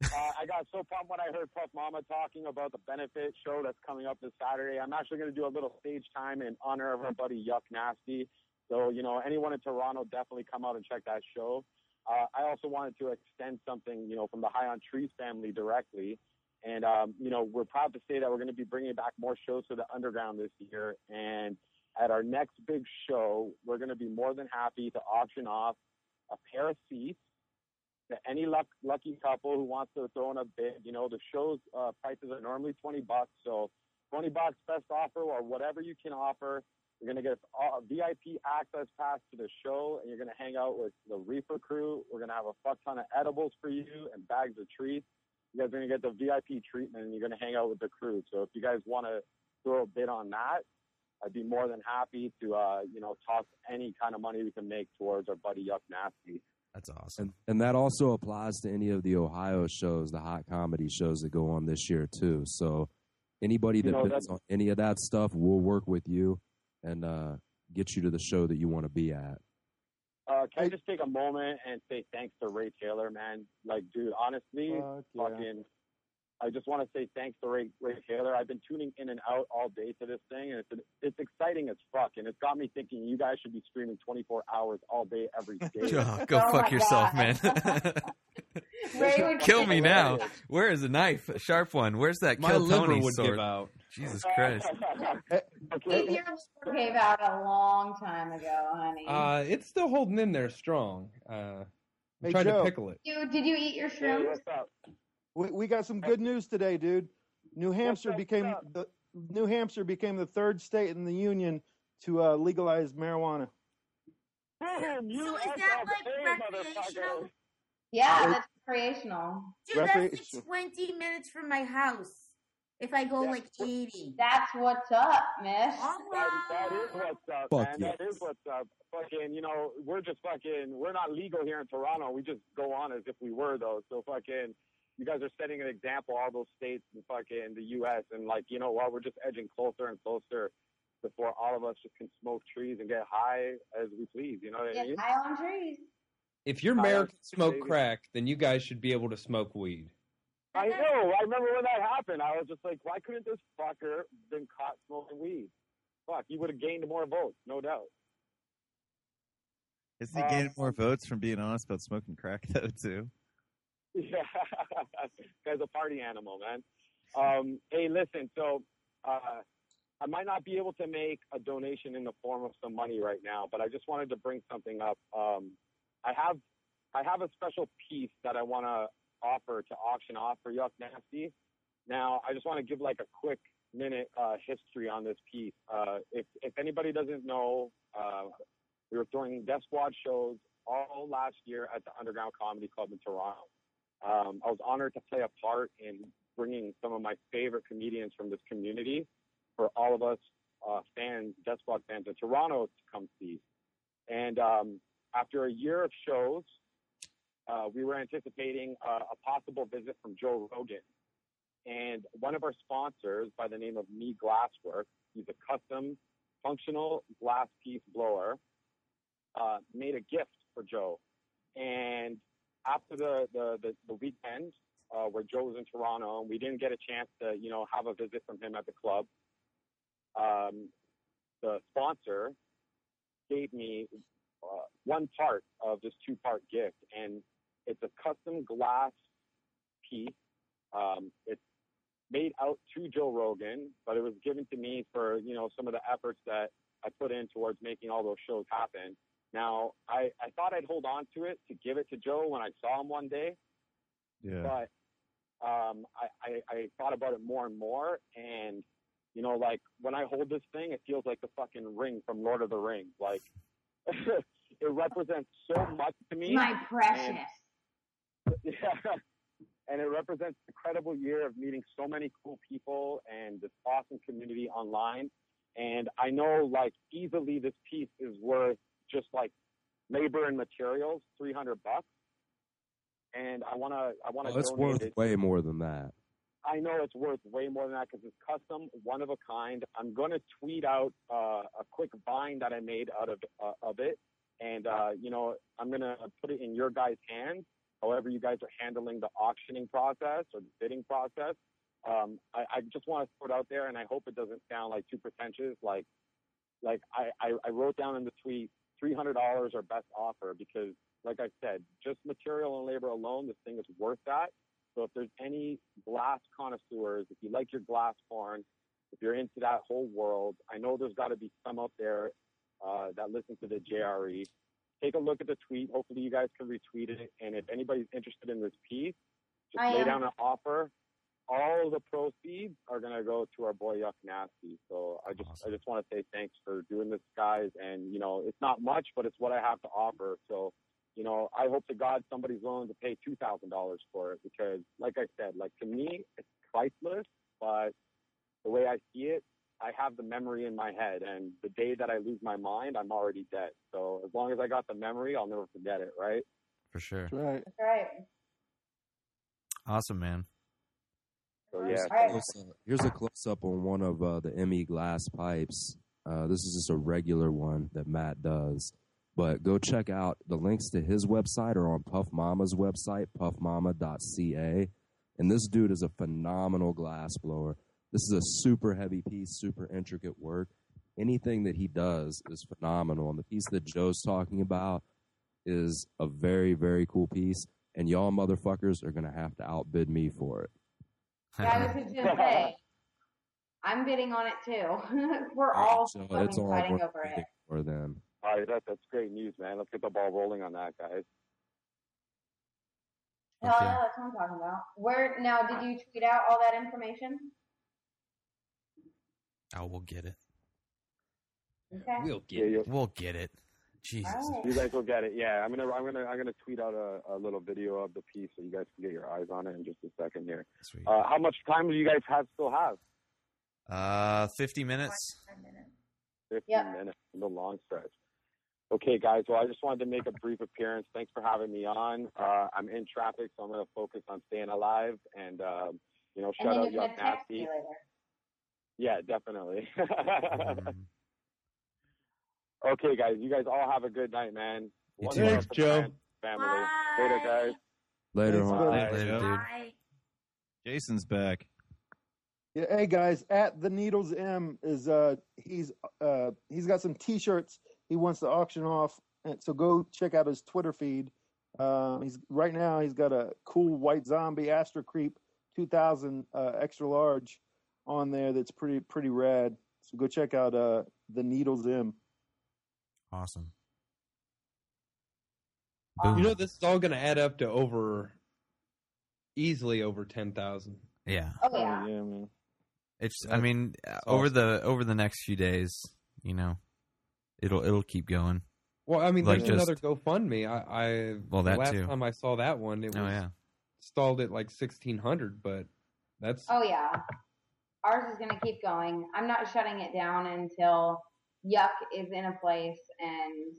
Uh, I got so pumped when I heard Puff Mama talking about the benefit show that's coming up this Saturday. I'm actually going to do a little stage time in honor of our buddy Yuck Nasty. So, you know, anyone in Toronto, definitely come out and check that show. Uh, I also wanted to extend something, you know, from the High on Trees family directly. And, um, you know, we're proud to say that we're going to be bringing back more shows to the underground this year. And at our next big show, we're going to be more than happy to auction off a pair of seats to any luck, lucky couple who wants to throw in a bid. You know, the show's uh, prices are normally 20 bucks. So 20 bucks best offer or whatever you can offer. You're going to get uh, a VIP access pass to the show and you're going to hang out with the Reaper crew. We're going to have a fuck ton of edibles for you and bags of treats. You guys are going to get the VIP treatment and you're going to hang out with the crew. So if you guys want to throw a bid on that, I'd be more than happy to, uh, you know, toss any kind of money we can make towards our buddy Yuck Nasty.
That's awesome.
And, and that also applies to any of the Ohio shows, the hot comedy shows that go on this year too. So anybody
You
that
know,
bids
that's-
on any of that stuff, we'll work with you and uh, get you to the show that you want to be at.
Uh, can I just take a moment and say thanks to Ray Taylor, man? Like, dude, honestly,
Fuck yeah.
fucking, I just want to say thanks to Ray, Ray Taylor. I've been tuning in and out all day to this thing, and it's it's exciting as fuck, and it's got me thinking you guys should be streaming 24 hours all day every day.
Oh, go fuck yourself, man.
Ray would
Kill
give
me
you
now.
that.
Where is a knife? A sharp one. Where's that
My
kill
liver
Tony
would give
sword?
out.
Jesus Christ.
Keith, your liver gave out a long time ago, honey.
Uh, it's still holding in there strong. Uh, I'm
Hey,
trying
Joe.
to pickle it.
you, did you eat your shrimp?
We, we got some good news today, dude. New Hampshire became the New Hampshire became the third state in the union to uh, legalize marijuana.
so
is that like recreational?
Yeah, that's recreational.
Dude, that's
Recreation.
like 20 minutes from my house. If I go like 80.
That's what's up, Mish.
That, that is what's up,
Fuck
man.
yes.
That is what's up. Fucking, you know, we're just fucking, we're not legal here in Toronto. We just go on as if we were, though. So fucking, you guys are setting an example, all those states and fucking the U.S. And like, you know what? We're just edging closer and closer before all of us just can smoke trees and get high as we please. You know what I mean?
High on trees.
If your
I
mayor can
don't
smoke
think-
crack, then you guys should be able to smoke weed.
I know. I remember when that happened. I was just like, why couldn't this fucker been caught smoking weed? Fuck, he would have gained more votes, no doubt.
Is he gaining more votes from being honest about smoking crack though too?
Yeah, guy's a party animal, man. Um, hey, listen. So uh, I might not be able to make a donation in the form of some money right now, but I just wanted to bring something up. Um, I have I have a special piece that I want to offer to auction off for Yuck Nasty. Now, I just want to give like a quick minute uh, history on this piece. Uh, if if anybody doesn't know, uh, we were throwing Death Squad shows all last year at the Underground Comedy Club in Toronto um, I was honored to play a part in bringing some of my favorite comedians from this community for all of us uh, fans, Death Squad fans in Toronto to come see. And um, after a year of shows, uh, we were anticipating uh, a possible visit from Joe Rogan. And one of our sponsors, by the name of Me Glasswork, he's a custom functional glass piece blower, uh, made a gift for Joe. And after the the the, the weekend uh, where Joe was in Toronto, and we didn't get a chance to you know have a visit from him at the club. Um, the sponsor gave me uh, one part of this two part gift, and it's a custom glass piece. Um, it's made out to Joe Rogan, but it was given to me for you know some of the efforts that I put in towards making all those shows happen. Now, I, I thought I'd hold on to it to give it to Joe when I saw him one day,
Yeah.
but um, I, I, I thought about it more and more. And, you know, like when I hold this thing, it feels like the fucking ring from Lord of the Rings. Like, it represents so much to me.
My precious.
And, yeah. And it represents an incredible year of meeting so many cool people and this awesome community online. And I know, like, easily this piece is worth just like labor and materials, 300 bucks. And I want to, I want to
Well, it's
donate
Oh, worth
it.
way more than that.
I know it's worth way more than that because it's custom, one of a kind. I'm going to tweet out uh, a quick vine that I made out of uh, of it, and uh, you know I'm gonna put it in your guys' hands. However, you guys are handling the auctioning process or the bidding process. Um, I, I just want to throw it out there, and I hope it doesn't sound like too pretentious. Like, like I, I, I wrote down in the tweet, three hundred dollars or best offer because, like I said, just material and labor alone, this thing is worth that. So if there's any glass connoisseurs, if you like your glass horn, if you're into that whole world, I know there's got to be some out there uh, that listen to the JRE. Take a look at the tweet. Hopefully, you guys can retweet it. And if anybody's interested in this piece, just
I
lay
am.
down an offer. All the proceeds are going to go to our boy Yuck Nasty. So I just I just want to say thanks for doing this, guys. And you know, it's not much, but it's what I have to offer. So you know, I hope to God somebody's willing to pay two thousand dollars for it because, like I said, like to me, it's priceless. But the way I see it, I have the memory in my head, and the day that I lose my mind, I'm already dead. So as long as I got the memory, I'll never forget it, right?
for sure.
Right.
That's right.
Awesome, man.
So
Here's
yeah,
a close-up- Here's a close up on one of uh, the Emmy glass pipes. Uh, this is just a regular one that Matt does. But go check out the links to his website are on Puff Mama's website, puffmama.ca. And this dude is a phenomenal glass blower. This is a super heavy piece, super intricate work. Anything that he does is phenomenal. And the piece that Joe's talking about is a very, very cool piece. And y'all motherfuckers are going to have to outbid me for it.
Yeah, I was just gonna say, I'm bidding on it too. We're all
So it's
fucking
all
fighting
worth
over it.
it for them.
all right, that, that's great news, man. Let's get the ball rolling on that, guys.
Hell Oh, yeah, that's what I'm talking about. Where now? Did you tweet out all that information?
Oh, we'll get it.
Okay.
get it. We'll get it. Jesus.
Alright.
You guys will get it. Yeah, I'm gonna I'm gonna I'm gonna tweet out a, a little video of the piece so you guys can get your eyes on it in just a second here.
Sweet.
Uh, how much time do you guys have still have?
Uh, 50 minutes.
15 minutes, the long stretch. Okay, guys. Well, I just wanted to make a brief appearance. Thanks for having me on. Uh, I'm in traffic, so I'm going to focus on staying alive and, um, you know,
And
shout
then
out
you're
Yuck
gonna text
Nasty.
me later.
Yeah, definitely.
Mm-hmm.
okay, guys. You guys all have a good night, man.
You
One
too.
love
Thanks,
for
Joe.
friends, Family. Later, guys.
Later,
Thanks,
homie.
Bye.
Later, dude.
Jason's back.
Yeah, hey guys, at the Needles M is uh he's uh he's got some T-shirts he wants to auction off, and so go check out his Twitter feed. Um, he's right now he's got a cool white zombie Astro Creep 2000 uh, extra large on there that's pretty pretty rad. So go check out uh the Needles M.
Awesome.
You know this is all going to add up to over easily over ten thousand.
Yeah.
Oh yeah.
man.
It's. I mean, uh, over the over the next few days, you know, it'll it'll keep going.
Well, I mean,
Like
there's
just-
another GoFundMe. I, I
Well, that
the last
too.
time I saw that one, it was
Oh, yeah.
stalled at like sixteen hundred, but that's
Oh yeah. Ours is gonna keep going. I'm not shutting it down until Yuck is in a place and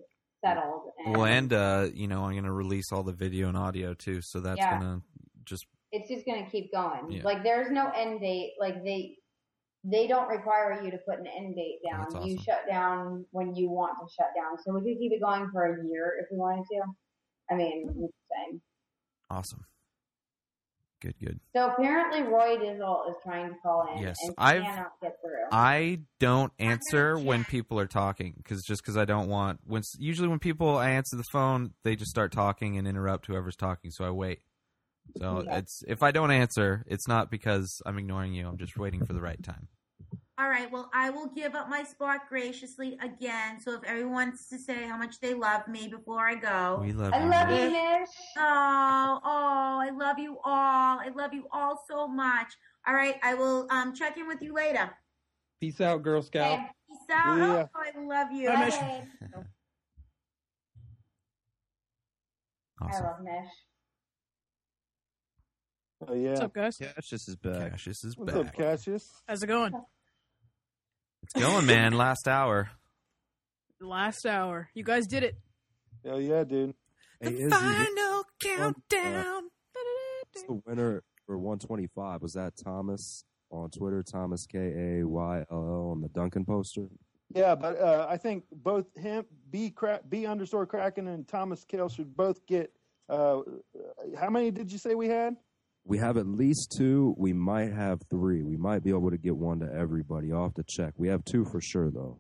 settled. And
Well, and uh, you know, I'm gonna release all the video and audio too, so that's
Yeah.
gonna just
it's just gonna keep going.
Yeah.
Like there's no end date. Like they they don't require you to put an end date down.
That's
You
awesome.
shut down when you want to shut down. So we could keep it going for a year if we wanted to. I
Hmm.
mean, it's the same.
awesome. Good, good.
So apparently Roy Dizzle is trying to call in
Yes,
and
I've-
cannot get through.
I don't answer when people are talking because just because I don't want when usually when people I answer the phone they just start talking and interrupt whoever's talking so I wait. So
Yeah.
it's if I don't answer it's not because I'm ignoring you I'm just waiting for the right time.
All right. Well, I will give up my spot graciously again. So if everyone wants to say how much they love me before I go,
We love I you, love Nish. you,
Oh, oh, I love you all. I love you all so much. All right. I will um, check in with you later.
peace out, Girl Scout.
Peace out.
Yeah.
Oh, I love you.
Bye, Nish.
I love Nish.
Oh yeah.
What's up, guys?
Cassius is back.
Cassius is
What's
back.
up, Cassius?
How's it going?
It's going man. Last hour.
Last hour. You guys did it.
Oh yeah, dude.
Hey, Izzy,
Final
countdown. what's the winner for 125? Was that Thomas on Twitter? Thomas K A Y L L on the Duncan poster.
Yeah, but uh, I think both him, B crack, B underscore Kraken, and Thomas Kale should both get. Uh, how many did you say we had?
We have at least two. We might have three. We might be able to get one to everybody. I'll have to check. We have two for sure, though.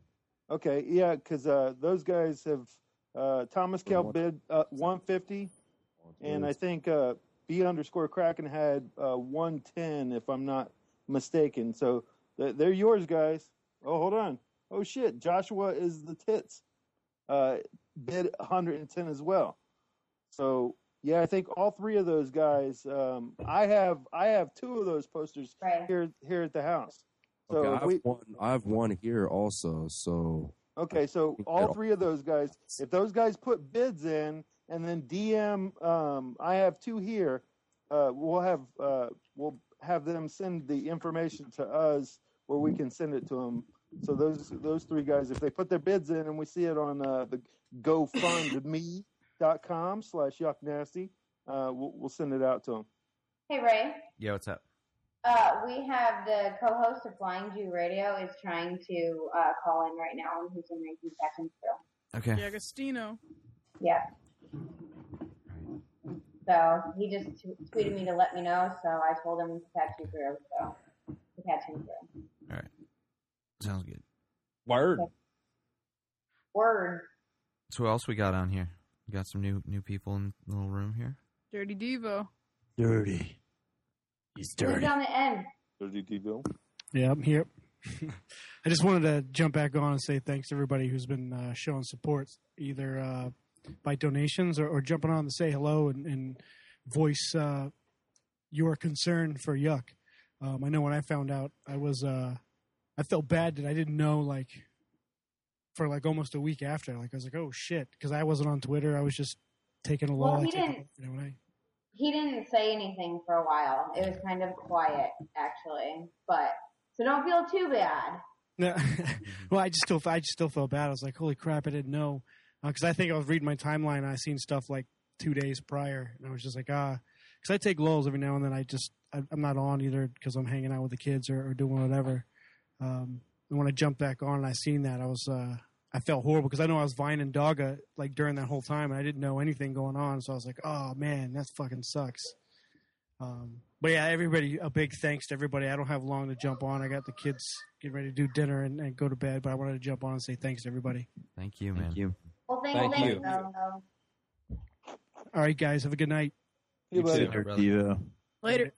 Okay, yeah, because uh, those guys have uh, Thomas Kell
One-
bid uh, 150, and I think uh, B underscore Kraken had uh, 110, if I'm not mistaken. So th- they're yours, guys. Oh, hold on. Oh shit, Joshua is the tits. Uh, bid 110 as well. So yeah, I think all three of those guys. Um, I have I have two of those posters here here at the house. So
okay,
if
I have
we,
one. I have one here also. So
Okay, so all three of those guys, if those guys put bids in and then DM, um, I have two here. Uh, we'll have uh, we'll have them send the information to us, or we can send it to them. So those those three guys, if they put their bids in and we see it on uh, the GoFundMe.com slash Yuck Nasty, uh, we'll, we'll send it out to them.
Hey Ray,
Yeah, what's up?
uh, we have the co-host of Flying Jew Radio is trying to uh, call in right now, and he's in 19 seconds. So
Okay.
Yeah, Agostino.
yeah, so he just t- tweeted me to let me know. So I told him to catch you through. So to catch him through.
All right. Sounds good.
Word.
Word.
So what else we got on here? We got some new new people in the little room here.
Dirty Devo.
Dirty. He's
Who's on the end?
Dirty Devil.
Yeah, I'm here. I just wanted to jump back on and say thanks to everybody who's been uh, showing support, either uh, by donations or, or jumping on to say hello and, and voice uh, your concern for Yuck. Um, I know when I found out, I was uh, I felt bad that I didn't know like for like almost a week after. Like I was like, oh shit, because I wasn't on Twitter. I was just taking a
Well,
law.
he
taking-
didn't.
you know, when I-
He didn't say anything for a while. It was kind of quiet, actually. But so don't feel too bad.
No, well, I just still, I just still felt bad. I was like, "Holy crap, I didn't know," because I think I was reading my timeline and I seen stuff like two days prior, and I was just like, "Ah," because I take lulls every now and then. I just, I, I'm not on either because I'm hanging out with the kids or, or doing whatever. Um, and when I jumped back on and I seen that, I was, uh, I felt horrible because I know I was Vine and Dogga like during that whole time, and I didn't know anything going on, so I was like, "Oh man, that fucking sucks." Um, but yeah, everybody, a big thanks to everybody. I don't have long to jump on. I got the kids getting ready to do dinner and, and go to bed, but I wanted to jump on and say thanks to everybody.
Thank you, man. Thank
you.
Well, thank,
Thank you.
thank
All right, guys, have a good night.
You
buddy. too, brother.
Yeah.
Later.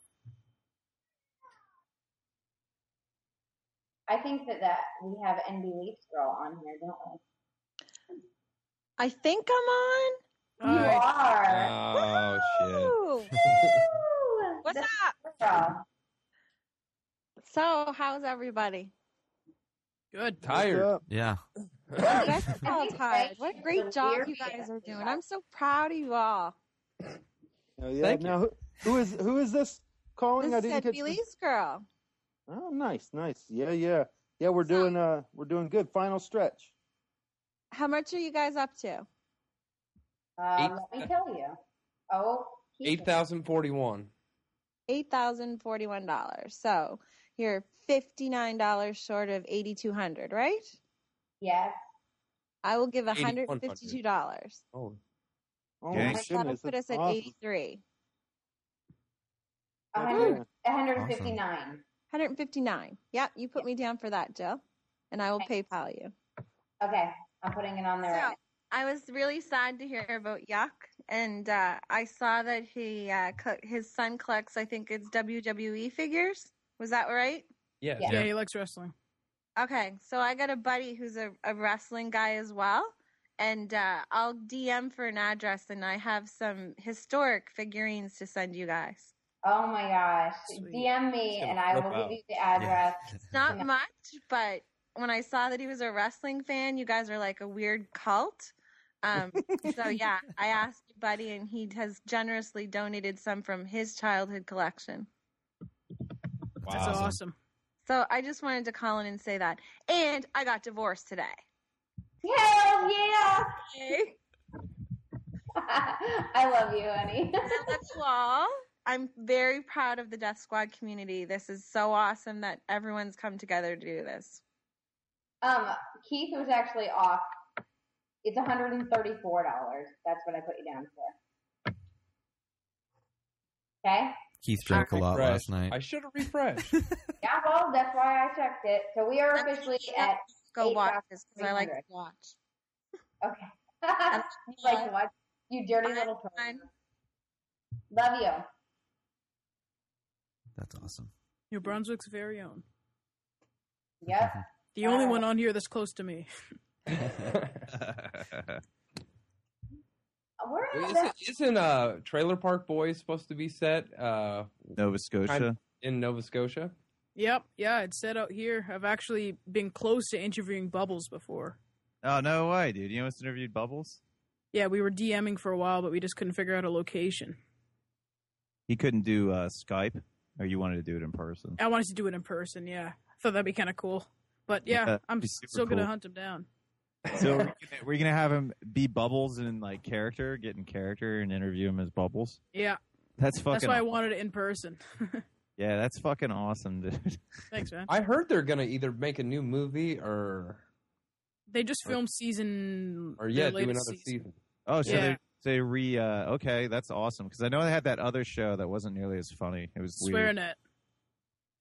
I think that, that we have NB Leaf Girl on here, don't we?
I think I'm on.
You are.
Uh,
Oh shit.
Ooh. What's up? So, how's everybody?
Good.
Tired.
Yeah.
You guys are all tired. What a great job you guys are doing. I'm so proud of you all.
Oh, yeah.
Thank you.
now, who, who is who is this calling?
This
I
is
didn't
Ed
catch. the-
Belize girl.
Oh, nice, nice. Yeah, yeah, yeah. We're doing uh, we're doing good. Final stretch.
How much are you guys up to?
Uh, Um, let me tell you. Oh,
Eight thousand forty-one.
Eight thousand forty-one dollars. So you're fifty-nine dollars short of eighty-two hundred, right?
Yes.
I will give hundred
$8,100.
fifty-two dollars.
Oh.
Oh
my
my
That'll
goodness,
put us at
that's awesome.
eighty-three.
100,
Awesome.
159.
Hundred fifty-nine. Yep, you put me down for that, Jill, and I will PayPal you.
Okay, I'm putting it on there.
So, I was really sad to hear about Yuck, and uh, I saw that he uh, co- his son collects, I think it's WWE figures. Was that right?
Yeah.
Yeah.
yeah, he likes wrestling.
Okay, so I got a buddy who's a, a wrestling guy as well, and uh, I'll DM for an address, and I have some historic figurines to send you guys.
Oh my gosh. DM me
It's gonna
and I will
flip out.
give you the address.
It's not much, but when I saw that he was a wrestling fan, you guys are like a weird cult. Um, so yeah, I asked your buddy, and he has generously donated some from his childhood collection.
That's awesome.
So I just wanted to call in and say that. And I got divorced today.
Hell yeah!
Okay.
I love you, honey.
I love you all. I'm very proud of the Death Squad community. This is so awesome that everyone's come together to do this.
Um, Keith was actually off. It's one hundred and thirty-four dollars. That's what I put you down for. Okay.
Keith drank a lot last night.
I should have refreshed.
Yeah, well, that's why I checked it. So we are officially at.
Go watch this because I like to
8,300.
watch.
Okay. you like to watch you dirty little pervert. Love you.
That's awesome.
New Brunswick's very own.
Yep.
The only one on here that's close to me.
Where is
Isn't, isn't uh, Trailer Park Boys supposed to be set uh,
Nova Scotia.
in Nova Scotia?
Yep, yeah, it's set out here. I've actually been close to interviewing Bubbles before.
Oh no way, dude! You know what's interviewed Bubbles?
Yeah, we were DMing for a while, but we just couldn't figure out a location.
He couldn't do uh, Skype, or you wanted to do it in person.
I wanted to do it in person, yeah. I thought that'd be kind of cool. But yeah,
Yeah,
I'm
be super
still going to
cool.
hunt him down.
So we're gonna, we're gonna have him be Bubbles in like character, get in character, and interview him as Bubbles.
Yeah.
That's fucking.
That's why I
aw-
wanted it in person.
yeah, that's fucking awesome, dude.
Thanks, man.
I heard they're gonna either make a new movie or
They just filmed season.
or yeah,
their
do
latest
another
season.
season.
Oh, so
Yeah.
they they re uh, okay, that's awesome because I know they had that other show that wasn't nearly as funny. It was weird.
Swearing at.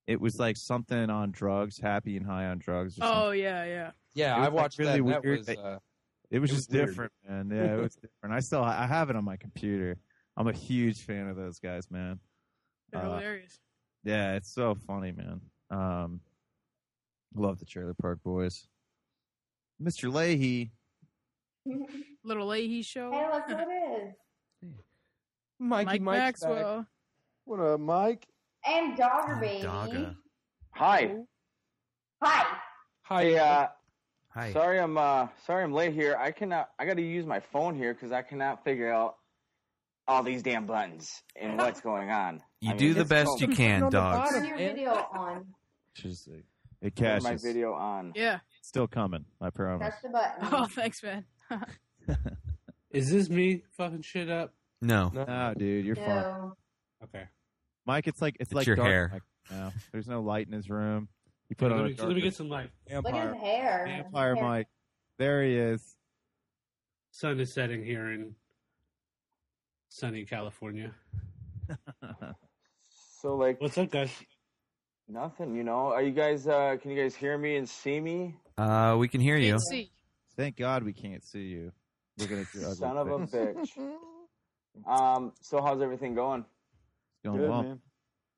It was like something on drugs, happy and high on drugs. Or something.
Oh, yeah, yeah.
Yeah,
It was,
I
like,
watched
really
that. That
weird.
was
They-
uh,
It was
It was
just
weird.
different, man. Yeah, it was different. I still I have it on my computer. I'm a huge fan of those guys, man.
They're
Uh,
hilarious.
yeah, it's so funny, man. Um, love the Trailer Park Boys. Mr. Leahy,
Little Leahy show.
Hey, look who it is.
Mikey Mike
Mike's back.
Maxwell.
What up, Mike?
And Dogger Baby.
Hi.
Hi.
Hi. Uh,
Hi.
Sorry, I'm uh, sorry I'm late here. I cannot. I got to use my phone here because I cannot figure out all these damn buttons and what's going on.
You
I mean,
do the
it's
best
so-
you can, dogs.
Turn your video on.
Interesting. It
Turn my
cashes.
video on.
Yeah.
Still coming, I promise.
Press the button.
Oh, thanks, man.
Is this me fucking shit up?
No.
No, dude, you're fine.
Okay.
Mike, it's like it's,
It's
like
your
dark
hair.
Mike now. There's no light in his room. He put
Let
on
me-
a
let
dark
me get some light.
Look at his hair.
Vampire
His hair.
Mike. There he is.
Sun is setting here in sunny California.
So like,
what's up, guys?
Nothing. You know? Are you guys? Uh, can you guys hear me and see me?
Uh, we can hear you.
Thank God we can't see you. Looking at your ugly
Son of a
face.
bitch. Um. So how's everything going?
Going well.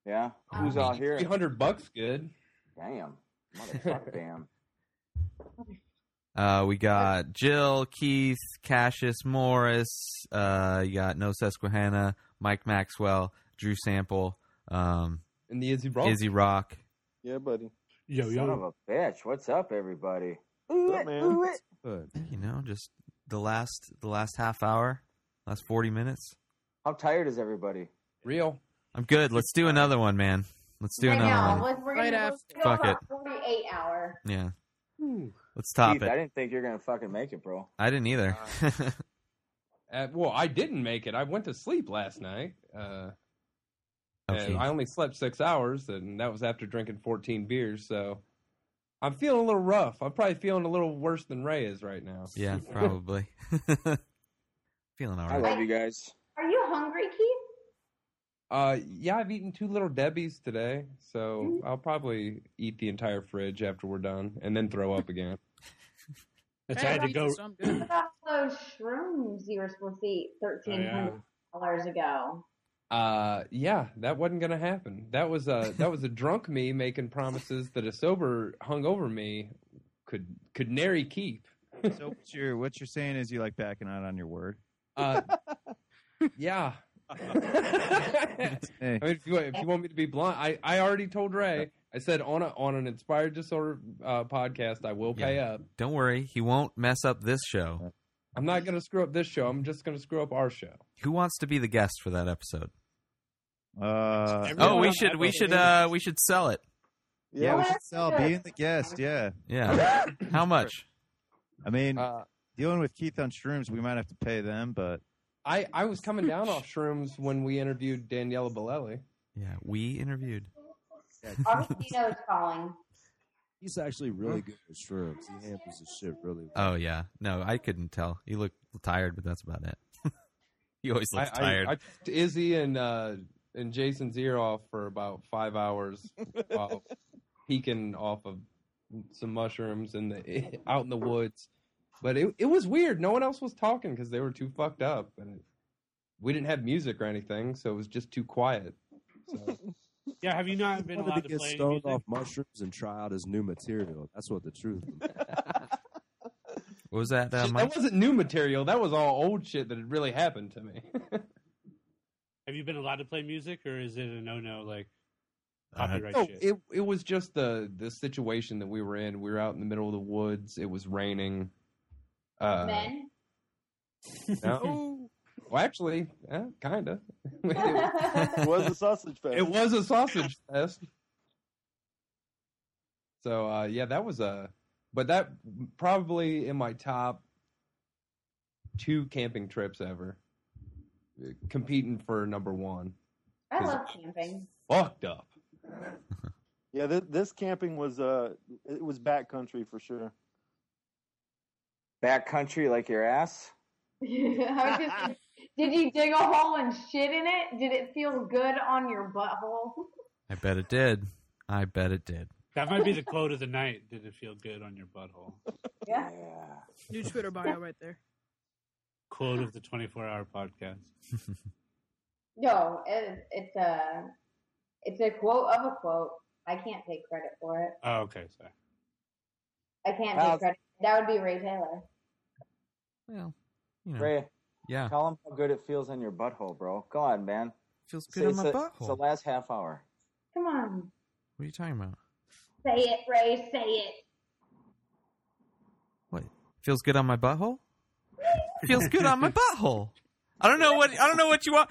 Yeah.
Um,
Who's all here?
Three hundred bucks, good.
Damn. Motherfucker, damn.
Uh, we got Jill, Keith, Cassius Morris. Uh, you got No Susquehanna, Mike Maxwell, Drew Sample, um,
And the Izzy Rock.
Izzy Rock.
Yeah, buddy.
Yo,
Son of a bitch. What's up, everybody?
You know, just the last the last half hour, last forty minutes.
How tired is everybody?
Real.
I'm good. Let's do another one, man. Let's do
I
another
know.
one.
Let's, we're gonna,
Right
right
after-
we're
Fuck
going
it.
Forty-eight hour.
Yeah, let's top
Keith, I
it.
didn't think you're gonna fucking make it, bro.
I didn't either.
Uh, well, I didn't make it. I went to sleep last night. Uh, and I only slept six hours, and that was after drinking fourteen beers. So I'm feeling a little rough. I'm probably feeling a little worse than Ray is right now.
yeah, probably. Feeling all
I
right.
love you guys.
Are you hungry, Keith?
Uh, yeah, I've eaten two little Debbie's today, so
Mm.
I'll probably eat the entire fridge after we're done, and then throw up again.
That's I had to go.
What about those shrooms you were supposed to
Oh,
eat thirteen hundred dollars ago?
Uh, yeah, that wasn't gonna happen. That was a that was a drunk me making promises that a sober, hungover me could could nary keep.
so what you're what you're saying is you like backing out on your word.
Uh, yeah. I mean, if you, if you want me to be blunt, I, I already told Ray. I said on a, on an inspired disorder uh, podcast, I will pay up.
Don't worry, he won't mess up this show.
I'm not gonna screw up this show. I'm just gonna screw up our show.
Who wants to be the guest for that episode?
Uh,
oh, we should we should uh we should sell it.
yeah, we should sell being the guest. Yeah,
Yeah. How much?
I mean,
Uh,
dealing with Keith on shrooms, we might have to pay them, but
I, I was coming down off shrooms when we interviewed Daniela Bellelli.
Yeah, we interviewed.
Obviously, you know it's calling.
He's actually really good at shrooms. He handles his shit really well.
Oh yeah, no, I couldn't tell. You look tired, but that's about it. he always looks
I,
tired.
I, I talked to Izzy and uh, and Jason's ear off for about five hours while peeking off of some mushrooms in the out in the woods. But it it was weird. No one else was talking because they were too fucked up, and we didn't have music or anything, so it was just too quiet.
Yeah, have you not
He
been allowed
wanted to
to,
get
play any
stoned
music?
off mushrooms and try out his new material. That's what the truth. is.
What was that? Uh,
that wasn't new material. That was all old shit that had really happened to me.
Have you been allowed to play music, or is it a no-no? Like copyright
No,
shit.
Oh, it it was just the the situation that we were in. We were out in the middle of the woods. It was raining. Uh,
Men.
no. well, actually, yeah, kind of. it
was a sausage fest.
It was a sausage fest. So uh, yeah, that was a. But that probably in my top two camping trips ever, competing for number one.
I love camping.
Fucked up.
Yeah, th- this camping was uh, it was backcountry for sure.
Backcountry like your ass.
I was just, did you dig a hole and shit in it? Did it feel good on your butthole?
I bet it did. I bet it did.
That might be the quote of the night. Did it feel good on your butthole?
Yeah.
New Twitter bio right there.
Quote of the 24-hour podcast.
No, it, it's a it's a quote of a quote. I can't take credit for it.
Oh, okay, sorry.
I can't
Wow.
take credit. That would be Ray Taylor.
Well,
Ray.
Yeah.
Tell him how good it feels in your butthole, bro. Go on, man.
Feels
good in my
It's the
butthole.
last half hour.
Come on,
What are you talking about?
say it, Ray. Say it.
What feels good on my butthole? feels good on my butthole. I don't know what I don't know what you want.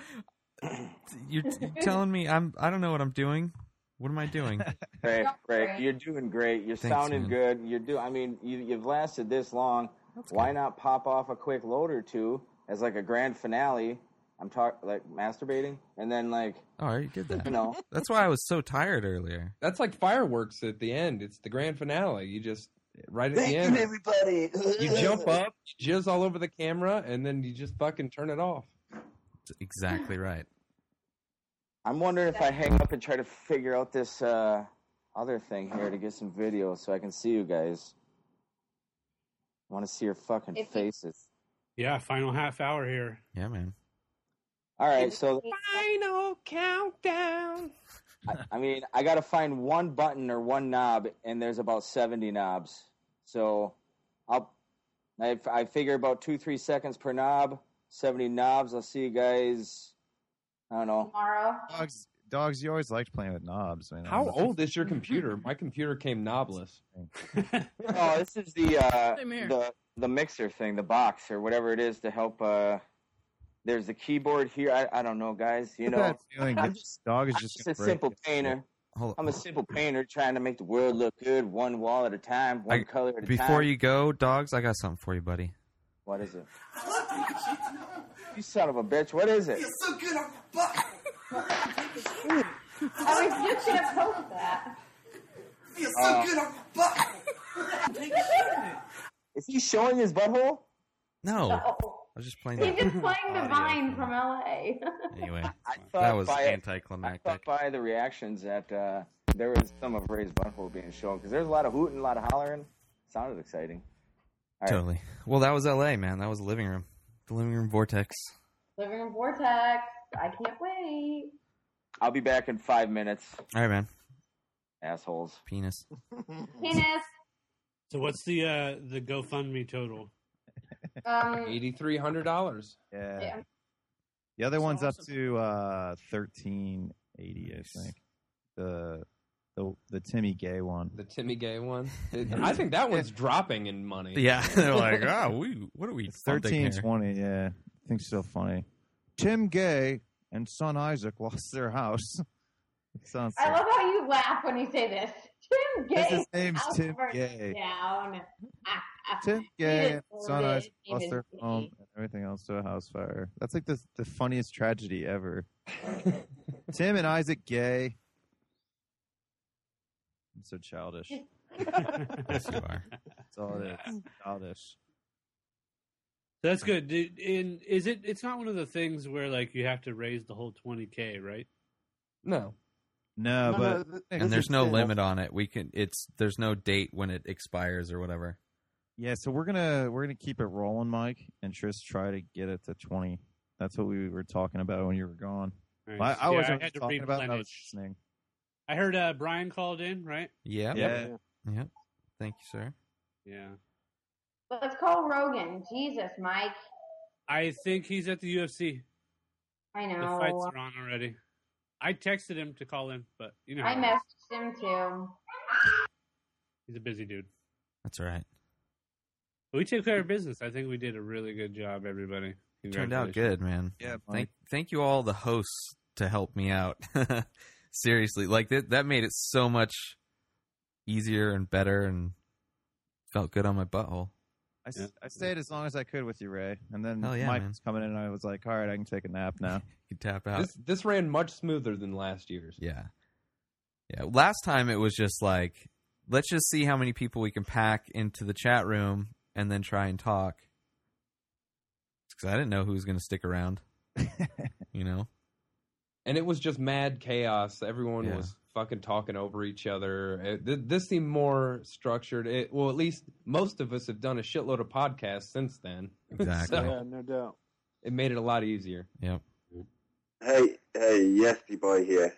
You're t- telling me I'm I don't know what I'm doing. What am I doing? Oh,
Ray, Ray, you're doing great. You're
Thanks,
sounding
man.
good. You're do. I mean, you, you've lasted this long. Why not pop off a quick load or two as like a grand finale? I'm talking like masturbating, and then like
Oh, I already did that.
No.
That's why I was so tired earlier.
That's like fireworks at the end. It's the grand finale. You just right at the end.
everybody.
You jump up, you jizz all over the camera, and then you just fucking turn it off.
Exactly right.
I'm wondering if I hang up and try to figure out this uh, other thing here to get some video so I can see you guys. I want to see your fucking
If you-
faces.
Yeah, final half hour here.
Yeah, man.
All right, so
Final countdown.
I, I mean, I got to find one button or one knob, and there's about 70 knobs. So I'll, I, I figure about two, three seconds per knob, 70 knobs. I'll see you guys, I don't know,
Tomorrow.
Dogs, dogs, you always liked playing with knobs. Man.
How old is your computer? My computer came knobless.
Oh, this is the uh,
Same here.
the the mixer thing, the box or whatever it is to help. Uh, there's the keyboard here. I, I don't know, guys. You
Get
know,
that feeling
I'm
that dog is just
just
gonna
a
break
simple
it.
painter.
Hold
I'm a simple painter trying to make the world look good, one wall at a time, one
I-
color at a time.
Before you go, dogs, I got something for you, buddy.
what is it? You son of a bitch! What is it?
so good on the butt.
I was just gonna post that.
Feels
so
Oh.
Uh, good
on the butt. Take a shit.
Is he showing his butthole?
No, Oh. I
No.
was just playing.
He's just
that
playing the
audio.
vine from LA.
Anyway,
thought
that was
by-
anticlimactic.
Stuck by the reactions that uh, there was some of Ray's butthole being shown because there's a lot of hooting, a lot of hollering. Sounded exciting. All right.
Totally. Well, that was L.A., man. That was the living room, the living room vortex.
Living in Vortex. I can't wait.
I'll be back in five minutes,
All right, man.
assholes.
Penis.
Penis.
So what's the uh, the GoFundMe total?
Um,
Eighty three hundred dollars.
Yeah.
yeah.
The other one's up to uh, thirteen eighty, I think. The the the Timmy Gay one.
The Timmy Gay one. I think that one's dropping in money.
Yeah, they're like, oh, we, what are we? something
Thirteen
here?"
twenty, yeah. I think so funny. Tim Gay and son Isaac lost their house. It sounds
I love how you laugh when you say this. Tim Gay.
Because his name's
I'll
Tim
burn
Gay.
Down. Ah, ah.
Tim
He
Gay
is
and son
loaded.
Isaac
He
lost
is
their
gay.
home and everything else to a house fire. That's like the the funniest tragedy ever. Tim and Isaac Gay. I'm so childish.
yes, you are.
That's all it is. All this.
That's good. Did- And is it? It's not one of the things where like you have to raise the whole twenty k, right?
No.
No,
No,
but
no, th-
and there's no limit on it. We can. It's there's no date when it expires or whatever.
yeah, so we're gonna we're gonna keep it rolling, Mike, and just try to get it to twenty. That's what we were talking about when you were gone.
Nice.
I, I
Yeah,
wasn't
I had to
talking about. it, I was
replenish.
listening.
I heard uh, Brian called in, right?
Yeah.
Yeah.
Yep. Thank you, sir.
Yeah.
Let's call Rogan. Jesus, Mike.
I think he's at the UFC.
I
The fights
know.
are on already. I texted him to call in, but you know
I
how
messaged him too. Oh
he's a busy dude.
That's all right.
But we took care of business. I think we did a really good job, everybody.
Turned out good, man.
Yeah,
Thank thank you all the hosts to help me out. Seriously, like that that made it so much easier and better and felt good on my butthole.
I, s- I stayed as long as I could with you, Ray, and then
Hell yeah,
Mike
man.
was coming in, and I was like, "All right, I can take a nap now."
you tap out.
This, this ran much smoother than last year's.
Yeah. Yeah. Last time it was just like, let's just see how many people we can pack into the chat room and then try and talk. Because I didn't know who was going to stick around. you know?
and it was just mad chaos. Everyone
Yeah.
was fucking talking over each other. It, th- this seemed more structured. It, well, at least most of us have done a shitload of podcasts since then.
Exactly.
Yeah, no doubt.
It made it a lot easier.
Yep.
Hey, hey, Yesty Boy here.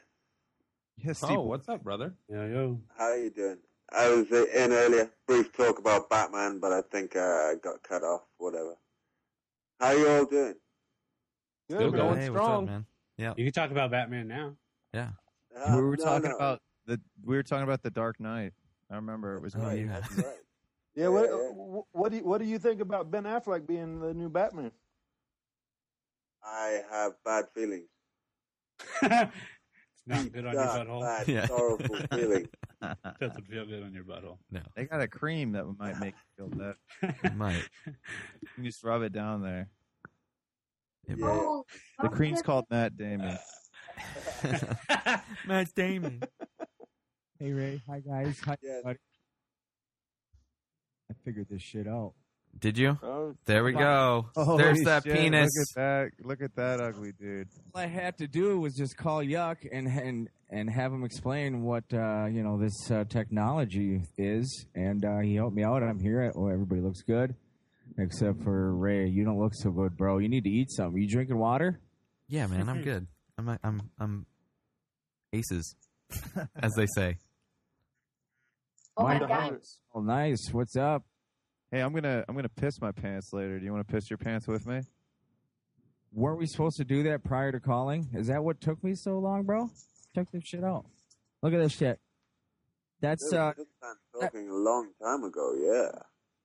Yes,
oh, what's up, brother?
Yeah, yo.
How you doing? I was uh, in earlier, brief talk about Batman, but I think uh, I got cut off, whatever. How you all doing?
Still
man.
going
Hey, what's up,
strong,
man. Yeah.
You can talk about Batman now.
Yeah.
we were
no,
talking
no.
about the we were talking about the Dark Knight. I remember it was.
Oh,
me.
yeah.
Yeah, what wh- what do you, what do you think about Ben Affleck being the new Batman?
I have bad feelings.
It's not good on your
Dark,
butthole.
bad, horrible feeling.
Doesn't feel good on your butthole.
No,
they got a cream that might make you feel better.
might.
You can just rub it down there.
It
might.
The cream's called Matt Damon.
Matt Damon.
Hey Ray, hi guys. Hi, everybody. I figured this shit out.
Did you?
Oh,
there we
fuck.
go.
Holy
There's that
shit,
penis.
Look at that! Look at that ugly dude.
All I had to do was just call Yuck and and and have him explain what uh, you know this uh, technology is, and uh, he helped me out. I'm here. Oh, everybody looks good, except for Ray. You don't look so good, bro. You need to eat something. You drinking water?
Yeah, man, I'm good. I'm I'm I'm aces, as they say.
Oh my
God.
Oh, nice. What's up?
Hey, I'm gonna I'm gonna piss my pants later. Do you want to piss your pants with me?
Weren't we supposed to do that prior to calling? Is that what took me so long, bro? Check this shit out. Look at this shit. That's
Dude,
uh
this man's talking a long time ago, yeah.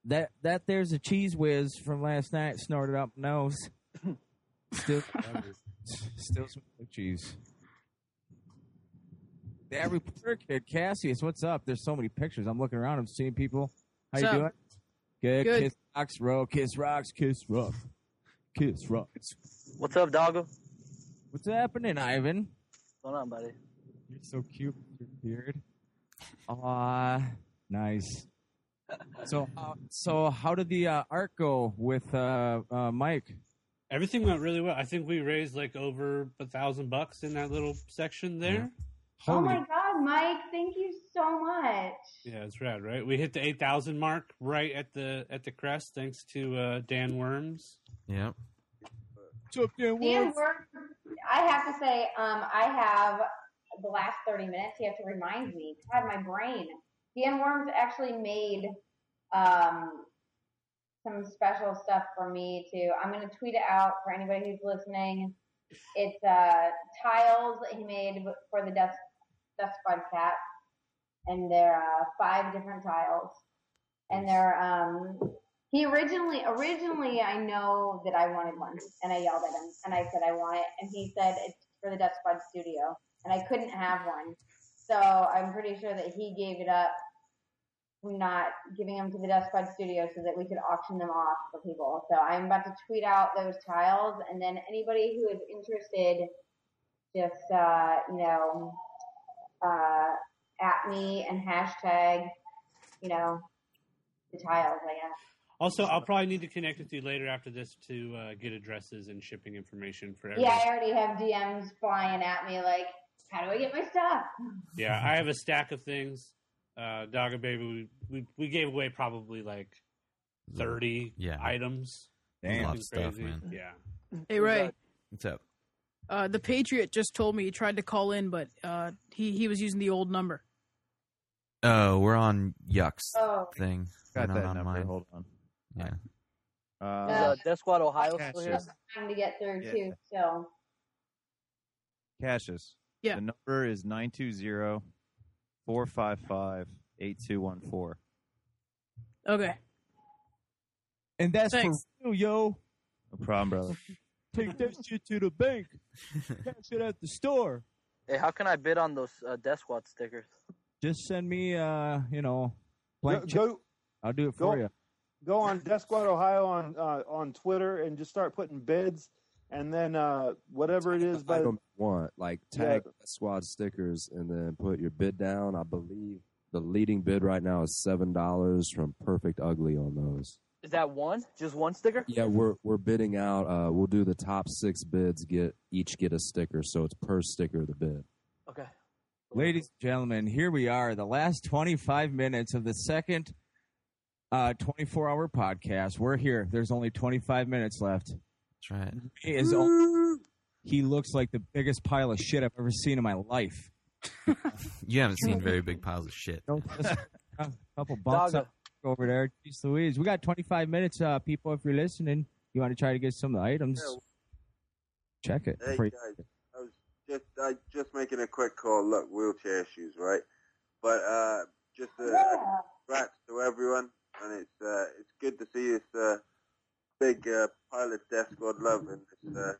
that that there's a cheese whiz from last night snorted up nose. Still still smells like cheese. That reporter kid, Cassius, what's up? There's so many pictures. I'm looking around, I'm seeing people. How
What's
you
up?
doing? Good.
Good.
Kiss rocks, bro. Kiss rocks, kiss rock. Kiss rocks.
What's up, doggo?
What's happening, Ivan?
What's going on, buddy?
You're so cute with your beard. Ah, nice. So, uh, so how did the uh, art go with uh, uh, Mike?
Everything went really well. I think we raised like over a thousand bucks in that little section there.
Oh my God, Mike! Thank you so much.
Yeah, it's rad, right? We hit the eight thousand mark right at the at the crest, thanks to uh, Dan Worms.
Yep.
Dan
Dan Worms, I have to say, um, I have the last 30 minutes. You have to remind me. God, my brain. Dan Worms actually made um, some special stuff for me too. I'm going to tweet it out for anybody who's listening. It's uh, tiles that he made for the Death Death Squad cat, and they're uh, five different tiles, and they're um, he originally, originally, I know that I wanted one, and I yelled at him, and I said I want it, and he said it's for the Death Squad studio, and I couldn't have one, so I'm pretty sure that he gave it up, not giving them to the Death Squad studio so that we could auction them off for people. So I'm about to tweet out those tiles, and then anybody who is interested, just uh, you know, uh, at me and hashtag you know, the tiles, I guess.
Also, I'll probably need to connect with you later after this to uh, get addresses and shipping information for
Yeah,
everyone.
I already have DMs flying at me like, how do I get my stuff?
Yeah, I have a stack of things. Uh, Dogger Baby, we, we we gave away probably like thirty
Yeah.
items.
Damn. Lot of
Something
stuff,
crazy.
man.
Yeah.
Hey Ray,
What's up?
uh, the Patriot just told me he tried to call in, but uh, he he was using the old number.
Oh, we're on Yuck's
Oh.
thing.
Got
We're not
that
on
number.
mine.
Hold on.
Yeah.
Is, uh,
Death Squad Ohio still here?
It's Time to get through
Yeah.
too. So
Cassius.
Yeah.
The number is 920-455-8214.
Okay.
And that's
Thanks.
for real, yo. No problem, brother.
Take that shit to the bank. That shit at the store. Hey, how can I bid on those uh, Death Squad stickers?
Just send me, uh, you know, blank.
Go-
check. I'll do it
go-
for you.
go on Death Squad Ohio on uh, on Twitter and just start putting bids, and then uh, whatever it is.
I
By
don't want like
Yeah.
tag squad stickers and then put your bid down. I believe the leading bid right now is seven dollars from Perfect Ugly on those.
Is that one? Just one sticker?
Yeah, we're we're bidding out. Uh, we'll do the top six bids. Get each get a sticker, so it's per sticker the bid.
Okay.
Ladies and gentlemen, here we are, the last 25 minutes of the second uh, 24 hour podcast. We're here. There's only 25 minutes left. That's
right.
He, is o- he looks like the biggest pile of shit I've ever seen in my life.
You haven't seen very big piles of shit.
Don't listen. a couple bumps up over there. Jeez Louise. We got 25 minutes, uh, people. If you're listening, you want to try to get some of the items, check it.
Hey
Free-
guys, I was just I just making a quick call. Look, wheelchair issues, right? But uh, just a, a congrats to everyone, and it's uh, it's good to see this uh, big uh, pile of death squad love in this uh,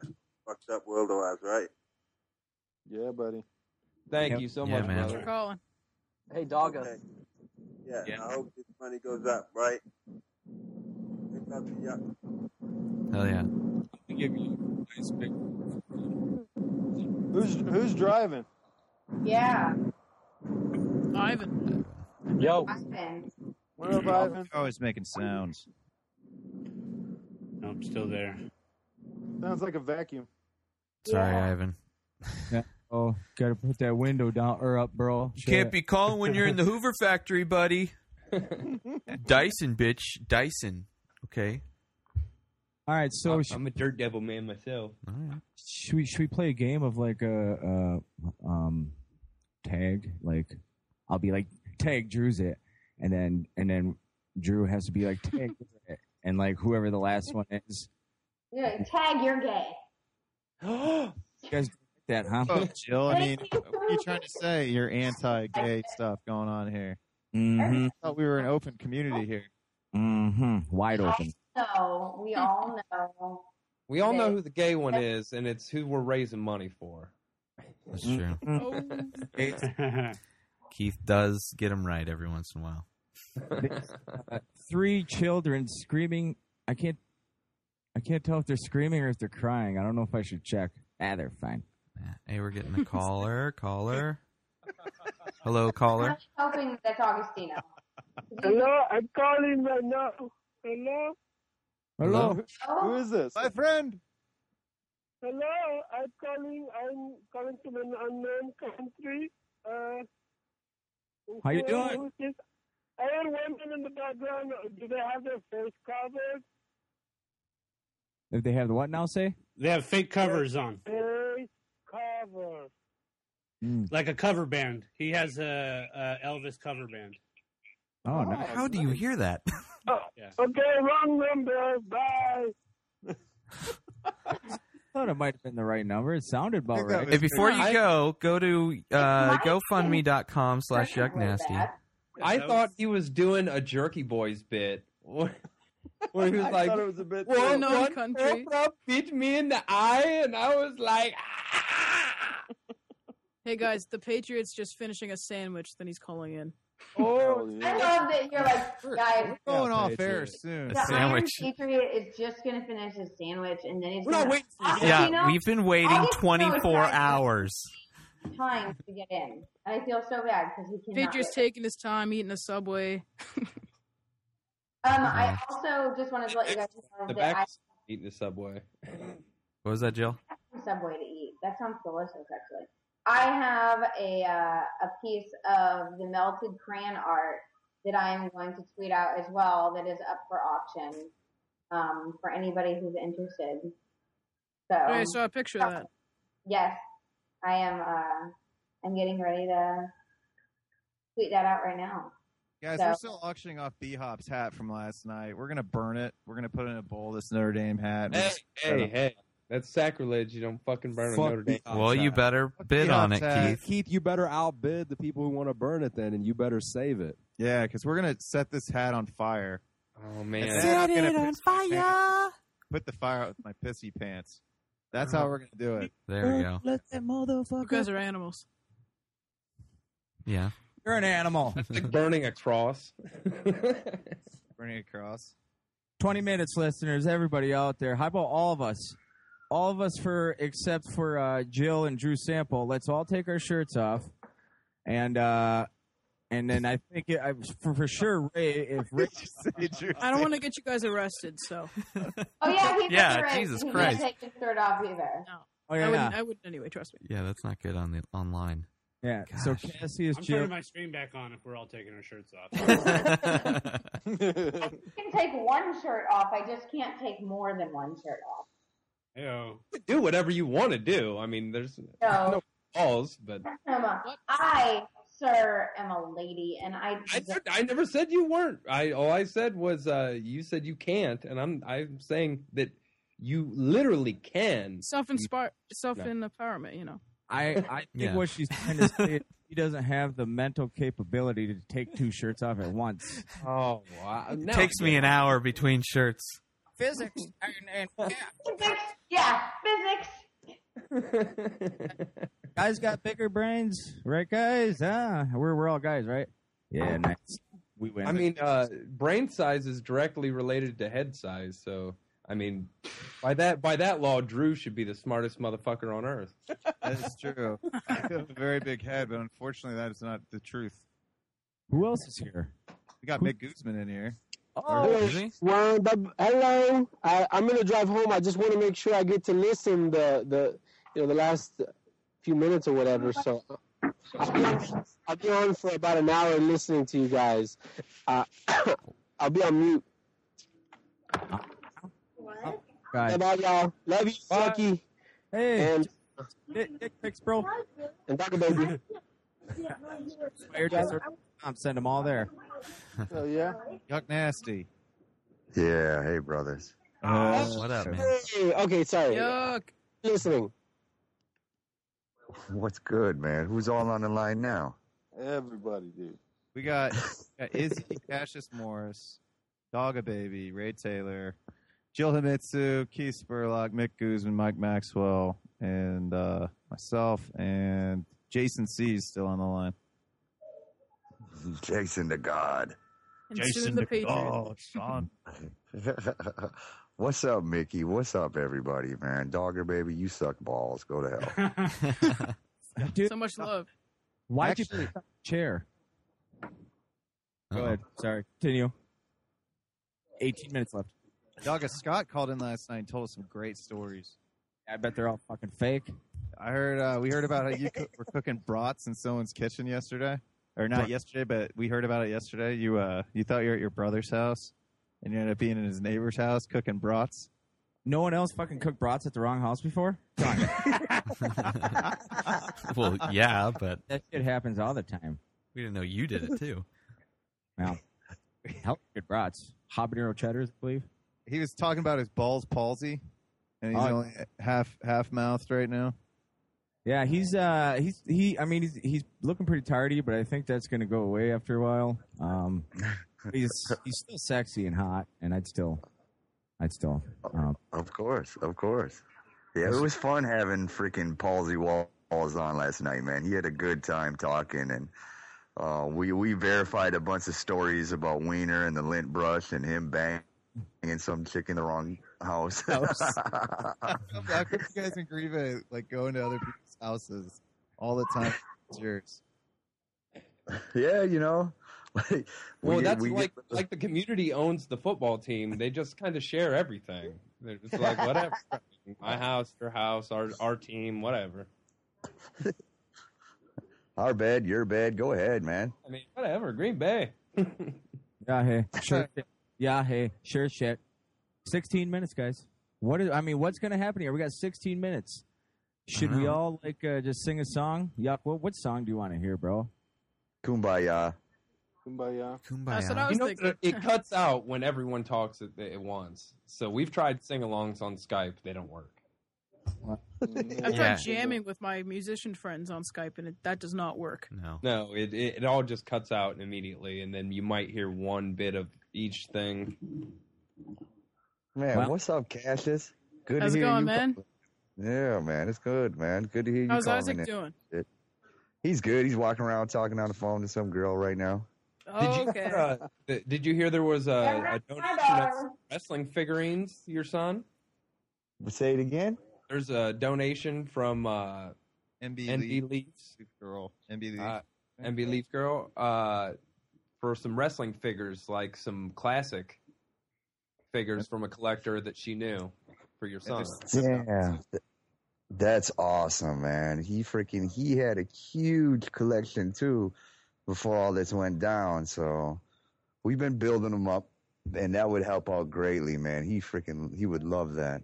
fucked up world of ours, right?
yeah, buddy.
Thank
Yep.
you so
Yeah,
much,
man.
brother.
Thanks for
Hey, Doggo.
Yeah, I hope this money goes up, right? Big love to you.
Hell yeah.
Who's who's driving?
yeah,
Ivan.
Yo.
Ivan.
What up, Ivan?
Always making sounds.
No, I'm still there.
Sounds like a vacuum.
Sorry, Ivan.
Yeah. Oh, gotta put that window down or up, bro.
Can't be calling when you're in the Hoover factory, buddy. Dyson, bitch. Dyson. Okay.
All right, so
I'm-
sh-
I'm
I'm a dirt devil man myself.
should we should we play a game of like a, uh um tag? Like I'll be like tag Drew's it, and then and then Drew has to be like tag it, and like whoever the last one is.
You're like, tag you're gay.
You guys get that, huh?
Oh, Jill, I mean, what are you trying to say? Your anti-gay stuff going on here.
Mm-hmm.
thought we were an open community here.
Mm-hmm. Wide
open.
So we all know.
We all know who the gay one is, and it's who we're raising money for.
That's true. Mm. Keith does get him right every once in a while.
Uh, three children screaming. I can't. I can't tell if they're screaming or if they're crying. I don't know if I should check. Ah, they're fine.
Hey, we're getting a caller. caller. Hello, caller.
I'm hoping that's Augustino.
Hello, I'm calling right now. Hello, Oh.
Hello.
Who is this? My
friend.
hello. I'm calling. I'm calling from an unknown country. Uh,
How you
who-
doing?
who's this? I heard women in the background. Do they have their face covered?
If they have the what now? Say.
They have fake covers on,
Face covered.
like a cover band. He has a, a Elvis cover band.
Oh,
no. How do you hear that?
Okay, wrong number. Bye.
thought it might have been the right number. It sounded about right.
Hey, before you go, go to uh, GoFundMe.com slash yucknasty.
I thought he was doing a Jerky Boys bit. Where where he was
I
like,
thought it was a bit
well,
Unknown
one
country."
Oprah bit me in the eye, and I was like, "Ah!"
Hey guys, the Patriots just finishing a sandwich. Then he's calling in.
oh,
I love that you're like, guys.
We're going off air soon.
The Iron Patriot is just gonna finish his sandwich and then he's
We're not
gonna-
waiting for you.
Augustino,
Yeah, we've been waiting
Augustino is
24
not-
hours.
trying to get in. And I feel so bad because he cannot.
Fidget's
get in.
taking his time eating a subway.
Um, I
Uh-huh.
also just wanted to let you guys know
The
that I
back eating the subway.
What was that, Jill?
have some Subway to eat. That sounds delicious, actually. I have a uh, a piece of the melted crayon art that I am going to tweet out as well. That is up for auction um, for anybody who's interested. So um,
Right, Oh, I saw a picture of that.
Yes, I am. Uh, I'm getting ready to tweet that out right now.
Guys,
So-
we're still auctioning off B Hop's hat from last night. We're gonna burn it. We're gonna put it in a bowl. This Notre Dame hat. Hey,
Hey, hey, that's sacrilege. You don't fucking burn
Fuck
a Notre Dame.
the Well, you
better
bid on it, Keith.
Keith, you better outbid the people who want to burn it then, and you better save it.
Yeah, because we're gonna set this hat on fire.
Oh man,
Set it on fire. Put the fire out with my pissy pants. That's how we're gonna do it.
There we go.
Let that motherfucker. You
guys are animals.
Yeah.
You're an animal.
burning a cross.
Burning a cross.
20 minutes, listeners, everybody out there. How about all of us? All of us for, except for uh, Jill and Drew Sample, let's all take our shirts off. And, uh, and then I think it, I, for, for sure, Ray, if Ray.
I don't want to get you guys arrested, so.
Oh yeah, he's
Yeah,
right.
Jesus
He's
Christ.
Not taking his shirt off either.
No.
Oh, yeah,
I, wouldn't,
yeah.
I wouldn't anyway, trust me.
Yeah, that's not good on the online.
Yeah. So Cassie is
I'm
Jill.
turning my screen back on if we're all taking our shirts off.
I can take one shirt off. I just can't take more than one shirt off.
do whatever you want to do. I mean, there's
No.
no laws, but
I'm a- Um, I, sir, am a lady, and I.
I, said- I never said you weren't. I all I said was uh, you said you can't, and I'm I'm saying that you literally can.
Self inspire, self
Yeah.
empowerment, you know.
I, I think
Yeah.
what she's trying to say is she doesn't have the mental capability to take two shirts off at once.
Oh, wow.
It takes me an hour between shirts.
Physics.
Physics, yeah, physics.
guys got bigger brains, right, guys? Ah, we're, we're all guys, right? Yeah, nice. We win.
I mean, uh, brain size is directly related to head size, so I mean, by that by that law, Drew should be the smartest motherfucker on earth.
That is true. I have a very big head, but unfortunately, that is not the truth.
Who else is here?
We got Mick Guzman in here.
Oh!
Hello, Ron, Oh. the- hello. I, I'm gonna drive home. I just want to make sure I get to listen the the you know the last few minutes or whatever. So I'll be on, I'll be on for about an hour listening to you guys. Uh, I'll be on mute.
Guys.
Love all y'all. Love you, Sucky.
Hey.
And uh,
dick, dick pics, bro.
And Dr. Baby.
I'm send them all there.
Oh yeah.
Yuck nasty.
Yeah, hey brothers.
Oh, what up,
Hey, okay, sorry.
Yuck.
Listening.
What's good, man? Who's all on the line now?
Everybody, dude.
We got, we got Izzy, Cassius Morris, Dogga Baby, Ray Taylor, Jill Himitsu, Keith Spurlock, Mick Guzman, Mike Maxwell, and uh, myself, and Jason C is still on the line.
Jason the God.
And Jason soon the the Patriot.
oh.
God,
Sean.
What's up, Mickey? What's up, everybody, man? Dogger baby, you suck balls. Go to hell.
so much love.
Why'd you put a chair? Go ahead. Sorry. Continue. 18 minutes left.
Dogga Scott called in last night and told us some great stories.
I bet they're all fucking fake.
I heard uh, we heard about how you cook, were cooking brats in someone's kitchen yesterday, or not
Brat.
yesterday, but we heard about it yesterday. You uh, you thought you were at your brother's house, and you ended up being in his neighbor's house cooking brats.
No one else fucking cooked brats at the wrong house before?
well, yeah, but
that shit happens all the time.
We didn't know you did it too.
Now, hell, good brats. Habanero cheddars, I believe.
He was talking about his balls palsy, and he's
Oh.
only half half mouthed right now.
Yeah, he's uh he's he I mean he's he's looking pretty tardy, but I think that's gonna go away after a while. Um he's he's still sexy and hot and I'd still I'd still um
of course, of course. Yeah, it was fun having freaking Palsy Walls on last night, man. He had a good time talking, and uh, we we verified a bunch of stories about Wiener and the lint brush and him banging some chick in the wrong house.
House. How come you guys in Green Bay like going to other people's houses all the time. It's yours.
Yeah, you know. Like,
Well,
get-
that's
we
like
get-
like the community owns the football team. They just kind of share everything. They're just like whatever, my house, your house, our our team, whatever.
our bed, your bed. Go ahead, man.
I mean, whatever. Green Bay.
Yeah, hey, sure. shit. yeah, hey, sure shit. 16 minutes, guys. What is? I mean, what's going to happen here? We got 16 minutes. Should we all like uh, just sing a song? Yuck. What what song do you want to hear, bro?
Kumbaya.
Kumbaya.
That's what I
You
was
know,
thinking.
it cuts out when everyone talks at, at once. So we've tried sing-alongs on Skype; they don't work.
I've
Yeah.
tried jamming with my musician friends on Skype, and it, that does not work.
No,
no, it, it it all just cuts out immediately, and then you might hear one bit of each thing.
Man,
Well-
what's up, Cassius? Good
How's
to
it
hear
going,
you
man?
call- Yeah, man, it's good, man. Good to hear you.
How's
calling
Isaac
in.
doing?
Shit. He's good. He's walking around talking on the phone to some girl right now.
Oh,
did you
okay.
hear, uh, th- did you hear there was a, a donation of
dollar.
wrestling figurines? to Your son?
Say it again.
There's a donation from uh,
MB,
MB Leafs
girl. MB
uh, MB Leaf girl uh, for some wrestling figures, like some classic figures from a collector that she knew for your son.
Yeah. th- That's awesome, man. He freaking he had a huge collection too before all this went down. So we've been building him up and that would help out greatly, man. He freaking he would love that.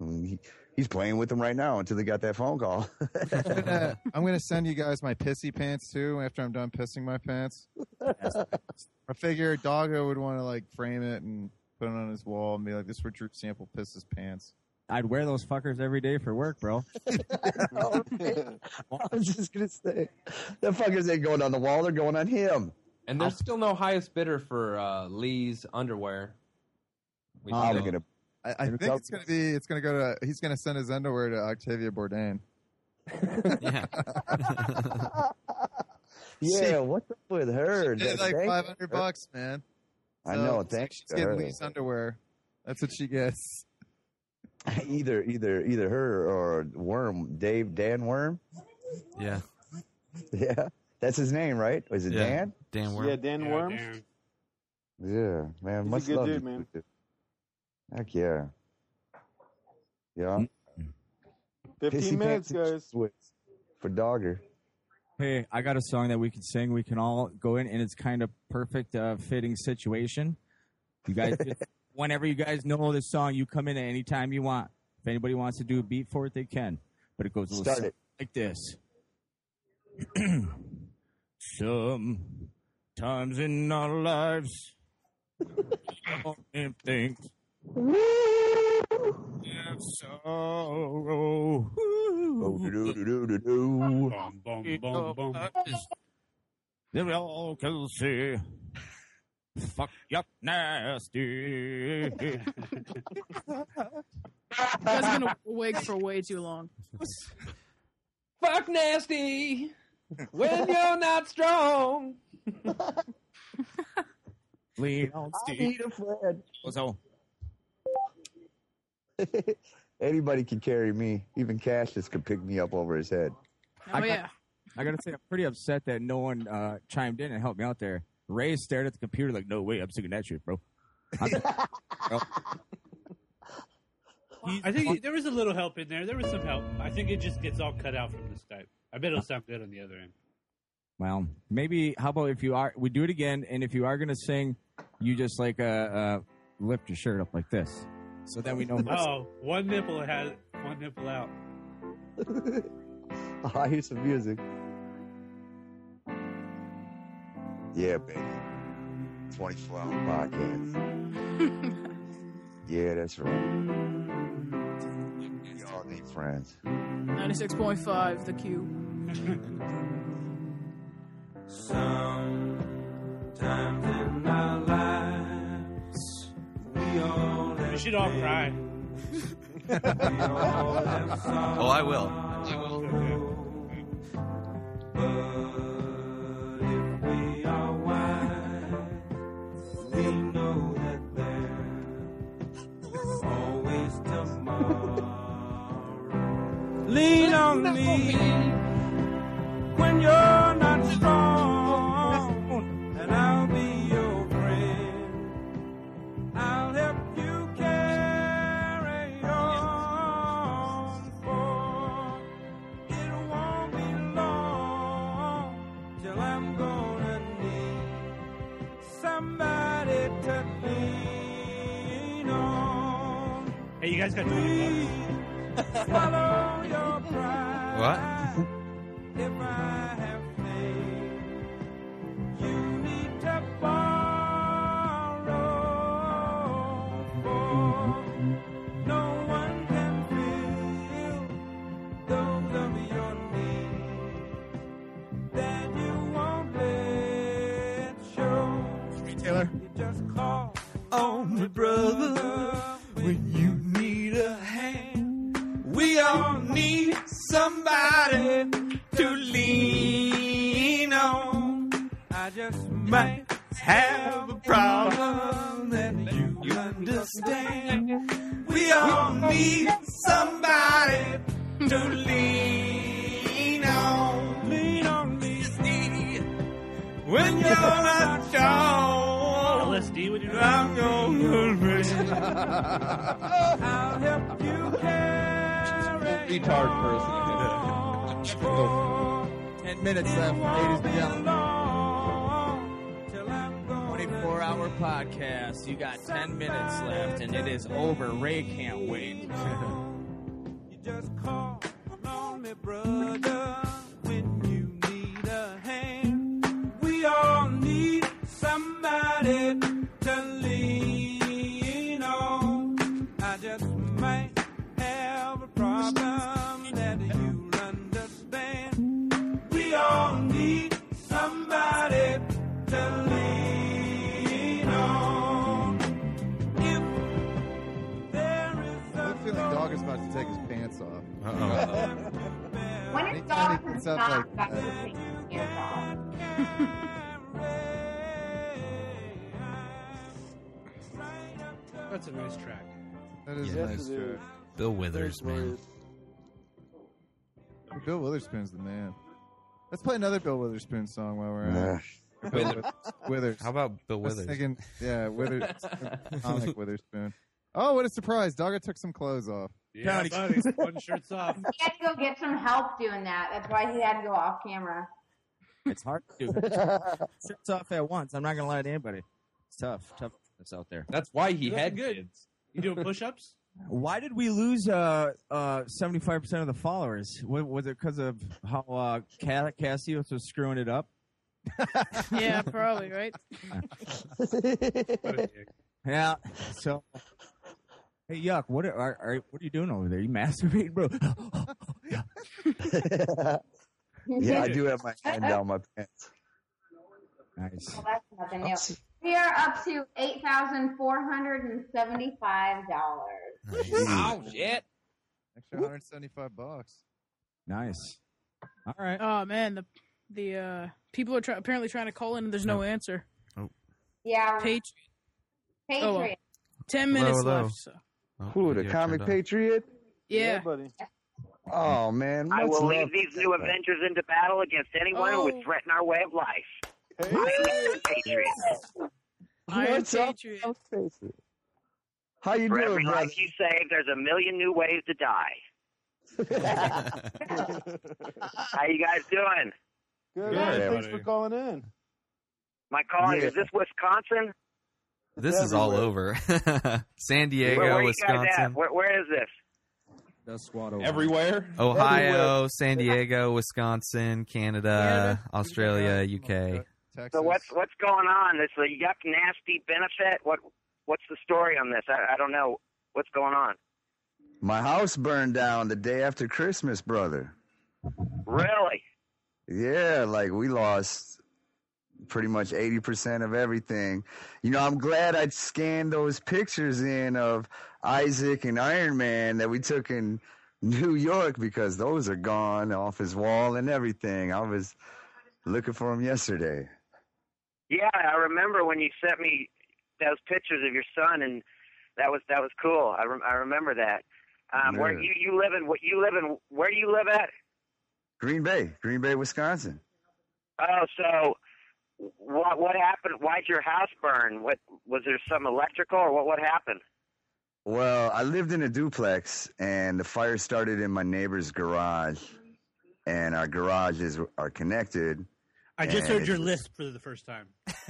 I mean, he, he's playing with them right now until they got that phone call.
Uh, I'm gonna send you guys my pissy pants too after I'm done pissing my pants. I figure Doggo would want to like frame it and put it on his wall and be like, "This is where Drew Sample pisses pants."
I'd wear those fuckers every day for work, bro.
Oh, I was just gonna say the fuckers ain't going on the wall, they're going on him.
And there's still no highest bidder for uh, Lee's underwear. We
Um,
still-
I, I think it's gonna be. It's gonna go to. He's gonna send his underwear to Octavia Bourdain.
yeah.
Yeah, what's up with her?
She did, like
Thank
five hundred
her.
bucks, man.
I know,
it's
thanks
She's
to
getting
her.
Lee's underwear. That's what she gets.
Either either either her or Worm, Dave Dan Worm.
Yeah.
Yeah. That's his name, right? Is it
Yeah,
Dan?
Dan
Yeah, Dan Worms.
Yeah, man.
He's a
much
good
love
dude,
to
man.
you. Heck yeah. Yeah.
15
Pissy
minutes,
pants
guys.
for Dogger.
Hey, I got a song that we can sing. We can all go in, and it's kind of perfect uh, fitting situation. You guys, just, whenever you guys know this song, you come in at any time you want. If anybody wants to do a beat for it, they can. But it goes a little
Start it.
like this. Sometimes in our lives, things have
Oh,
sorrow. Then we all can see. Fuck yuck nasty.
You guys have been awake for way too long.
Fuck nasty when you're not strong.
Lean on
I
Steve.
need a friend.
So,
Anybody can carry me. Even Cassius could pick me up over his head.
Oh yeah.
I gotta say, I'm pretty upset that no one uh, chimed in and helped me out there. Ray stared at the computer like, "No way, I'm singing that shit, bro." I'm- bro.
I think there was a little help in there. There was some help. I think it just gets all cut out from this type. I bet it'll sound good on the other end.
Well, maybe how about if you are we do it again, and if you are gonna sing, you just like uh, uh lift your shirt up like this, so that we know.
Oh, one nipple had one nipple out.
Oh, I hear some music. Yeah, baby. 24 hour podcast. yeah, that's right. We all need friends.
Ninety-six point five. The Q.
Sometimes in our lives, we all
We should all cry.
Oh, I will. I
we are wise. We know that there's always tomorrow. Lean on me.
till I'm gonna need somebody to lean on.
Hey, you guys got twenty bucks.
Swallow your pride
What?
if I have faith. You need to borrow, for no one can feel those of your need that you won't let show.
Taylor.
You just call on me, brother, when you need a hand. We all need somebody to lean on. I just might have a problem that you understand. We all need somebody to lean on. Lean on me, when you're not strong.
LSD when you're
I'm gonna bring. I'll help you carry
Retard
person.
Ten minutes left, ladies and
gentlemen.
Twenty-four hour podcast. You got ten minutes left, and it is over. Ray can't wait.
Just call on me, brother, when you need a hand. We all need somebody to lean on. I just might have a problem that you'll understand. We all need somebody to lean on. If there is a
I feel like dog is about to take his pants off.
When it's
Anytime
dark,
he
it's
gets
not
up
like,
like that.
That's a nice track.
That is
Yeah.
a nice
Yes, it
track.
Bill Withers, man.
Bill Witherspoon's the man. Let's play another Bill Witherspoon song while we're at
Nah.
it. Bill Withers. Withers.
How about Bill
I was
Withers?
thinking- yeah, Withers. comic Witherspoon. Oh, what a surprise! Dogger took some clothes off.
Yeah, buddy, one shirt's off.
He had to go get some help doing that. That's why he had to go off camera.
It's hard to do. Shirts off at once. I'm not gonna lie to anybody. It's tough. Tough business out there.
That's why he
You're looking good. You doing push-ups?
Why did we lose uh uh seventy five percent of the followers? Wa- Was it because of how uh Ca- Cassius was screwing it up?
Yeah, probably right.
Yeah. So, hey, yuck! What are, are, are what are you doing over there? You masturbating, bro?
yeah, I do have my hand down my pants.
Nice.
Well, that's nothing new. We are up to eight thousand four hundred and seventy-five dollars.
Oh
shit!
Extra 175 bucks.
Nice. All right.
Oh man, the the uh, people are try- apparently trying to call in and there's no answer.
Yeah.
Patriot. Oh, well.
Patriot.
Ten
Hello,
minutes
hello.
left. So.
Who, the
video
comic
turned off.
patriot?
Yeah.
buddy.
Oh, man.
I
much
will
love.
lead these new Avengers into battle against anyone who would threaten our way of life. I am the Patriot.
What's up? How you
For
doing,
every
brother?
life you save, there's a million new ways to die. How you guys doing?
Good.
Good,
man. Thanks
buddy.
for calling in.
My calling is this Wisconsin?
This is all over. San Diego,
where, where you guys at?
Wisconsin,
Where, where is this?
Everywhere.
Ohio, San Diego, Wisconsin, Canada, Australia, UK.
So what's what's going on? This the yuck nasty benefit? What what's the story on this? I, I don't know what's going on.
My house burned down the day after Christmas, brother.
Really?
Yeah, like we lost pretty much 80% of everything. You know, I'm glad I scanned those pictures in of Isaac and Iron Man that we took in New York because those are gone off his wall and everything. I was looking for him yesterday.
Yeah, I remember when you sent me those pictures of your son, and that was that was cool. I rem- I remember that. Um, Where
Yeah.
you you live in? What you live in? Where do you live at?
Green Bay, Green Bay, Wisconsin.
Oh, so what what happened? Why'd your house burn? What was there some electrical or what what happened?
Well, I lived in a duplex, and the fire started in my neighbor's garage, and our garages are connected.
I just
And
heard your
it's-
lisp for the first time.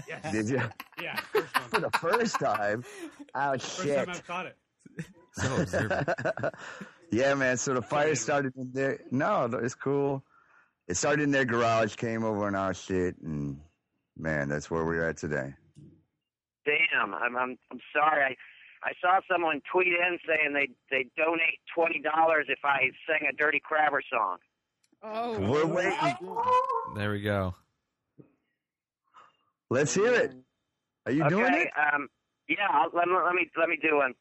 Yes.
Did you?
Yeah.
For the first time. Oh
First
shit.
time I've caught it.
So observant. yeah, man. So the fire started in there. No, it's cool. It started in their garage, came over in our shit, and man, that's where we're at today.
Damn, I'm I'm I'm sorry. I I saw someone tweet in saying they they donate twenty dollars if I sing a Dirty Crabber song.
Oh,
We're waiting.
There we go.
Let's hear it. Are you
okay,
doing it?
Um, yeah, I'll, let, me- let me let me do one.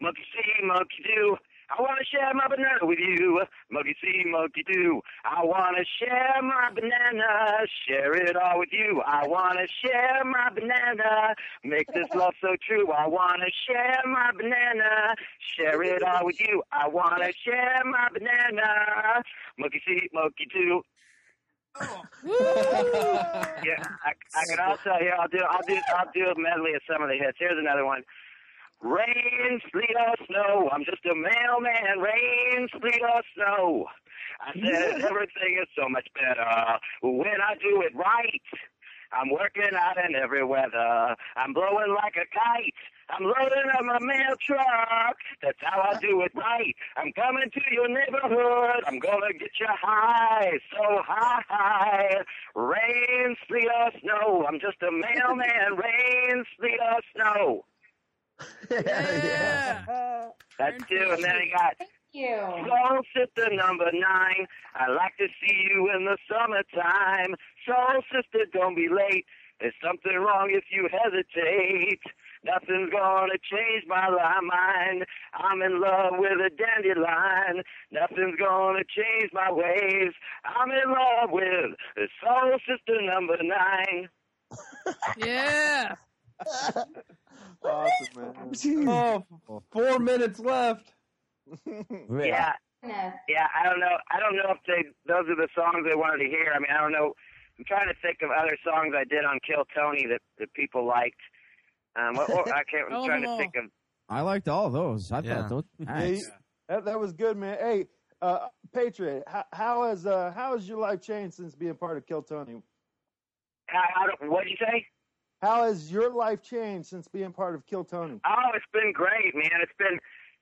Monkey see, monkey do. I want to share my banana with you. Monkey see, monkey do. I want to share my banana. Share it all with you. I want to share my banana. Make this love so true. I want to share my banana. Share it all with you. I want to share my banana. Monkey see, monkey do. yeah, I, I could also here. I'll do. I'll do. I'll do a medley of some of the hits. Here's another one. Rain, sleet, or snow. I'm just a mailman. Rain, sleet, or snow. I said everything is so much better when I do it right. I'm working out in every weather. I'm blowing like a kite. I'm loading up my mail truck. That's how I do it right. I'm coming to your neighborhood. I'm gonna get you high, so high. Rain, sleet, or snow. I'm just a mailman. Rain, sleet, or snow. Uh, That's two. And then I got
you.
Soul Sister number nine. I like to see you in the summertime. Soul Sister, don't be late. There's something wrong if you hesitate. Nothing's gonna change my li- mind. I'm in love with a dandelion. Nothing's gonna change my ways. I'm in love with Soul Sister number nine.
yeah.
awesome, man. Oh, four minutes left.
Yeah. Yeah, I don't know. I don't know if they those are the songs they wanted to hear. I mean, I don't know. I'm trying to think of other songs I did on Kill Tony that that people liked. Um, or, or I can't. I'm trying to think of.
I liked all those. I
Yeah.
thought those were
Yeah,
nice.
you- that, that was good, man. Hey, uh, Patriot, how, how has uh, how has your life changed since being part of Kill Tony?
How, how do- what'd you say?
How has your life changed since being part of Kill Tony?
Oh, it's been great, man. It's been.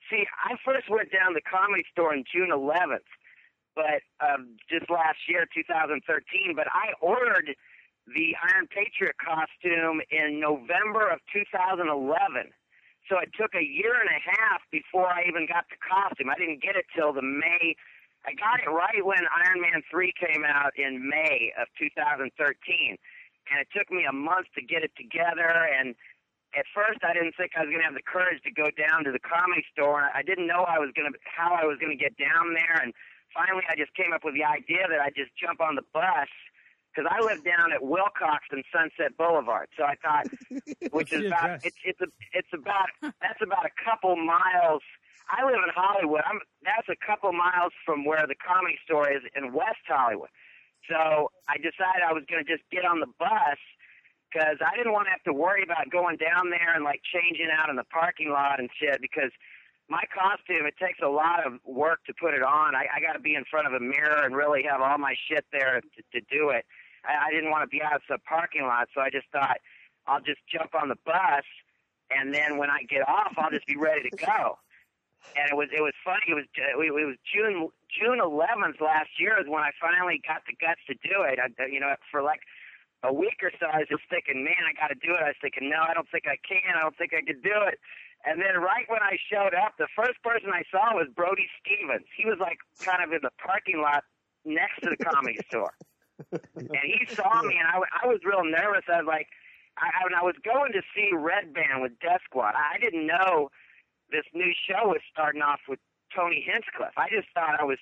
See, I first went down to the comedy store on June 11th, but um, just last year, 2013. But I ordered the Iron Patriot costume in November of 2011. So it took a year and a half before I even got the costume. I didn't get it till the May. I got it right when Iron Man 3 came out in May of 2013. And it took me a month to get it together and at first I didn't think I was going to have the courage to go down to the comedy store, and I didn't know I was going to how I was going to get down there. And finally, I just came up with the idea that I just jump on the bus because I live down at Wilcox and Sunset Boulevard. So I thought, which is
the
about
address?
it's it's a, it's about that's about a couple miles. I live in Hollywood. I'm that's a couple miles from where the comedy store is in West Hollywood. So I decided I was going to just get on the bus because I didn't want to have to worry about going down there and like changing out in the parking lot and shit. Because my costume, it takes a lot of work to put it on. I, I got to be in front of a mirror and really have all my shit there to, to do it. I, I didn't want to be out of the parking lot, so I just thought I'll just jump on the bus, and then when I get off, I'll just be ready to go and it was it was funny. It was uh, it was June June 11th last year is when I finally got the guts to do it. I, you know, for like a week or so, I was just thinking, man, I got to do it. I was thinking, no, I don't think I can. I don't think I could do it. And then right when I showed up, the first person I saw was Brody Stevens. He was like kind of in the parking lot next to the comedy store and he saw me, and I, w- I was real nervous. I was like, I, I, when I was going to see Red Band with Death Squad, I didn't know this new show was starting off with Tony Hinchcliffe. I just thought I was,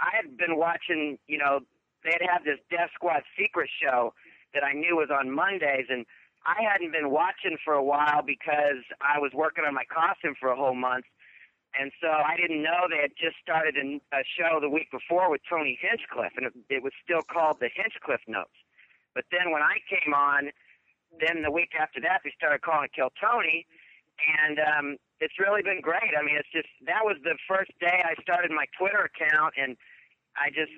I had been watching, you know, they had had this Death Squad secret show that I knew was on Mondays, and I hadn't been watching for a while because I was working on my costume for a whole month. And so I didn't know they had just started an, a show the week before with Tony Hinchcliffe, and it, it was still called the Hinchcliffe Notes. But then when I came on, then the week after that they started calling it Kill Tony, and um, it's really been great. I mean, it's just that was the first day I started my Twitter account, and I just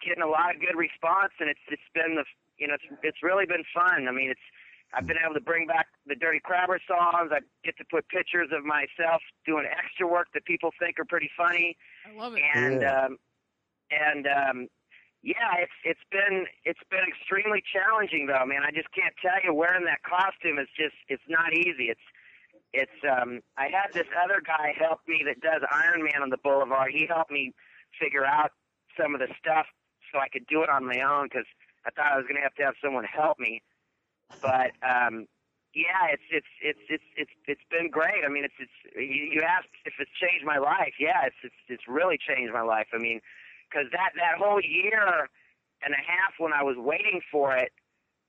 getting a lot of good response, and it's it's been the you know it's it's really been fun. I mean, it's I've been able to bring back the Dirty Crabber songs. I get to put pictures of myself doing extra work that people think are pretty funny.
I love
it.
And
Yeah.
um, and um, yeah, it's it's been it's been extremely challenging though, man. I just can't tell you wearing that costume is just it's not easy. It's it's um I had this other guy help me that does Iron Man on the Boulevard. He helped me figure out some of the stuff so I could do it on my own because I thought I was going to have to have someone help me. But um, yeah, it's it's it's it's it's it's been great. I mean, it's it's you, you asked if it's changed my life. Yeah, it's it's it's really changed my life. I mean, because that that whole year and a half when I was waiting for it,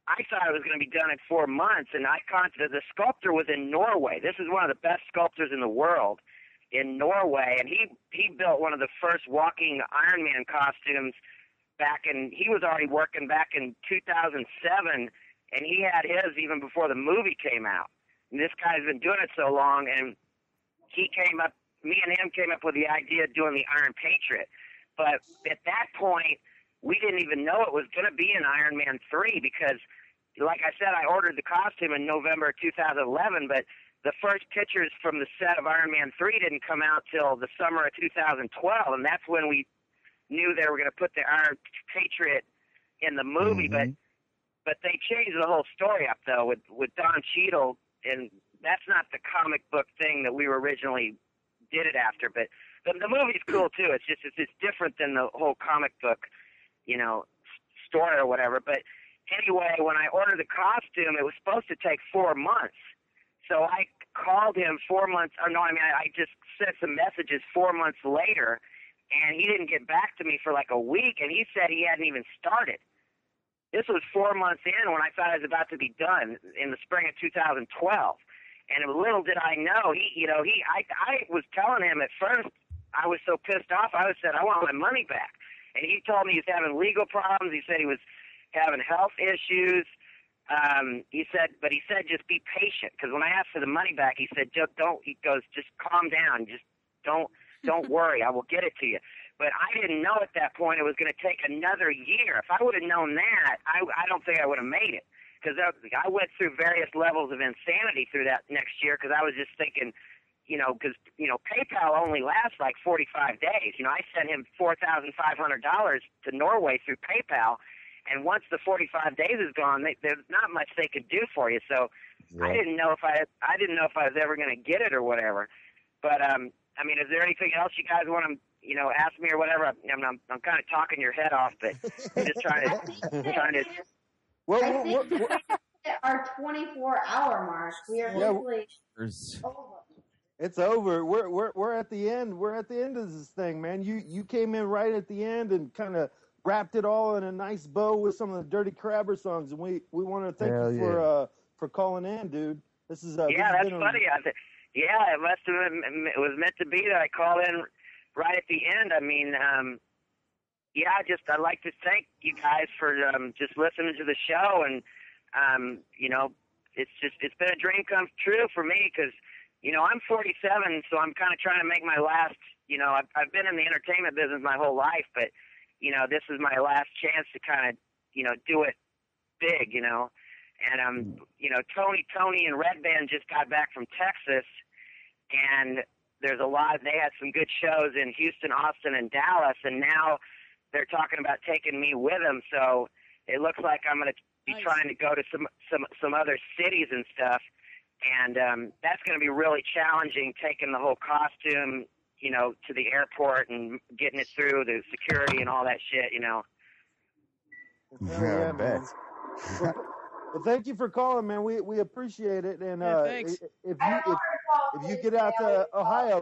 I thought I was going to be done in four months, and I con the, the sculptor was in Norway. This is one of the best sculptors in the world in Norway, and he he built one of the first walking Iron Man costumes back in. He was already working back in 2007, and he had his even before the movie came out. And this guy's been doing it so long, and he came up. Me and him came up with the idea of doing the Iron Patriot, but at that point, we didn't even know it was going to be an Iron Man three because like I said, I ordered the costume in November 2011, but the first pictures from the set of Iron Man 3 didn't come out till the summer of 2012, and that's when we knew they were going to put the Iron Patriot in the movie. But but they changed the whole story up though with with Don Cheadle, and that's not the comic book thing that we were originally did it after. But the, the movie's cool too. It's just it's, it's different than the whole comic book, you know, s- story or whatever. But anyway, when I ordered the costume, it was supposed to take four months. So I called him four months. Or no, I mean I, I just sent some messages four months later, and he didn't get back to me for like a week. And he said he hadn't even started. This was four months in when I thought I was about to be done in the spring of 2012. And little did I know, he, you know, he, I, I was telling him at first, I was so pissed off, I was said, I want my money back. And he told me he was having legal problems. He said he was having health issues. Um, he said, but he said, just be patient. Because when I asked for the money back, he said, just don't. He goes, just calm down. Just don't, don't worry. I will get it to you. But I didn't know at that point it was going to take another year. If I would have known that, I, I don't think I would have made it. Because I, I went through various levels of insanity through that next year. Because I was just thinking, you know, because you know PayPal only lasts like 45 days. You know, I sent him four thousand five hundred dollars to Norway through PayPal, and once the 45 days is gone, they, there's not much they could do for you. So I didn't know if I I didn't know if I was ever going to get it or whatever. But um, I mean, is there anything else you guys want to you know ask me or whatever? I mean, I'm I'm, I'm kind of talking your head off, but I'm just trying to trying to.
Well, I think our 24 hour mark, we are
Yeah,
easily
It's over. We're we're we're at the end. We're at the end of this thing, man. You you came in right at the end and kind of wrapped it all in a nice bow with some of the Dirty Crabber songs, and we we want to thank
Hell
you for
yeah.
uh for calling in, dude. This is uh, this
yeah,
has
that's
been a-
funny. I th- yeah, it must have been. It was meant to be that I called in right at the end. I mean, um, yeah, I just I'd like to thank you guys for um, just listening to the show, and um, you know, it's just it's been a dream come true for me because you know I'm 47, so I'm kind of trying to make my last. You know, I've, I've been in the entertainment business my whole life, but you know, this is my last chance to kind of you know do it big. You know, and um, you know, Tony, Tony, and Red Band just got back from Texas, and there's a lot. They had some good shows in Houston, Austin, and Dallas, and now they're talking about taking me with them. So it looks like I'm going to be trying to go to some some some other cities and stuff, and um, that's going to be really challenging. Taking the whole costume, you know, to the airport and getting it through the security and all that shit, you know.
Yeah, I bet. Well, th- well, thank you for calling, man. We we appreciate it. And
Yeah,
uh, i-
thanks.
if
I
you
don't
if, if you get out to Ohio,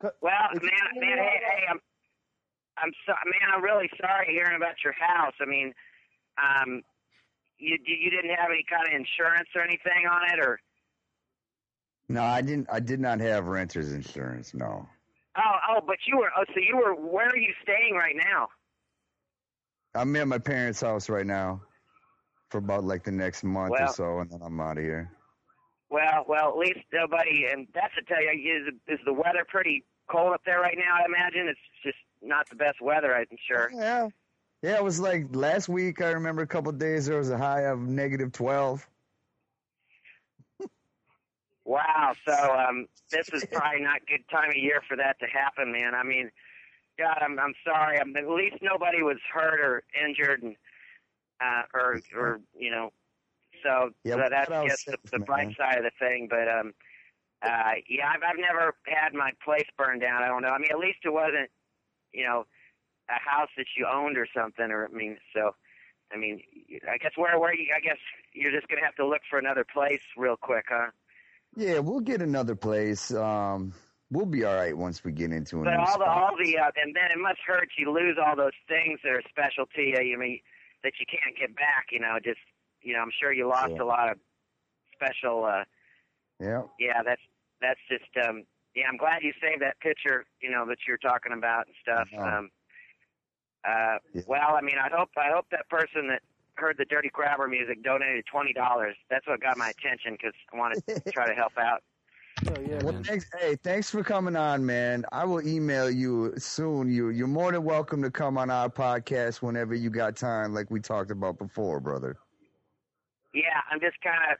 co-
Well, man, man, hey, hey, I'm, I'm so, man, I'm really sorry hearing about your house. I mean, um, you you you didn't have any kind of insurance or anything on it, or
No, I didn't. I did not have renter's insurance. No.
oh, oh, but you were, oh, so you were, where are you staying right now?
I'm at my parents' house right now for about like the next month or
Well-
so, and then I'm out of here.
Well, well, at least nobody, and that's to tell you, is is the weather pretty cold up there right now? I imagine it's just not the best weather, I'm sure.
Yeah. Yeah, it was like last week. I remember a couple of days there was a high of negative 12.
Wow. So um, this is probably not good time of year for that to happen, man. I mean, God, I'm I'm sorry. I'm, at least nobody was hurt or injured, and uh, or or you know, so
Yeah,
so that's
what I was
just the, the
thinking,
bright
man.
side of the thing. But um, uh, yeah, I've I've never had my place burned down. I don't know. I mean, at least it wasn't, you know, a house that you owned or something. Or I mean, so. I mean, I guess where where you? I guess you're just gonna have to look for another place real quick, huh?
Yeah, we'll get another place. Um, we'll be all right once we get into a
But
new
all the
spot.
all the uh, and then it must hurt you lose all those things that are special to you. You mean that you can't get back? You know, just you know, I'm sure you lost
Yeah.
a lot of special. uh
Yeah.
Yeah, that's that's just. um Yeah, I'm glad you saved that picture. You know that you're talking about and stuff. Um, uh, Well, I mean, I hope I hope that person that heard the Dirty Grabber music donated twenty dollars. That's what got my attention because I wanted to try to help out.
Well, thanks, hey, thanks for coming on, man. I will email you soon. You you're more than welcome to come on our podcast whenever you got time, like we talked about before, brother.
Yeah, I'm just kind of.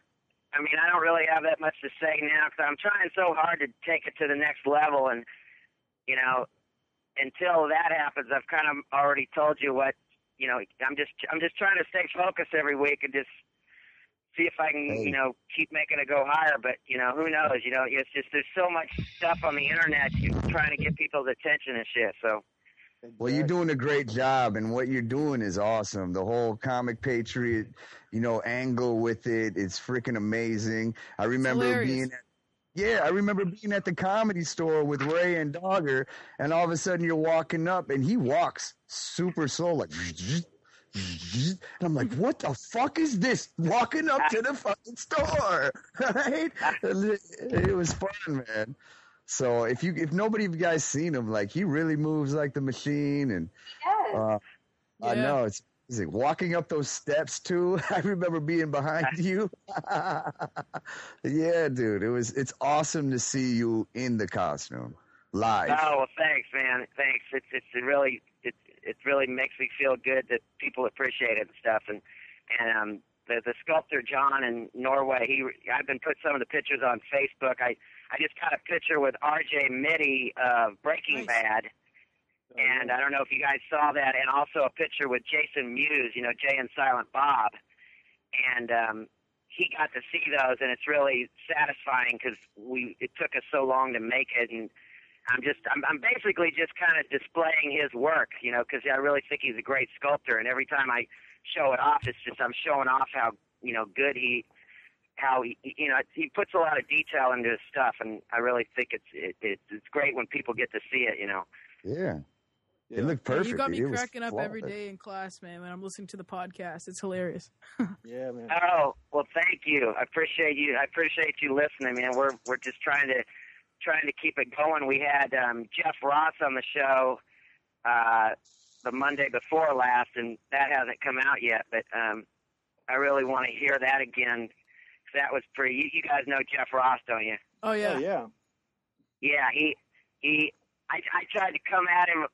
I mean, I don't really have that much to say now because I'm trying so hard to take it to the next level, and you know, until that happens, I've kind of already told you what you know. I'm just I'm just trying to stay focused every week and just see if I can you know keep making it go higher. But you know, who knows? You know, it's just there's so much stuff on the internet. You're trying to get people's attention and shit. So
Well, you're doing a great job, and what you're doing is awesome. The whole comic patriot, you know, angle with it, it's freaking amazing. I remember
hilarious.
being. At, yeah, I remember being at the comedy store with Ray and Dogger, and all of a sudden you're walking up, and he walks super slow, like, and I'm like, what the fuck is this? Walking up to the fucking store, right? It was fun, man. So if you if nobody of you guys seen him, like he really moves like the machine, and uh, I
Yeah.
know it's. He's like walking up those steps too. I remember being behind you. yeah, dude, it was it's awesome to see you in the costume live.
Oh, well, thanks, man. Thanks. It's it's it really it it really makes me feel good that people appreciate it and stuff. And and um, the the sculptor John in Norway, he I've been put some of the pictures on Facebook. I I just got a picture with R.J. Mitty of Breaking Bad. And I don't know if you guys saw that, and also a picture with Jason Mewes, you know, Jay and Silent Bob, and um, he got to see those, and it's really satisfying because we it took us so long to make it, and I'm just I'm, I'm basically just kind of displaying his work, you know, because I really think he's a great sculptor, and every time I show it off, it's just I'm showing off how you know good he how he you know he puts a lot of detail into his stuff, and I really think it's it, it, it's great when people get to see it, you know.
Yeah. It looked perfect.
You got me
dude. It was
cracking up every
flawless.
day in class, man. When I'm listening to the podcast, it's hilarious.
Yeah, man. Oh, well, thank you. I appreciate you. I appreciate you listening, man. We're we're just trying to trying to keep it going. We had um, Jeff Ross on the show uh, the Monday before last, and that hasn't come out yet. But um, I really want to hear that again. That was pretty. You, you guys know Jeff Ross, don't you?
Oh yeah,
yeah.
Yeah, he he. I I tried to come at him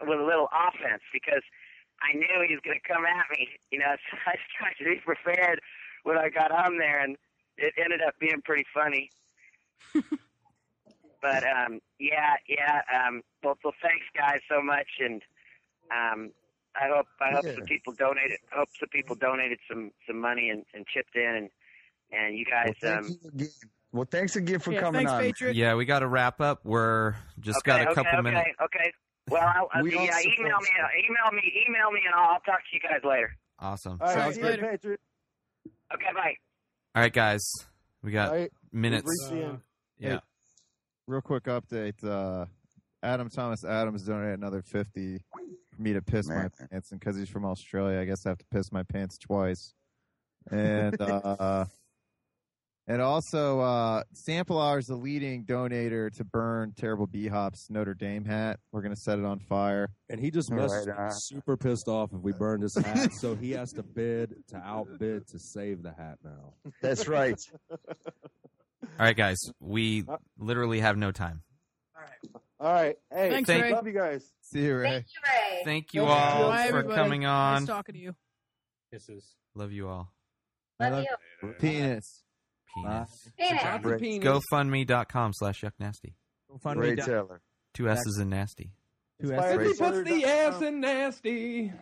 with a little offense because I knew he was going to come at me. You know, so I just tried to be prepared when I got on there, and it ended up being pretty funny. but um, yeah, yeah. Um, well, well, thanks guys so much, and um, I hope I hope
Yeah.
some people donated. I hope some people donated some some money and, and chipped in, and and you guys.
Well, thank
um,
you again. Well, thanks again for
Yeah,
coming
thanks,
on.
Patriot.
Yeah, we got to wrap up. We're just got a
okay,
couple
okay,
minutes.
Okay, okay. Well, I'll, uh,
We
the,
all
uh,
support
email me, email me, email me, and I'll, I'll talk to you guys later.
Awesome.
All right,
Sounds
see
good.
you, Patriot.
Okay, bye.
All right, guys, we got
All right, we've
minutes.
reached the end.
yeah.
real quick update. Uh, Adam Thomas Adams donated another fifty for me to piss my pants, and because he's from Australia, I guess I have to piss my pants twice. And uh, and also, uh, Samplar is the leading donator to burn terrible B Hop's Notre Dame hat. We're gonna set it on fire.
And he just messaged
uh,
me super pissed off if we burned his hat, so he has to bid to outbid to save the hat now.
That's right.
All right, guys, we literally have no time.
All All right.
Hey,
Thanks,
thank-
Ray.
love you guys.
See you, Ray.
Thank you, Ray.
Thank you
Thank
all
you. Bye,
for
everybody.
coming
Nice
on.
talking to you.
Kisses.
Love you all.
Love you.
Penis.
Penis.
Penis. Talk to penis.
GoFundMe.com slash yucknasty.
GoFundMe Ray dot- Taylor.
Two S's and nasty.
If he puts the ass in nasty.